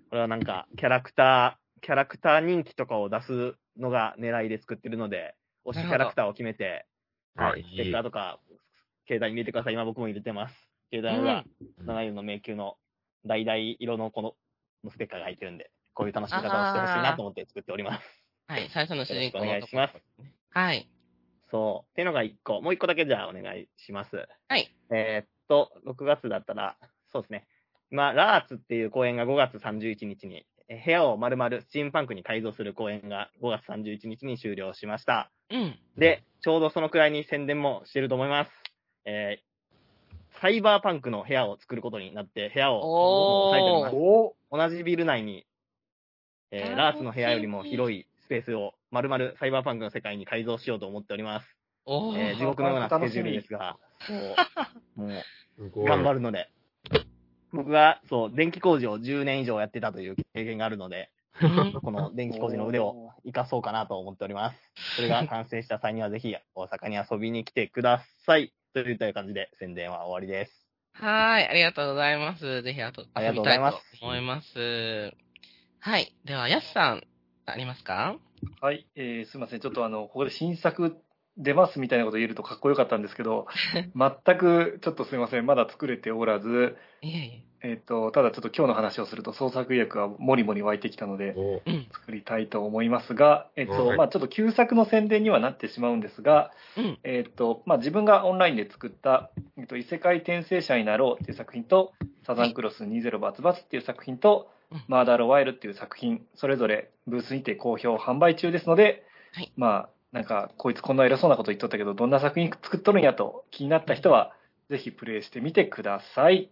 Speaker 4: これはなんか、キャラクター、キャラクター人気とかを出すのが狙いで作ってるので、推しキャラクターを決めて、
Speaker 2: あ、い
Speaker 4: ステッ
Speaker 2: い
Speaker 4: カー。とか、携帯に入れてください。今僕も入れてます。携帯には、七色の迷宮の、橙色のこの、のステッカーが入ってるんで、こういう楽しみ方をしてほしいなと思って作っております。
Speaker 1: はい、最初の主人公の。
Speaker 4: よろしくお願いし
Speaker 1: はい。
Speaker 4: そう。っていうのが1個。もう1個だけじゃあお願いします。
Speaker 1: はい。
Speaker 4: えーっと、6月だったら、そうですね。まあ、ラーツっていう公演が5月31日に、え部屋を丸々スチームパンクに改造する公演が5月31日に終了しました。
Speaker 1: うん。
Speaker 4: で、ちょうどそのくらいに宣伝もしてると思います。えーサイバーパンクの部屋を作ることになって、部屋を
Speaker 1: おー
Speaker 4: 抑えております。
Speaker 3: お
Speaker 4: 同じビル内に、えーラーツの部屋よりも広いスペースを丸々サイバーパンクの世界に改造しようと思っております。
Speaker 1: おー。 [laughs]
Speaker 4: えー地獄のようなスケジュールですが、そう、も
Speaker 2: す
Speaker 4: う、
Speaker 2: ごい。
Speaker 4: 頑張るので。僕が、そう、電気工事を10年以上やってたという経験があるので、
Speaker 1: うん
Speaker 4: この電気工事の腕を生かそうかなと思っております。それが完成した際には、ぜひ大阪に遊びに来てください。といった感じで宣伝は終わりです。
Speaker 1: はい、ありがとうございます。ぜひ、あと、
Speaker 4: ありがとうございます
Speaker 1: 遊びたと思います。はい。では、やすさん、ありますか
Speaker 3: はい、えーすみません、ちょっとあの、ここで新作出ますみたいなこと言えるとかっこよかったんですけど、全くちょっとすみません、まだ作れておらず、
Speaker 1: いえい
Speaker 3: えっ、と、ただちょっと今日の話をすると創作意欲がもりもり湧いてきたので、
Speaker 2: お
Speaker 1: え。うん。
Speaker 3: 作りたいと思いますが、えっ、と、
Speaker 2: はい
Speaker 3: まあちょっと旧作の宣伝にはなってしまうんですが、
Speaker 1: うん。
Speaker 3: えっ、と、まあ自分がオンラインで作った、えっ、と、異世界転生者になろうっていう作品と、サザンクロス20バツバツっていう作品と
Speaker 1: うん、
Speaker 3: マーダーロワイルっていう作品、それぞれブースにて好評販売中ですので、
Speaker 1: はい
Speaker 3: まあなんか、こいつこんな偉そうなこと言っとったけど、どんな作品作っとるんやと気になった人は、ぜひプレイしてみてください。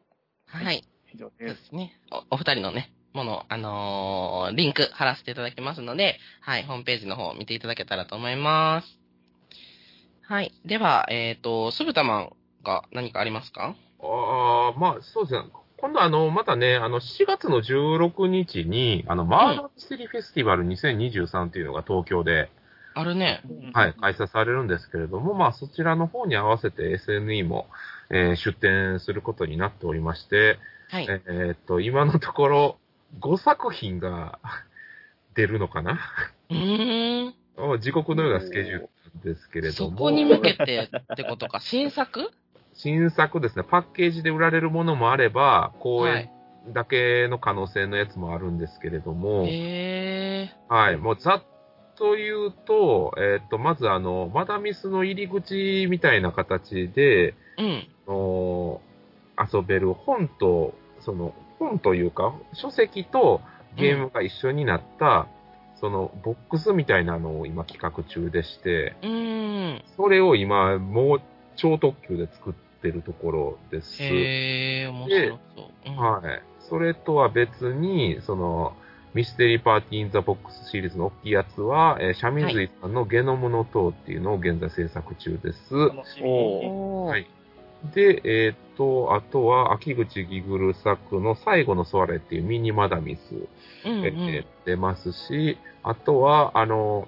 Speaker 1: はい。
Speaker 3: 以上
Speaker 1: そう
Speaker 3: で。
Speaker 1: ですすね。お、お二人のね、もの、あのーリンク貼らせていただきますので、はい、ホームページの方を見ていただけたらと思います。はい。では、えっ、と、スブタマンが何かありますか
Speaker 2: ああ、まあ、そうですね。今度、あの、またね、あの、4月の16日に、あの、マーダーミステリーフェスティバル2023っていうのが東京で、
Speaker 1: あるね。
Speaker 2: はい、開催されるんですけれども、まあ、そちらの方に合わせて SNE も、えー出展することになっておりまして、
Speaker 1: はい。
Speaker 2: えーっと、今のところ、5作品が出るのかな [laughs]
Speaker 1: うーん。
Speaker 2: お地獄のようなスケジュールなんですけれど
Speaker 1: そ
Speaker 2: も。
Speaker 1: こに向けてってことか。新
Speaker 4: [laughs]
Speaker 1: 作
Speaker 2: 新作ですね、パッケージで売られるものもあれば、公
Speaker 1: は
Speaker 2: 演
Speaker 1: い。
Speaker 2: だけの可能性のやつもあるんですけれども、はい、
Speaker 1: え
Speaker 2: もうざっと言うと、えーっと、まずあの、マダミスの入り口みたいな形で、
Speaker 1: ー。うん。
Speaker 2: あの遊べる本と、その、本というか、書籍とゲームが一緒になった、その、ボックスみたいなのを今企画中でして、
Speaker 1: うーん。
Speaker 2: それを今、もう超特急で作ってるところです。
Speaker 1: へえー、面白そう。うん
Speaker 2: はい。それとは別に、その、ミステリーパーティー・イン・ザ・ボックスシリーズの大きいやつは、えーシャミズイさんのゲノムの塔っていうのを現在制作中です。
Speaker 3: 楽しみに。
Speaker 1: おー
Speaker 2: はいで、えーっと、あとは、秋口ギグル作の最後のソアレっていうミニマダミス、
Speaker 1: うんう
Speaker 2: えー
Speaker 1: ん。
Speaker 2: 出ますし、あとは、あの、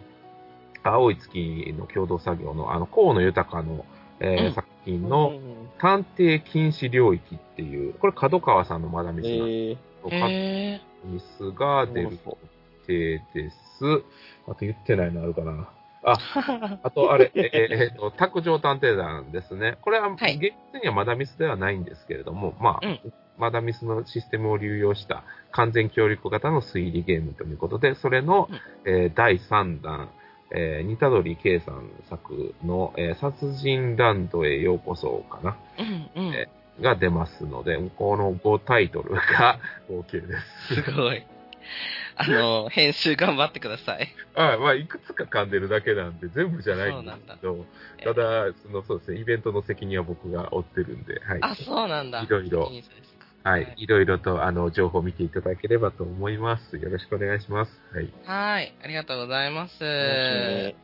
Speaker 2: 青い月の共同作業の、あの、河野豊の、えー
Speaker 1: うん
Speaker 2: 作品の、探偵禁止領域っていう、これ角川さんのマダミスなんです
Speaker 4: えー、
Speaker 2: けど、
Speaker 1: へえ
Speaker 2: ミスが出る予定です。あと言ってないのあるかな。
Speaker 1: ー。
Speaker 2: あと、あ
Speaker 1: [laughs]
Speaker 2: れ、えーえーと、卓上探偵団ですね。これは、
Speaker 1: はい
Speaker 2: 現実にはマダミスではないんですけれども、まあ、
Speaker 1: うん
Speaker 2: マダミスのシステムを流用した完全協力型の推理ゲームということで、それの、えー第3弾、えー、ニタドリ圭さん作の、えー殺人ランドへようこそかな。
Speaker 1: うんうん。
Speaker 2: えが出ますので、この5タイトルが合計です。
Speaker 1: すごい。あの、編集頑張ってください。
Speaker 2: はい、まあ、いくつか噛んでるだけなんで、全部じゃないんですけど、ただ、その、そうですね、イベントの責任は僕が負ってるんで、はい。
Speaker 1: [laughs] あ、そうなんだ。
Speaker 2: いろいろ
Speaker 1: いいですか
Speaker 2: はい、いろいろと、あの、情報を見ていただければと思います。よろしくお願いします。はい。
Speaker 1: はい。ありがとうございます。
Speaker 4: え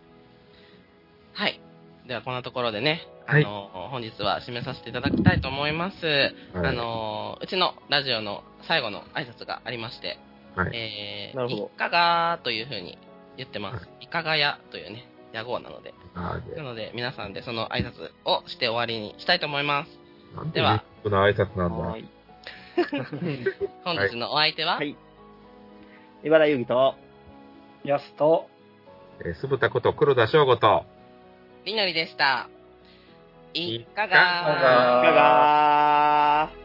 Speaker 1: はい。では、こんなところでね、あ
Speaker 2: はい
Speaker 1: の、本日は締めさせていただきたいと思います。
Speaker 2: はい
Speaker 1: あの、うちのラジオの最後の挨拶がありまして、
Speaker 2: はい
Speaker 1: え
Speaker 5: な
Speaker 1: ー、
Speaker 5: るほど
Speaker 1: いかがというふうに言ってます
Speaker 2: は。
Speaker 1: いかがやというね、屋号なので。
Speaker 2: あーで
Speaker 1: なので、皆さんでその挨拶をして終わりにしたいと思います。
Speaker 2: なんて
Speaker 1: では
Speaker 2: この挨拶なんだ
Speaker 5: は。い。
Speaker 1: 本日のお相手は、
Speaker 5: はい茨城ゆうぎと、
Speaker 3: やすと、
Speaker 2: えー、酢豚こと黒田翔吾と、
Speaker 1: りのりでした。いかが
Speaker 2: いか
Speaker 5: いかがー